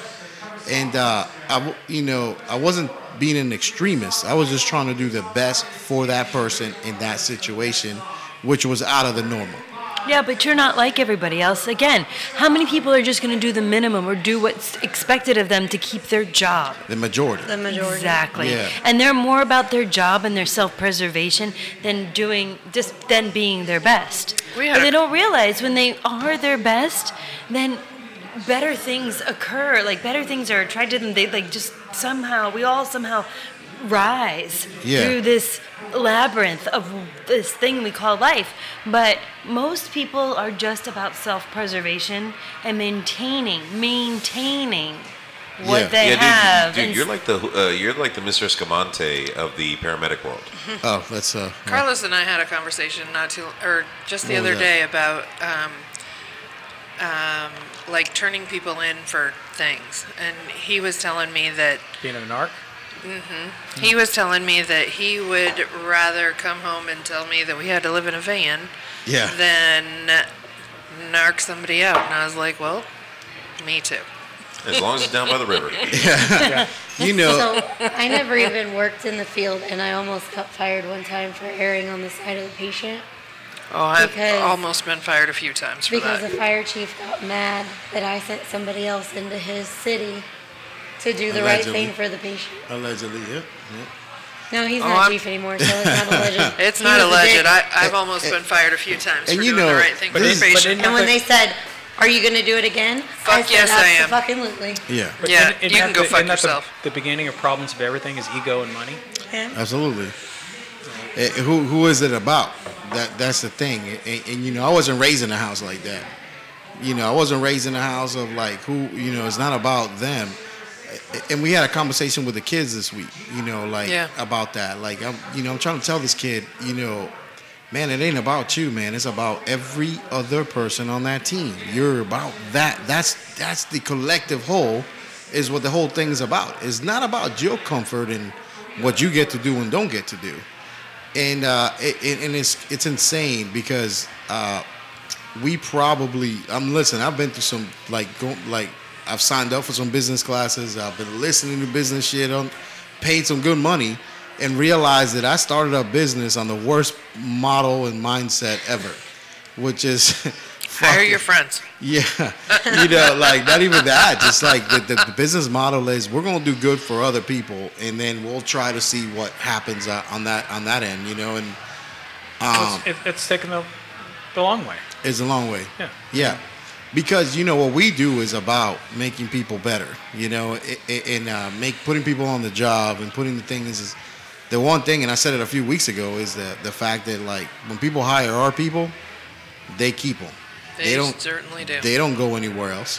S2: And uh, I, w- you know, I wasn't being an extremist. I was just trying to do the best for that person in that situation, which was out of the normal.
S6: Yeah, but you're not like everybody else. Again, how many people are just going to do the minimum or do what's expected of them to keep their job?
S2: The majority.
S1: The majority.
S6: Exactly.
S2: Yeah.
S6: And they're more about their job and their self-preservation than doing just than being their best.
S4: We
S6: But
S4: had
S6: they
S4: a-
S6: don't realize when they are their best, then better things occur. Like better things are attracted to them. They like just somehow we all somehow rise
S2: Yeah.
S6: through this labyrinth of this thing we call life. But most people are just about self-preservation and maintaining, maintaining what
S2: Yeah.
S6: they
S3: yeah, dude,
S6: have.
S3: dude,
S6: and
S3: you're like the uh, you're like the Mr. Escamante of the paramedic world.
S2: Oh, that's uh,
S4: Carlos and I had a conversation not too, or just the
S2: What was
S4: other
S2: that?
S4: day about, um, um, like turning people in for things, and he was telling me that
S7: Being a narc.
S4: He was telling me that he would rather come home and tell me that we had to live in a van
S2: Yeah.
S4: than narc somebody out. And I was like, well, me too.
S3: As long as it's down by the river.
S2: You know,
S1: So I never even worked in the field, and I almost got fired one time for erring on the side of the patient
S4: Oh, I've
S1: Because-
S4: almost been fired a few times for
S1: because the
S4: that.
S1: fire chief got mad that I sent somebody else into his city to do the
S2: Allegedly.
S1: right thing for the patient.
S2: allegedly, yeah. yeah.
S1: No, he's
S4: Oh,
S1: not
S4: I'm-
S1: chief anymore, so it's not alleged.
S4: It's
S1: He
S4: not
S1: was a
S4: alleged.
S1: dick.
S4: I, I've almost been fired a few times
S2: And
S4: for
S2: you
S4: doing the
S2: know,
S4: right thing for
S2: but
S4: the
S2: it's- but
S4: patient.
S1: And when they said, "Are you going to do it again?" I
S4: Fuck
S1: said,
S4: yes, I am.
S1: Absolutely.
S2: Yeah,
S7: But
S4: Yeah,
S7: isn't- isn't
S4: you
S7: that
S4: can go
S7: the-
S4: fuck
S7: isn't that the-
S4: yourself.
S7: The, beginning of problems of everything is ego and money.
S2: absolutely. Eh, who who is it about? That that's the thing. And, and you know, I wasn't raised in a house like that. You know, I wasn't raised in a house of like who. You know, it's not about them. Eh, And we had a conversation with the kids this week. You know, like
S4: Yeah.
S2: about that. Like I'm, you know, I'm trying to tell this kid, you know, man, it ain't about you, man. It's about every other person on that team. You're about that. That's that's the collective whole. Is what the whole thing's about. It's not about your comfort and what you get to do and don't get to do. And uh, it, it- and it's it's insane because uh, we probably I'm listen. I've been through some like go, like I've signed up for some business classes. I've been listening to business shit. On paid some good money and realized that I started a business on the worst model and mindset ever, which is
S4: Fire
S2: fuck it.
S4: your friends.
S2: Yeah, you know, like not even that. Just like the, the, the business model is, we're gonna do good for other people, and then we'll try to see what happens uh, on that on that end. You know, and
S7: It's, it, it's taken the, the long way.
S2: It's a long way.
S7: Yeah.
S2: Yeah. Because you know what we do is about making people better. You know, i- i- and uh, make putting people on the job and putting the things. Is, the one thing, and I said it a few weeks ago, is that the fact that like when people hire our people, they keep them.
S4: They certainly do.
S2: They don't go anywhere else.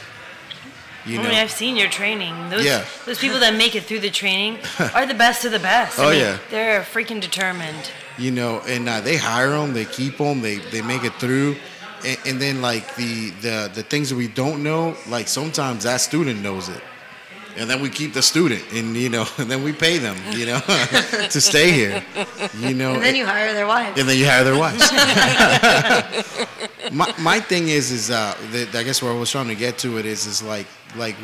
S2: You
S6: I
S2: know.
S6: mean, I've seen your training. Those,
S2: Yeah.
S6: those people that make it through the training are the best of the best. I
S2: Oh,
S6: mean,
S2: yeah.
S6: They're freaking determined.
S2: you know, and uh, they hire them, they keep them, they they make it through, and, and then like the the the things that we don't know, like sometimes that student knows it, and then we keep the student, and you know, and then we pay them, you know, to stay here, you know,
S1: And then you hire their wives.
S2: and then you hire their wives. my, my thing is is uh that I guess where I was trying to get to it is is like like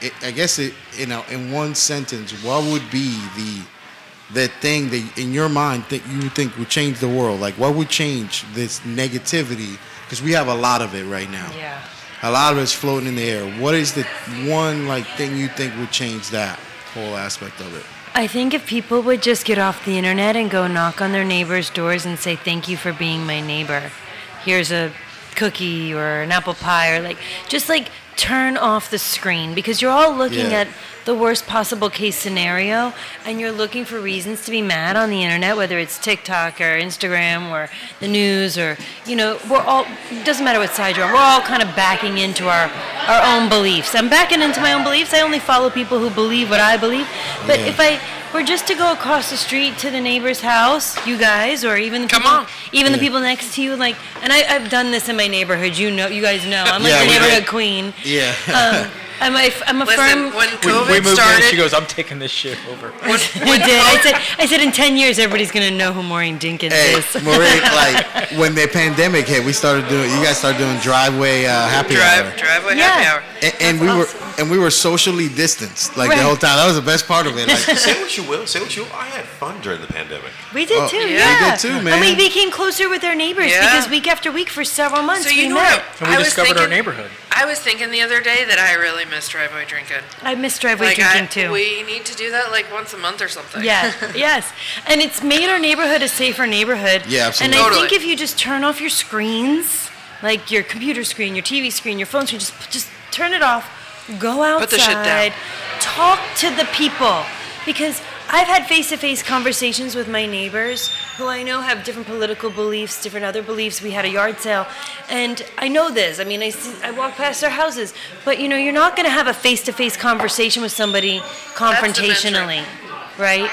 S2: it, I guess it you know in one sentence what would be the the thing that in your mind that you think would change the world like what would change this negativity because we have a lot of it right now
S6: Yeah.
S2: a lot of it's floating in the air what is the one like thing you think would change that whole aspect of it
S6: I think if people would just get off the internet and go knock on their neighbors' doors and say, Thank you for being my neighbor. Here's a cookie or an apple pie or like, just like turn off the screen because you're all looking
S2: Yeah.
S6: at the worst possible case scenario and you're looking for reasons to be mad on the internet, whether it's TikTok or Instagram or the news or, you know, we're all, it doesn't matter what side you're on, we're all kind of backing into our, our own beliefs. I'm backing into my own beliefs. I only follow people who believe what I believe. But
S2: Yeah.
S6: if I were just to go across the street to the neighbor's house, you guys, or even the
S4: Come
S6: people,
S4: on.
S6: even the
S2: Yeah.
S6: people next to you, like, and I, I've done this in my neighborhood. You know, you guys know, I'm like
S2: Yeah,
S6: the
S2: we did.
S6: neighborhood queen.
S2: yeah
S6: Um, I'm a, I'm a
S4: Listen,
S6: firm.
S4: when
S7: We,
S4: COVID
S7: we moved in,
S4: started,
S7: and she goes, "I'm taking this shit over."
S6: we did. I said, I said, in ten years, everybody's gonna know who Maureen Dinkins
S2: Hey,
S6: is.
S2: Maureen, like when the pandemic hit, we started doing. You guys started doing driveway uh, happy hour,
S4: drive, driveway
S6: Yeah.
S4: happy hour.
S2: and, and we
S1: That's
S2: were
S1: awesome.
S2: and we were socially distanced like
S6: Right.
S2: the whole time. That was the best part of it. Like,
S3: say what you will, say what you will. I had fun during the pandemic.
S6: We did
S2: Oh,
S6: too.
S2: we
S6: Yeah,
S2: did too, man.
S6: And we became closer with our neighbors
S4: Yeah.
S6: because week after week for several months
S4: So you
S6: we
S4: know
S6: met.
S4: what?
S7: And we
S4: I was
S7: discovered our
S4: thinking-
S7: neighborhood.
S4: I was thinking the other day that I really miss driveway drinking.
S6: I miss driveway
S4: like
S6: drinking
S4: I,
S6: too.
S4: we need to do that like once a month or something.
S6: Yeah, yes. And it's made our neighborhood a safer neighborhood.
S2: Yeah, absolutely.
S6: And I
S4: Totally.
S6: think if you just turn off your screens, like your computer screen, your TV screen, your phone screen, just just turn it off. Go outside.
S4: Put the shit down.
S6: Talk to the people because I've had face-to-face conversations with my neighbors who I know have different political beliefs, different other beliefs. We had a yard sale, and I know this. I mean, I see, I walk past their houses, but you know, you're not going to have a face-to-face conversation with somebody confrontationally, right?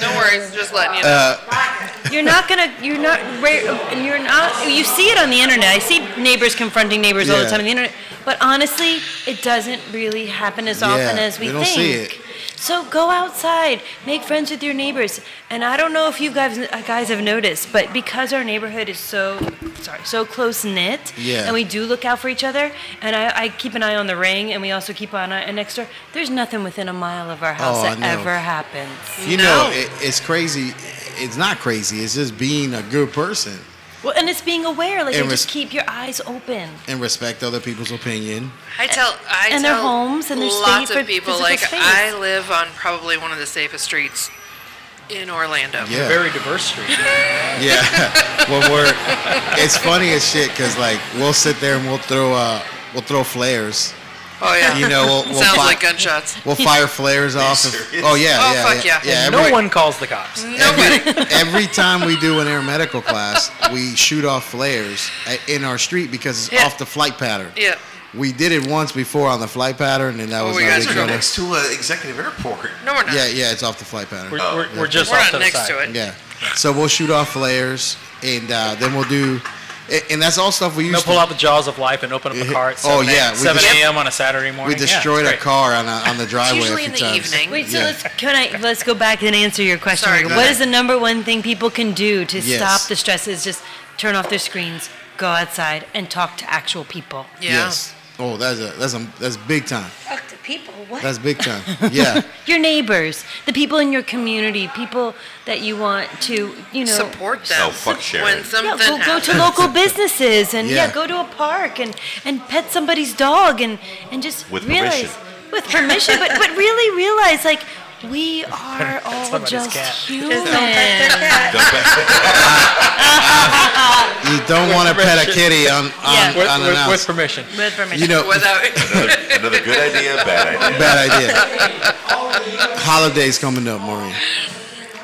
S4: No worries, just letting you know.
S2: Uh,
S6: You're not gonna. You're not. rare- And you're not. You see it on the internet. I see neighbors confronting neighbors all the
S2: Yeah.
S6: time on the internet. But honestly, it doesn't really happen as
S2: Yeah,
S6: often as we
S2: they don't
S6: think.
S2: see it.
S6: So go outside, make friends with your neighbors. And I don't know if you guys uh, guys have noticed, but because our neighborhood is so sorry, so close knit,
S2: Yeah.
S6: and we do look out for each other, and I, I keep an eye on the ring, and we also keep an eye on next door. There's nothing within a mile of our house
S2: Oh, I
S6: that
S2: know.
S6: ever happens.
S2: You know,
S4: No.
S2: it, it's crazy. It's not crazy. It's just being a good person
S6: Well, and it's being aware, like
S2: And
S6: and just
S2: res-
S6: keep your eyes open.
S2: and respect other people's opinion.
S4: I tell I
S6: And their
S4: tell
S6: homes and their
S4: lots
S6: safe
S4: of people
S6: physical
S4: like
S6: space.
S4: I live on probably one of the safest streets in Orlando.
S2: Yeah.
S7: Very diverse street.
S2: Yeah, when we're it's funny as shit because like we'll sit there and we'll throw uh we'll throw flares.
S4: Oh yeah.
S2: You know, we'll, we'll
S4: Sounds
S2: fi-
S4: like gunshots.
S2: We'll fire flares off. If,
S3: serious?
S2: oh yeah,
S4: Oh,
S2: yeah,
S4: fuck
S2: yeah.
S4: yeah.
S2: yeah,
S7: no
S2: every-
S7: one calls the cops.
S4: Nobody.
S2: Every time we do an air medical class, we shoot off flares a- in our street because it's
S4: Yeah.
S2: off the flight pattern.
S4: yeah. Oh,
S2: We did it once before on the flight pattern, and that was
S4: we
S2: not
S4: guys
S2: big
S4: are
S3: We're
S2: deal.
S3: next to an executive airport.
S4: No, we're not.
S2: Yeah, yeah, it's off the flight pattern.
S7: We're, we're, we're just
S4: We're
S7: off
S4: not
S7: to the
S4: next
S7: side.
S4: to it.
S2: Yeah. So we'll shoot off flares, and uh, then we'll do, and- and that's all stuff we
S7: They'll
S2: used
S7: pull
S2: to.
S7: out the jaws of life and open up a car at
S2: Oh,
S7: 7
S2: yeah, we
S7: 7
S2: just-
S7: a.m. on a Saturday
S2: we
S7: morning. Yeah,
S2: destroyed
S7: it's
S2: a
S7: great.
S2: car on a, on the
S4: It's
S2: driveway
S4: usually
S2: a few
S4: in the
S2: times.
S4: evening.
S6: Wait, so
S2: Yeah.
S6: let's can I let's go back and answer your question.
S4: Sorry,
S6: Like,
S4: go
S6: what
S4: ahead.
S6: is the number one thing people can do to
S2: Yes.
S6: stop the stress? Is just turn off their screens, go outside, and talk to actual people.
S4: Yeah.
S2: Yes. Oh, that's a that's a that's big time.
S1: Talk to people. What?
S2: That's big time. Yeah.
S6: Your neighbors, the people in your community, people that you want to, you know.
S4: Support them.
S3: Oh, fuck Sharon.
S4: When something
S6: Yeah, go, go
S4: happens.
S6: to local businesses and yeah.
S2: Yeah.
S6: go to a park and, and pet somebody's dog and, and just
S3: With
S6: realize
S3: permission.
S6: with permission, but but really realize like we are all
S7: somebody's
S6: just
S7: cat.
S6: human.
S2: You don't want to pet a kitty on on,
S6: Yeah.
S7: With,
S2: on
S7: with, with
S2: announced.
S7: permission.
S6: With permission.
S2: You know,
S4: Without
S3: Another good idea, bad idea.
S2: bad idea. Holidays coming up, Maureen.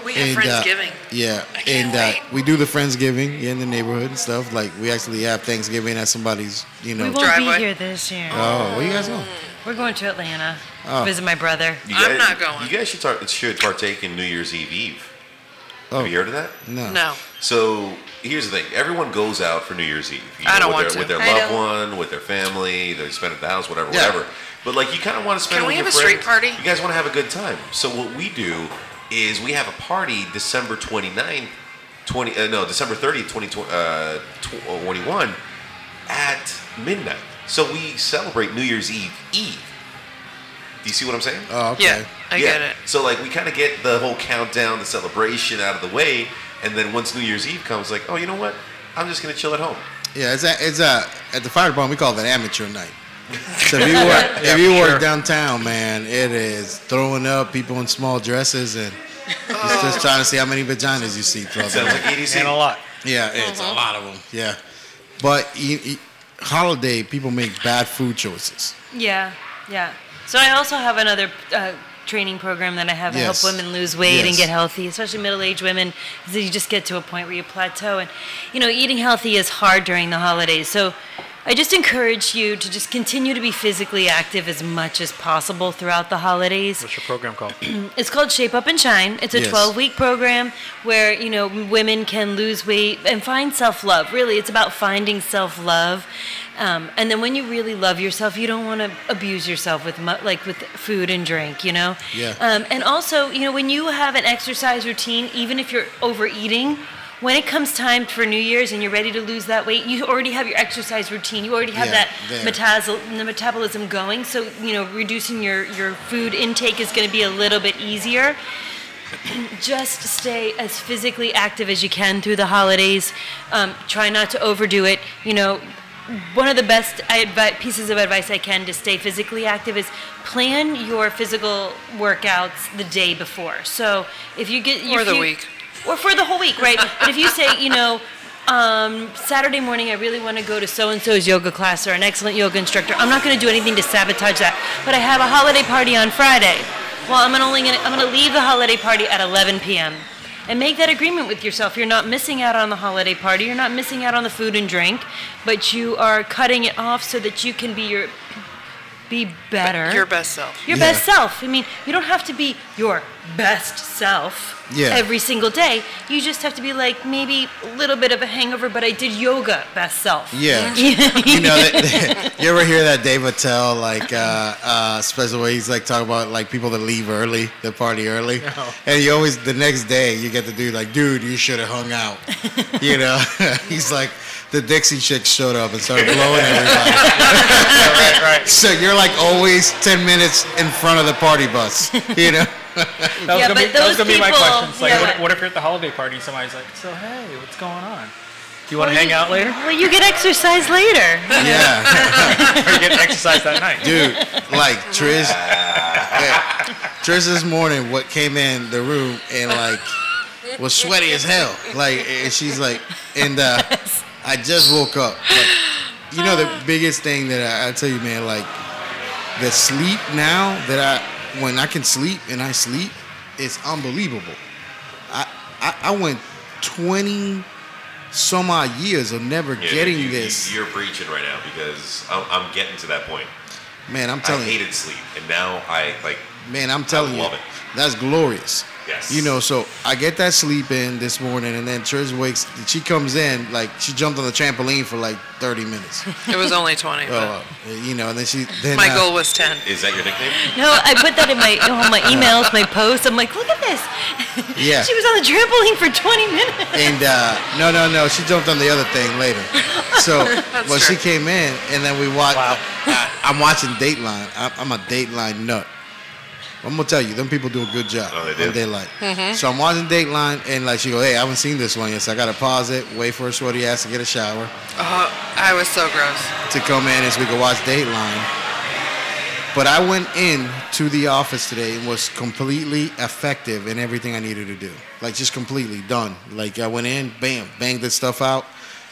S4: we have
S2: uh,
S4: Friendsgiving.
S2: yeah,
S4: can't
S2: and uh,
S4: wait.
S2: we do the friendsgiving yeah, in the neighborhood and stuff. Like we actually have Thanksgiving at somebody's. You know.
S6: We won't
S4: Driveway.
S6: be here this year.
S2: oh, where you guys going?
S6: We're going to Atlanta.
S2: oh.
S6: to Visit my brother.
S3: You
S4: I'm not going.
S3: You guys should, talk, should partake in New Year's Eve Eve.
S2: Oh,
S3: Have you heard of that?
S2: no.
S4: no.
S3: So here's the thing: everyone goes out for New Year's Eve. You
S4: I don't
S3: with
S4: want
S3: their,
S4: to.
S3: with their
S1: I
S3: loved
S1: don't.
S3: one, with their family. They spend at the house, whatever,
S2: Yeah.
S3: whatever. But like, you kind of want to spend.
S4: Can
S3: it
S4: we
S3: with
S4: have
S3: your
S4: a street
S3: friends.
S4: party?
S3: You guys want to have a good time. So what we do is we have a party December 29th, 20 uh, no December 30th, 2021 uh, tw- uh, 21, at midnight. So we celebrate New Year's Eve Eve. Do you see what I'm saying?
S2: Oh, okay.
S4: Yeah, I
S3: yeah.
S4: get it.
S3: So like we kind of get the whole countdown, the celebration out of the way, and then once New Year's Eve comes, like, oh, you know what? I'm just gonna chill at home.
S2: Yeah, it's a, it's a, at the fire department we call it amateur night. So if you work if you work downtown, man, it is throwing up people in small dresses and it's just trying to see how many vaginas you see throughout the
S3: Sounds
S2: night.
S3: like EDC.
S7: And a lot.
S2: Yeah, it's a lot of them. Yeah, but you, you- holiday people make bad food choices.
S6: Yeah, yeah. So I also have another uh, training program that I have
S2: Yes.
S6: to help women lose weight and
S2: Yes.
S6: get healthy, especially middle-aged women. 'cause you just get to a point where you plateau, and you know, eating healthy is hard during the holidays. So I just encourage you to just continue to be physically active as much as possible throughout the holidays.
S7: What's your program called?
S6: It's called Shape Up and Shine. It's a
S2: Yes.
S6: 12 week program where, you know, women can lose weight and find self love. Really, it's about finding self love. Um, and then when you really love yourself, you don't want to abuse yourself with mu- like with food and drink, you know.
S2: Yeah.
S6: Um, and also, you know, when you have an exercise routine, even if you're overeating, when it comes time for New Year's and you're ready to lose that weight, you already have your exercise routine. You already have
S2: Yeah,
S6: that
S2: there.
S6: metabolism metabolism, the metabolism going. So you know, reducing your your food intake is going to be a little bit easier. Just stay as physically active as you can through the holidays. Um, try not to overdo it. You know, one of the best advi- pieces of advice I can to stay physically active is plan your physical workouts the day before. So if you get
S4: Or
S6: if
S4: the
S6: you-
S4: week.
S6: or for the whole week, right? but if you say, you know, um, Saturday morning, I really want to go to so and so's yoga class or an excellent yoga instructor. I'm not going to do anything to sabotage that, but I have a holiday party on Friday. Well, I'm gonna only gonna, I'm going to leave the holiday party at 11 p.m. and make that agreement with yourself. You're not missing out on the holiday party. You're not missing out on the food and drink, but you are cutting it off so that you can be your be better
S4: Your best self.
S6: your
S2: Yeah.
S6: best self. I mean, you don't have to be your best self
S2: Yeah.
S6: every single day. You just have to be like maybe a little bit of a hangover, but I did yoga best self.
S2: Yeah. you know, that, you ever hear that Dave Attell like uh, uh, special where he's like talking about like people that leave early, that party early, and you always the next day you get the dude like, dude, you should have hung out. you know, he's like. The Dixie Chicks showed up and started blowing everybody.
S7: right, right.
S2: so you're like always ten minutes in front of the party bus. You know.
S7: That was
S6: Yeah,
S7: gonna, be,
S6: but
S7: that
S6: those
S7: was gonna be my
S6: people-
S7: question. It's like,
S6: yeah,
S7: what,
S6: what-
S7: what if you're at the holiday party and somebody's like, so hey, what's going on? Do you want to hang out later?
S6: Well, you get exercise later.
S2: Yeah.
S7: Or you get exercise that night?
S2: dude. Like Trish, yeah. Trish this morning, what came in the room and like was sweaty as hell. Like, and she's like, and uh, I just woke up. Like, you know, the biggest thing that I, I tell you, man, like the sleep now that I, when I can sleep and I sleep, it's unbelievable. I, I, I went 20 some odd years of never
S3: Yeah,
S2: getting
S3: you,
S2: this.
S3: You, are breaching right now because I'm, I'm getting to that point.
S2: man, I'm
S3: I
S2: telling you.
S3: hated sleep, and now I like.
S2: Man, I'm telling
S3: love
S2: you,
S3: it.
S2: that's glorious.
S3: Yes.
S2: You know, so I get that sleep in this morning, and then Trish wakes. She comes in like she jumped on the trampoline for like 30 minutes.
S4: It was only 20. but
S2: Oh, you know, and then she then
S4: my
S2: uh,
S4: goal was 10.
S3: Is that your nickname?
S6: No, I put that in my all my emails, my posts. I'm like, look at this.
S2: Yeah.
S6: she was on the trampoline for 20 minutes.
S2: and uh, no, no, no, she jumped on the other thing later. So, well, she came
S4: true.
S2: in, and then we watched.
S7: Wow.
S2: I, I'm watching Dateline. I, I'm a Dateline nut. I'm gonna tell you, them people do a good job
S3: Oh, they do?
S2: on Dateline. So I'm watching Dateline, and like she go, "Hey, I haven't seen this one yet, so I gotta pause it, wait for a sweaty ass to get a shower
S4: Oh, I was so gross.
S2: to come in, so we could watch Dateline." But I went in to the office today and was completely effective in everything I needed to do. Like just completely done. Like I went in, bam, banged the stuff out,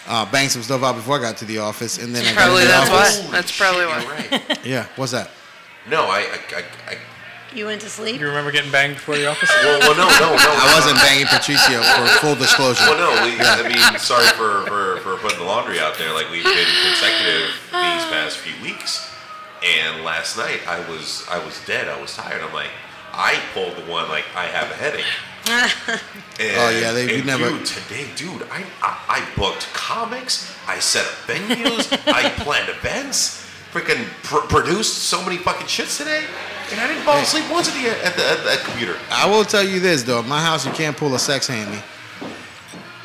S2: uh, banged some stuff out before I got to the office, and then I got
S4: Probably
S2: to the
S4: that's
S2: office.
S4: why. That's probably why.
S3: Right.
S2: Yeah, what's that?
S3: No, I, I, I, I
S1: You went to sleep?
S7: You remember getting banged before the office?
S3: well, well, no, no, no.
S2: I wasn't banging Patricio for full disclosure.
S3: Well, no, we, I mean, sorry for, for, for putting the laundry out there. Like we've been consecutive these past few weeks, and last night I was I was dead. I was tired. I'm like, I pulled the one like I have a headache. And,
S2: Oh, yeah, they- we
S3: and
S2: never-
S3: Dude, today, dude, I, I I booked comics. I set up venues. I planned events. Freaking pr- produced so many fucking shits today, and I didn't fall asleep once at the at the, at the computer.
S2: I will tell you this though, at my house you can't pull a sex hammy.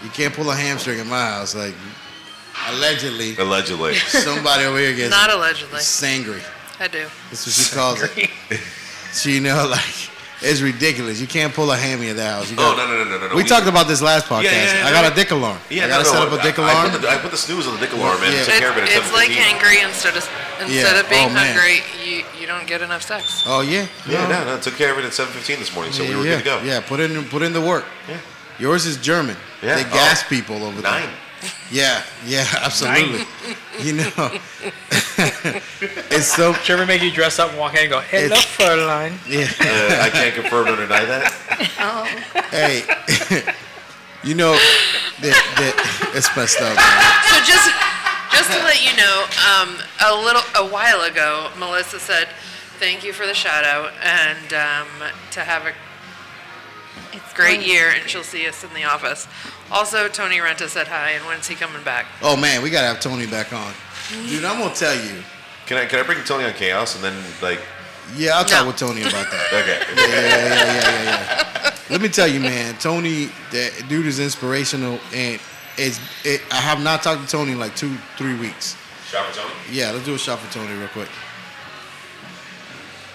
S2: You can't pull a hamstring at my house. Like allegedly,
S3: Allegedly.
S2: somebody over here gets
S4: Not allegedly.
S2: sangry.
S4: I do.
S2: That's what she calls it. So you know, like it's ridiculous. You can't pull a hammy at the house. You
S3: Oh
S2: gotta-
S3: no no no no no.
S2: We, talked about this last podcast.
S3: Yeah, yeah, yeah,
S2: I got
S3: no.
S2: a dick alarm.
S3: Yeah,
S2: I gotta
S3: no, no,
S2: set up a
S3: I-
S2: dick
S3: I,
S2: alarm.
S3: put the, I put the snooze on the dick alarm and
S2: Yeah.
S3: took care of it. at
S4: It's, it's like
S3: 7:15.
S4: hangry instead of instead
S2: Yeah,
S4: of being
S2: oh, man.
S4: hungry, you, you don't get enough sex.
S2: oh yeah.
S3: Yeah, no, no, took care of it at 7:15 this morning, so
S2: yeah,
S3: we were
S2: yeah,
S3: good to go.
S2: yeah. Put in put in the work.
S3: Yeah.
S2: Yours is German.
S3: Yeah.
S2: They
S3: Oh.
S2: gas people over there.
S3: Nine.
S2: Yeah, yeah, absolutely. You know, it's so
S7: Did you ever make you dress up and walk in and go, hello,
S2: It's-
S7: Fräulein?
S2: yeah.
S3: Uh, I can't confirm nor deny that.
S2: Hey, you know, that, that it's messed up. man.
S4: So just just to let you know, um, a little a while ago, Melissa said, "Thank you for the shout out and um, to have a
S1: It's
S4: great
S1: fine.
S4: year." And she'll see us in the office. Also, Tony Renta said hi, and when's he coming back?
S2: Oh man, we gotta have Tony back on, dude. I'm gonna tell you.
S3: Can I can I bring Tony on chaos and then like
S2: Yeah, I'll talk
S4: No.
S2: with Tony about that.
S3: okay
S2: yeah, yeah, yeah, yeah, yeah, yeah. Let me tell you, man, Tony, that dude is inspirational, and it's. It, I have not talked to Tony in like two, three weeks.
S3: shop with Tony?
S2: Yeah, let's do a shot for Tony real quick.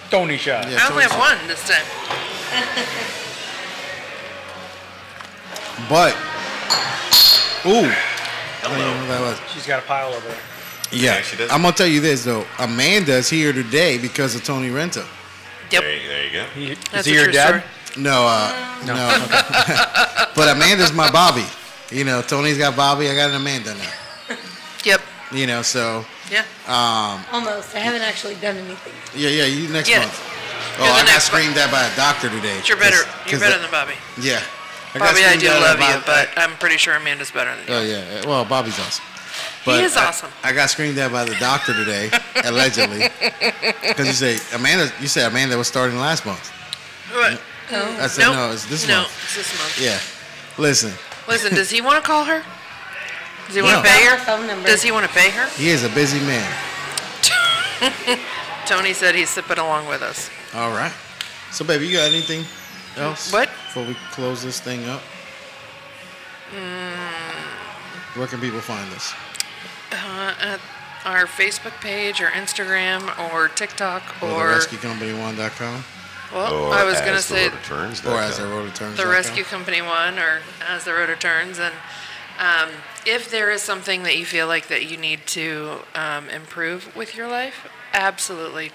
S7: Tony shot.
S2: Yeah,
S4: I only
S2: Tony's-
S4: have one this time.
S2: But, ooh, I don't know
S3: Hello.
S2: who that was.
S7: She's got a pile over there.
S2: Yeah,
S3: Yeah, she does.
S2: I'm gonna tell you this though. Amanda's here today because of Tony Renta.
S4: Yep.
S3: There, you, there you go.
S7: He,
S4: That's
S7: is he
S4: a
S7: your
S4: true
S7: dad?
S4: story.
S2: No, uh, no. but Amanda's my Bobby. You know, Tony's got Bobby. I got an Amanda now.
S4: Yep.
S2: You know, so
S4: Yeah.
S1: Almost. I haven't actually done anything.
S2: yeah, yeah. You next
S4: Yeah.
S2: month. Oh,
S4: You're the
S2: I got
S4: next one.
S2: screamed at by a doctor today.
S4: But you're better.
S2: 'Cause- 'cause
S4: You're better
S2: the-
S4: than Bobby.
S2: Yeah. I got
S4: Bobby, I
S2: screamed
S4: do
S2: at
S4: love
S2: by-
S4: you, but I'm pretty sure Amanda's better than you.
S2: Oh yeah. Well, Bobby's awesome.
S4: is
S2: I-
S4: awesome.
S2: I, got screamed at by the doctor today, allegedly, because you say Amanda. You said Amanda was starting last month.
S4: But
S2: I said
S4: Nope.
S2: no. It's this
S4: no,
S2: month.
S4: it's this month.
S2: Yeah. Listen,
S4: Listen, does he want to call her? Does he
S2: No.
S4: want to pay
S1: Found my
S4: her?
S1: phone number.
S4: Does he want to pay her?
S2: he is a busy man.
S4: Tony said he's sipping along with us.
S2: All right. So, baby, you got anything else?
S4: What?
S2: Before we close this thing up.
S4: Mm.
S2: Where can people find us?
S4: Uh, at our Facebook page or Instagram or TikTok
S2: Or,
S4: or,
S2: therescuecompany1.com
S4: well,
S3: Or
S4: I was
S3: Oh, as
S4: gonna
S3: the
S4: say
S3: road returns,
S2: or
S3: dot
S2: as
S3: com.
S2: I wrote it turns.
S4: the rescue company one or as the road returns and um, if there is something that you feel like that you need to um, improve with your life absolutely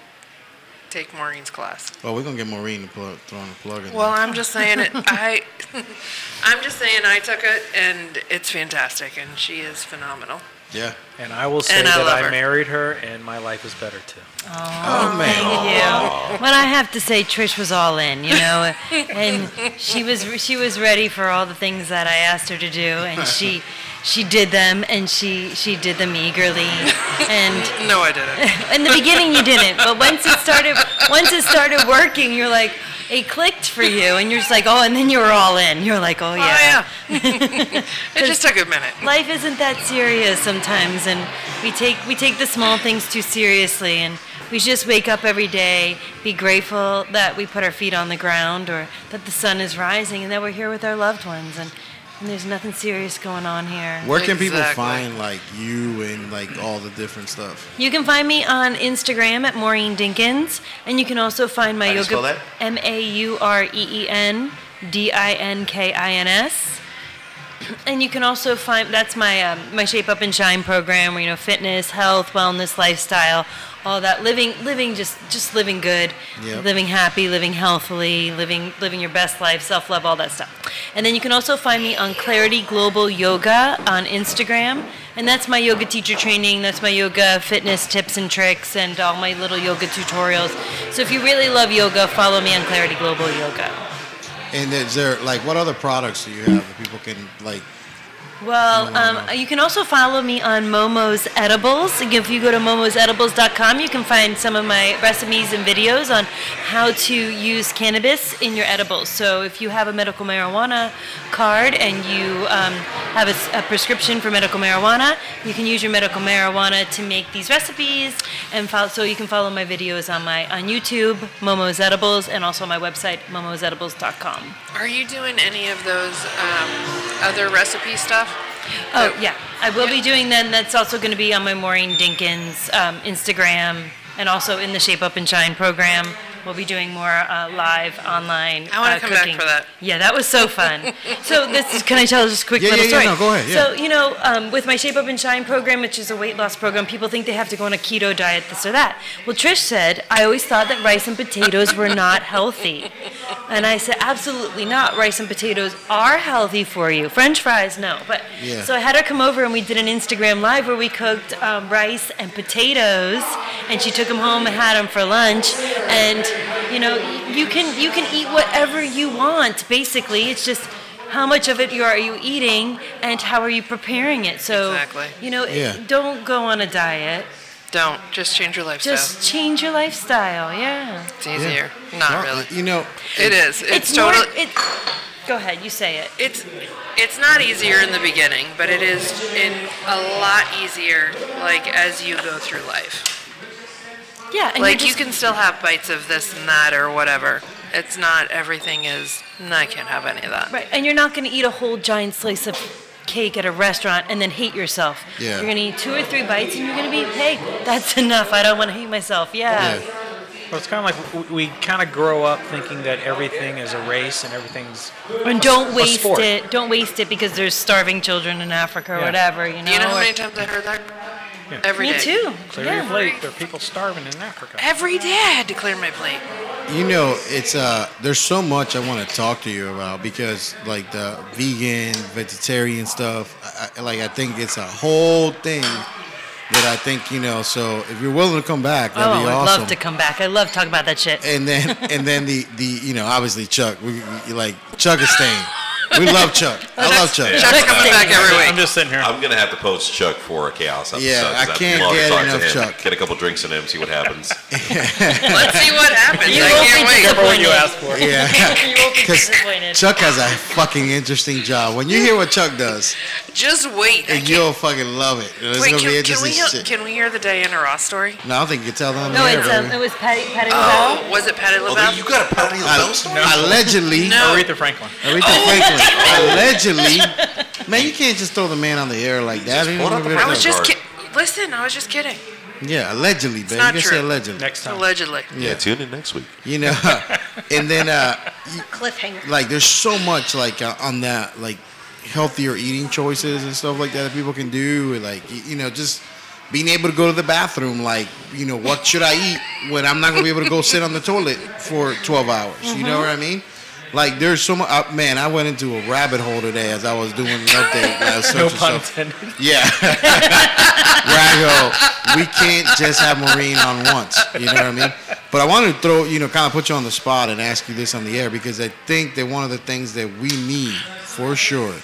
S4: take maureen's class
S2: Well, we're Oh, gonna get Maureen to plug, throw in a plug in.
S4: well
S2: there.
S4: i'm just saying it i i'm just saying i took it and it's fantastic and she is phenomenal
S2: yeah.
S7: And I will say
S4: And I
S7: that
S4: love
S7: I
S4: her.
S7: married her, and my life is better too.
S2: Oh, man.
S6: Thank you. Well, I have to say, Trish was all in, you know, and she was she was ready for all the things that I asked her to do, and she she did them, and she she did them eagerly. And
S4: no
S1: Oh,
S4: i didn't
S6: in the beginning, you didn't, but once it started once it started working, you're like it clicked for you, and you're just like, oh, and then you were all in. You're like, oh yeah.
S4: oh yeah it just took a minute
S6: Life isn't that serious sometimes, and we take we take the small things too seriously, and we just wake up every day, be grateful that we put our feet on the ground, or that the sun is rising, and that we're here with our loved ones, and, and there's nothing serious going on here.
S2: Where can people
S4: Exactly.
S2: find like you and like all the different stuff?
S6: You can find me on Instagram at Maureen Dinkins, and you can also find my
S3: How do you spell
S6: yoga
S3: that?
S6: M A U R E E N D I N K I N S. And you can also find that's my um, my Shape Up and Shine program, where you know fitness, health, wellness, lifestyle, all that living living just just living good,
S2: Yep.
S6: living happy, living healthily, living living your best life, self love, all that stuff. And then you can also find me on Clarity Global Yoga on Instagram, and that's my yoga teacher training. That's my yoga fitness tips and tricks, and all my little yoga tutorials. So if you really love yoga, follow me on Clarity Global Yoga.
S2: And is there like what other products do you have that people can like?
S6: Well, um, you can also follow me on Momo's Edibles. If you go to momo'sedibles.com, you can find some of my recipes and videos on how to use cannabis in your edibles. So, if you have a medical marijuana card and you um, have a, s- a prescription for medical marijuana, you can use your medical marijuana to make these recipes. And follow, so, you can follow my videos on my on YouTube, Momo's Edibles, and also my website, momo'sedibles.com.
S4: are you doing any of those um, other recipe stuff
S6: Oh yeah, I will be doing then. That's also going to be on my Maureen Dinkins um, Instagram, and also in the Shape Up and Shine program. We'll be doing more uh, live online.
S4: I wanna
S6: uh,
S4: come back
S6: cooking.
S4: for that.
S6: Yeah, that was so fun. so this is, can I tell just a quick
S2: Yeah,
S6: little
S2: yeah, yeah, no,
S6: story?
S2: go ahead, yeah.
S6: So you know, um, with my Shape Up and Shine program, which is a weight loss program, people think they have to go on a keto diet, this or that. Well, Trish said, I always thought that rice and potatoes were not healthy. And I said, absolutely not. Rice and potatoes are healthy for you. French fries, no. But
S2: Yeah.
S6: so I had her come over and we did an Instagram live where we cooked um, rice and potatoes, and she took them home and had them for lunch. And you know, you can you can eat whatever you want. Basically, it's just how much of it you are you eating and how are you preparing it. So
S4: Exactly.
S6: you know,
S2: Yeah.
S6: don't go on a diet.
S4: Don't. Just change your lifestyle.
S6: Just change your lifestyle. Yeah,
S4: it's easier. Not
S2: No,
S4: really.
S2: You know,
S4: It is. It's, totally.
S6: more. It, go ahead, you say it.
S4: it's it's not easier in the beginning, but it is in a lot easier like as you go through life.
S6: Yeah, and
S4: Like
S6: you
S4: you can still have bites of this and that or whatever. It's not everything is. No, I can't have any of that.
S6: Right, and you're not going to eat a whole giant slice of cake at a restaurant and then hate yourself.
S2: Yeah.
S6: You're going to eat two or three bites and you're going to be, hey, that's enough. I don't want to hate myself. Yeah.
S2: yeah,
S7: Well, it's kind of like w- we kind of grow up thinking that everything is a race and everything's
S6: And don't waste
S7: sport.
S6: it. Don't waste it because there's starving children in Africa or
S7: Yeah.
S6: whatever, you know?
S4: Do you know how many times I heard that?
S7: Yeah.
S4: Every day.
S6: Me too.
S7: clear
S6: yeah.
S7: your plate. There are people starving in Africa.
S4: Every day I had to clear my plate.
S2: you know, it's uh, there's so much I want to talk to you about because like the vegan, vegetarian stuff, I, I, like I think it's a whole thing that I think you know. So if you're willing to come back,
S6: Oh,
S2: that'd
S6: I'd
S2: be awesome.
S6: love to come back. I love talking about that shit.
S2: and then and then the the you know obviously Chuck we, we- like Chuck is staying. We love Chuck. I love Chuck.
S4: Chuck's coming back every
S7: I'm
S4: week.
S7: just sitting here.
S3: I'm gonna have to post Chuck for a chaos episode.
S2: Yeah,
S3: 'cause
S2: I
S3: I'd
S2: can't
S3: love to
S2: get
S3: talk to
S2: enough
S3: him.
S2: Chuck.
S3: Get a couple drinks in him, see what happens.
S4: Let's see what happens.
S6: You
S4: I
S6: won't be
S4: can't wait.
S7: Remember what you
S6: disappointed.
S2: Yeah.
S7: asked for.
S6: you won't be
S2: 'Cause
S6: disappointed.
S2: Chuck has a fucking interesting job. When you hear what Chuck does,
S4: Just wait. I
S2: and
S4: can't-
S2: you'll fucking love it. It's gonna be
S4: Wait, can, can
S2: interesting
S4: we hear,
S2: shit.
S4: can uh, we hear the Diana Ross story?
S2: no, I don't think you can tell them.
S6: No,
S2: here,
S6: it's um,
S2: baby.
S6: it was Patty Patty LaBelle.
S4: Oh, was it Patty
S3: Oh,
S4: LaBelle?
S3: you got a Patty LaBelle story?
S2: I- allegedly.
S4: No.
S7: Aretha Franklin.
S2: Aretha Franklin. allegedly. Man, you can't just throw the man on the air like that.
S3: just
S2: You
S3: pulled
S2: don't
S3: up the
S2: even
S4: I
S2: know.
S4: was just
S3: Sorry.
S4: kidding. Listen, I was just kidding.
S2: yeah, allegedly, baby.
S4: not
S2: You can say
S4: true.
S2: allegedly.
S7: Next time.
S4: Allegedly.
S3: Yeah, tune in next week.
S2: You know, and then uh,
S1: Cliffhanger.
S2: like there's so much like uh, on that like healthier eating choices and stuff like that that people can do and, like y- you know just being able to go to the bathroom like you know what should i eat when i'm not going to be able to go sit on the toilet for 12 hours you know what i mean like there's so much uh, man i went into a rabbit hole today as i was doing an update last
S7: No pun intended.
S2: yeah. Rago, we can't just have Maureen on once. You know what I mean? But I wanted to throw, you know, kind of put you on the spot and ask you this on the air because I think that one of the things that we need for sure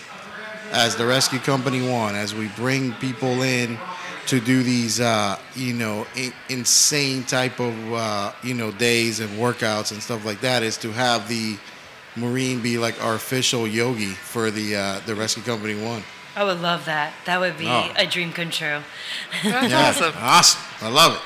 S2: as the rescue company one, as we bring people in to do these, uh, you know, in- insane type of, uh, you know, days and workouts and stuff like that, is to have the Marine be like our official yogi for the uh, the rescue company one.
S6: I would love that. That would be
S2: Oh.
S6: a dream come true.
S4: That's
S2: Yeah.
S4: awesome.
S2: Awesome. I love it.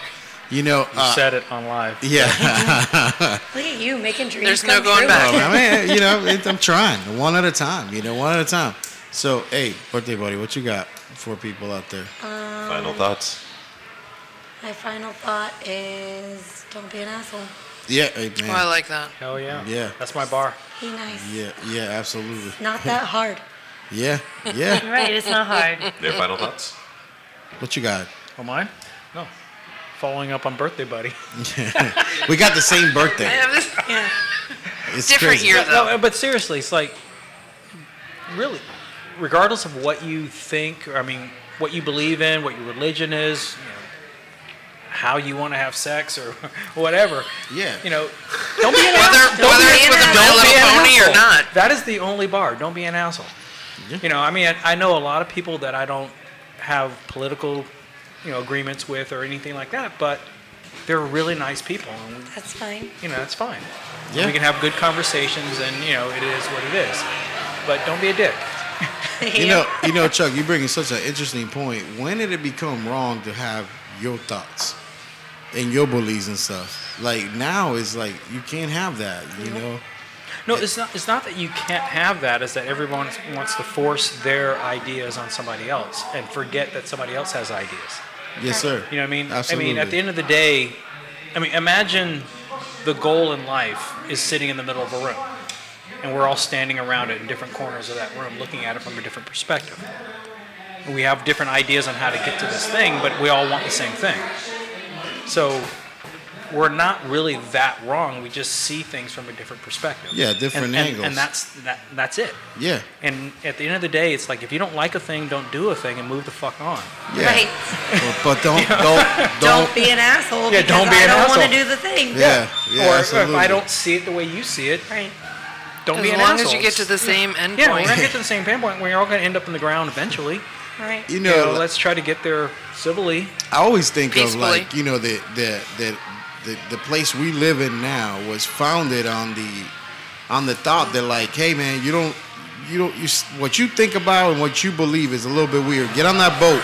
S2: You know,
S7: You
S2: uh,
S7: said it on live.
S2: yeah.
S1: Look at you making dreams.
S4: There's no
S1: come
S4: going
S1: true.
S4: back.
S2: I mean, you know, it, I'm trying one at a time. You know, one at a time. So, hey, birthday buddy, what you got for people out there?
S3: Final thoughts.
S1: My final thought is don't be an asshole.
S2: Yeah, hey, man.
S4: Oh, I like that.
S7: Hell yeah.
S2: Yeah.
S7: That's my bar.
S1: Be nice.
S2: yeah, yeah, absolutely.
S1: Not that hard.
S2: Yeah, yeah.
S6: Right, it's not hard.
S3: Their final thoughts.
S2: What you got?
S7: Oh, mine? No. Following up on birthday buddy.
S2: We got the same birthday.
S4: I have this
S1: Yeah.
S2: It's
S4: different
S2: crazy.
S4: year
S7: No,
S4: though.
S7: no, but seriously, it's like really, regardless of what you think, or, I mean, what you believe in, what your religion is, you know, how you want to have sex or whatever.
S2: Yeah.
S7: You know, don't be an asshole.
S4: Whether,
S7: Don't
S4: whether
S7: be
S4: it's
S7: an
S4: with a big
S7: asshole. Don't be
S4: little
S7: an
S4: pony or
S7: asshole.
S4: not.
S7: That is the only bar. Don't be an asshole. You know, I mean, I, I know a lot of people that I don't have political, you know, agreements with or anything like that, but they're really nice people, and we,
S1: That's fine.
S7: you know, that's fine.
S2: Yeah.
S7: We can have good conversations, and you know, it is what it is. But don't be a dick.
S2: You know, you know, Chuck, you bringing such an interesting point. When did it become wrong to have your thoughts and your beliefs and stuff? Like now, it's like you can't have that. You know.
S7: No, it's not. It's not that you can't have that. It's that everyone wants to force their ideas on somebody else and forget that somebody else has ideas.
S2: Yes, sir.
S7: You know what I mean?
S2: Absolutely.
S7: I mean, at the end of the day, I mean, imagine the goal in life is sitting in the middle of a room, and we're all standing around it in different corners of that room, looking at it from a different perspective. And we have different ideas on how to get to this thing, but we all want the same thing. So we're not really that wrong. We just see things from a different perspective.
S2: Yeah, different
S7: and,
S2: angles.
S7: And, and that's that, that's it.
S2: Yeah.
S7: And at the end of the day, it's like if you don't like a thing, don't do a thing and move the fuck on.
S2: Yeah.
S1: Right.
S2: But, but don't, don't,
S1: Don't
S2: don't.
S1: be an asshole.
S7: Yeah,
S1: because
S7: don't be
S1: I
S7: an
S1: don't want
S7: asshole.
S1: to do the thing.
S2: Yeah. Yeah.
S7: or
S2: absolutely.
S7: if I don't see it the way you see it,
S1: Right.
S7: don't be
S4: As
S7: an
S4: long
S7: asshole.
S4: as you get to the same end
S7: yeah, we're
S4: point.
S7: gonna get to the same point. We're all gonna end up in the ground eventually.
S1: Right.
S2: you
S7: You know,
S2: know,
S7: let's try to get there civilly.
S2: I always think
S4: Peacefully.
S2: of like you know the the the the, the place we live in now was founded on the on the thought that like, hey man, you don't you don't you s- what you think about and what you believe is a little bit weird. Get on that boat.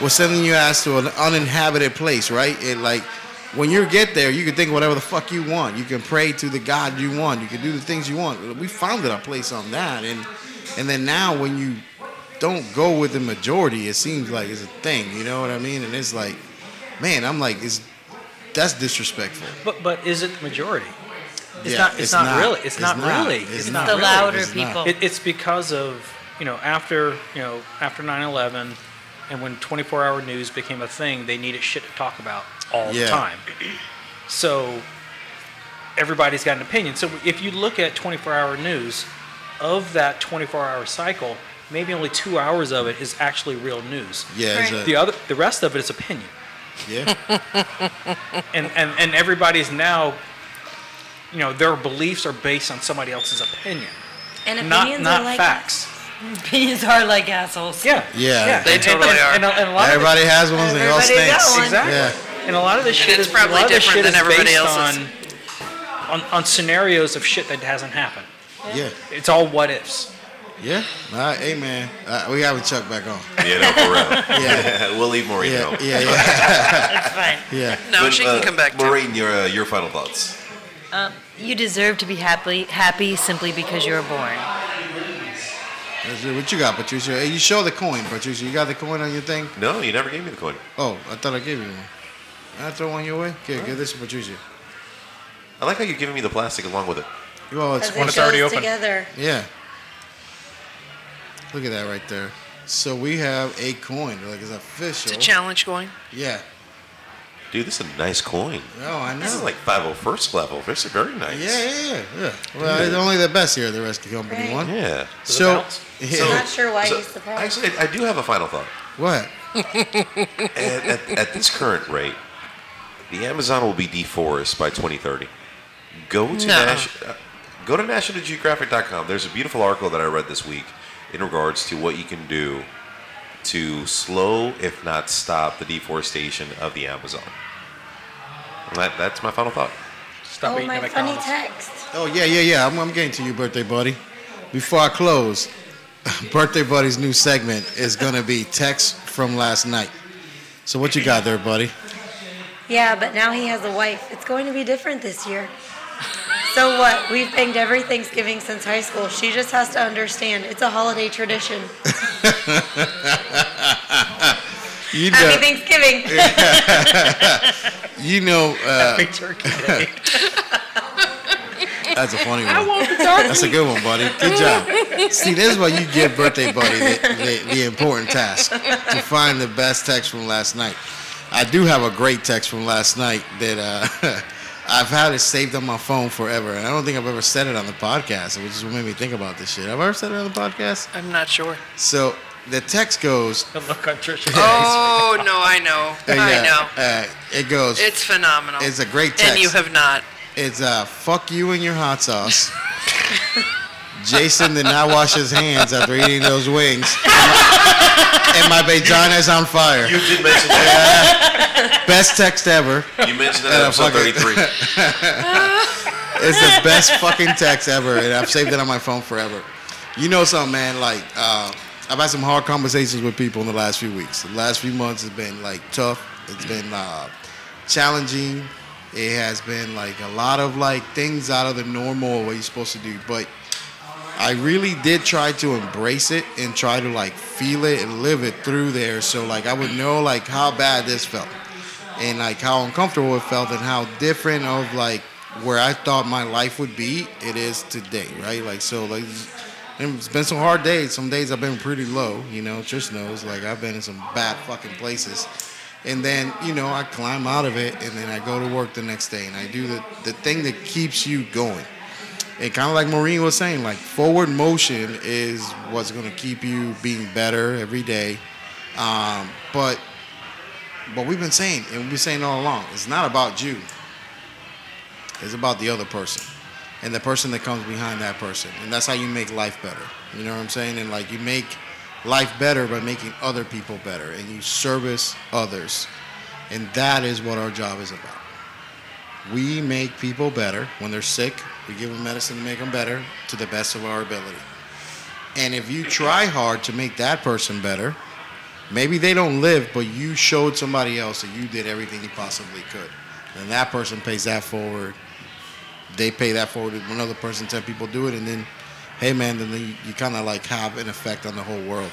S2: We're sending your ass to an uninhabited place, right? It like when you get there, you can think whatever the fuck you want. You can pray to the God you want. You can do the things you want. We founded our place on that, and and then now when you don't go with the majority, it seems like it's a thing. You know what I mean? And it's like, man, I'm like, it's that's disrespectful.
S7: But but is it the majority? It's
S2: Yeah,
S7: not. It's, not, really. It's, not, really.
S2: It's
S7: It's,
S2: not.
S7: not
S6: The
S7: really.
S6: louder
S2: it's not.
S6: people.
S7: It, it's because of you know after you know after 9/11, and when 24-hour news became a thing, they needed shit to talk about all
S2: Yeah.
S7: the time. So everybody's got an opinion. So if you look at 24-hour news, of that 24-hour cycle, maybe only two hours of it is actually real news.
S2: Yeah, it's
S1: Right.
S2: a-
S7: The other, the rest of it is opinion,
S2: yeah.
S7: and and and everybody's now, you know, their beliefs are based on somebody else's opinion.
S1: And
S7: not
S1: opinions
S7: not
S1: are like
S7: facts.
S6: Opinions are like assholes.
S7: Yeah.
S2: Yeah.
S7: They
S4: totally
S7: and,
S4: are.
S7: And, a- and a lot of
S2: Everybody has ones and they all
S1: Everybody got
S2: stinks.
S1: one.
S7: Exactly.
S2: Yeah.
S7: And a lot of this shit
S4: it's
S7: is
S4: probably
S7: a lot of this
S4: different than
S7: shit is
S4: everybody
S7: based
S4: else's.
S7: On, on on scenarios of shit that hasn't happened.
S2: Yeah.
S7: It's all what ifs.
S2: Yeah. All right, hey man, uh, we having Chuck back on.
S3: Yeah, no, for real.
S2: Yeah.
S3: we'll leave Maureen
S2: Yeah.
S3: alone.
S2: Yeah. Yeah.
S6: That's fine.
S2: Yeah.
S4: No,
S3: But,
S4: she can
S3: uh,
S4: come back. Too.
S3: Maureen, your uh, your final thoughts.
S6: Um, you deserve to be happy, happy simply because you were born.
S2: That's it. What you got, Patricia? Hey, you show the coin, Patricia. You got the coin on your thing?
S3: No, you never gave me the coin.
S2: Oh, I thought I gave you one. I throw one your way. Here, give this to Patricia.
S3: I like how you're giving me the plastic along with it.
S2: Well, it's
S1: As
S2: one.
S1: it
S7: it's already
S1: goes
S7: open.
S1: together.
S2: Yeah. Look at that right there. So we have a coin. Like it's official.
S4: It's a challenge going.
S2: Yeah.
S3: Dude, this is a nice coin.
S2: Oh, I know.
S3: This is like 501st level. This is very nice.
S2: yeah, yeah, yeah, yeah. Well, it's only the best here at the rescue company
S1: Right.
S2: one.
S3: Yeah.
S7: Does it
S2: So,
S7: bounce?
S1: I'm
S2: yeah.
S1: not sure why
S3: So,
S1: he's surprised.
S3: Actually, I I do have a final thought.
S2: what?
S3: At, at, at this current rate, the Amazon will be deforested by 2030. Go to
S4: No.
S3: Nash, uh, go to nationalgeographic.com. There's a beautiful article that I read this week in regards to what you can do to slow, if not stop, the deforestation of the Amazon. And That, that's my final thought.
S7: Stop
S1: Oh,
S7: eating
S1: my
S7: at
S1: funny
S7: McDonald's.
S1: text.
S2: Oh yeah, yeah, yeah. I'm, I'm getting to you, birthday buddy. Before I close, birthday buddy's new segment is gonna be text from last night. So what you got there, buddy?
S1: Yeah, but now he has a wife. It's going to be different this year. So what? We've banged every Thanksgiving since high school. She just has to understand it's a holiday tradition.
S2: You
S1: Happy
S2: know,
S1: Thanksgiving.
S2: you know, uh,
S7: Big turkey day.
S2: that's a funny one. That's a good one, buddy. Good job. See, this is why you give birthday buddy the, the, the important task to find the best text from last night. I do have a great text from last night that uh, I've had it saved on my phone forever, and I don't think I've ever said it on the podcast, which is what made me think about this shit. Have I ever said it on the podcast?
S4: I'm not sure.
S2: So the text goes,
S7: Good luck on Trisha's
S4: Oh no, I know. I know.
S2: Uh, it goes,
S4: It's phenomenal.
S2: It's a great
S4: And you
S2: text.
S4: have not.
S2: It's uh, fuck you and your hot sauce. Jason did not wash his hands after eating those wings. And my, and my vagina's on fire.
S3: You did mention that.
S2: Best text ever.
S3: You mentioned that in
S2: Yeah,
S3: episode
S2: fuck it.
S3: 33.
S2: It's the best fucking text ever, and I've saved it on my phone forever. You know something, man? Like, uh, I've had some hard conversations with people in the last few weeks. The last few months has been like tough. It's been uh, challenging. It has been like a lot of like things out of the normal what you're supposed to do, but I really did try to embrace it and try to like feel it and live it through there so like I would know like how bad this felt and like how uncomfortable it felt and how different of like where I thought my life would be it is today, right? Like so like it's been some hard days. Some days I've been pretty low, you know, Trish knows. Like I've been in some bad fucking places. And then, you know, I climb out of it and then I go to work the next day and I do the, the thing that keeps you going and kind of like Maureen was saying, like forward motion is what's going to keep you being better every day. Um, but but we've been saying, and we've been saying all along, it's not about you. It's about the other person, and the person that comes behind that person, and that's how you make life better. You know what I'm saying? And like you make life better by making other people better, and you service others, and that is what our job is about. We make people better when they're sick. We give them medicine to make them better to the best of our ability. And if you try hard to make that person better, maybe they don't live, but you showed somebody else that you did everything you possibly could. And that person pays that forward. They pay that forward to another person, 10 people do it. And then, hey, man, then you, you kind of like have an effect on the whole world.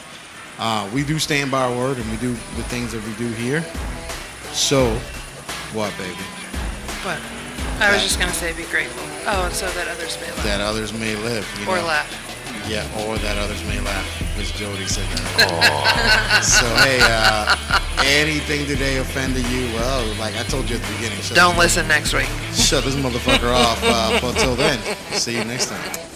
S2: Uh, we do stand by our word and we do the things that we do here. So, what, baby?
S4: But I was just gonna say, be grateful. Oh, and so that others may laugh
S2: that others may live. You
S4: or
S2: know?
S4: laugh.
S2: Yeah, or that others may laugh. Miss Jody said that. so hey, uh, anything today offended you? Well, like I told you at the beginning, shut,
S4: Don't listen next week.
S2: shut this motherfucker off. Uh, but till then, see you next time.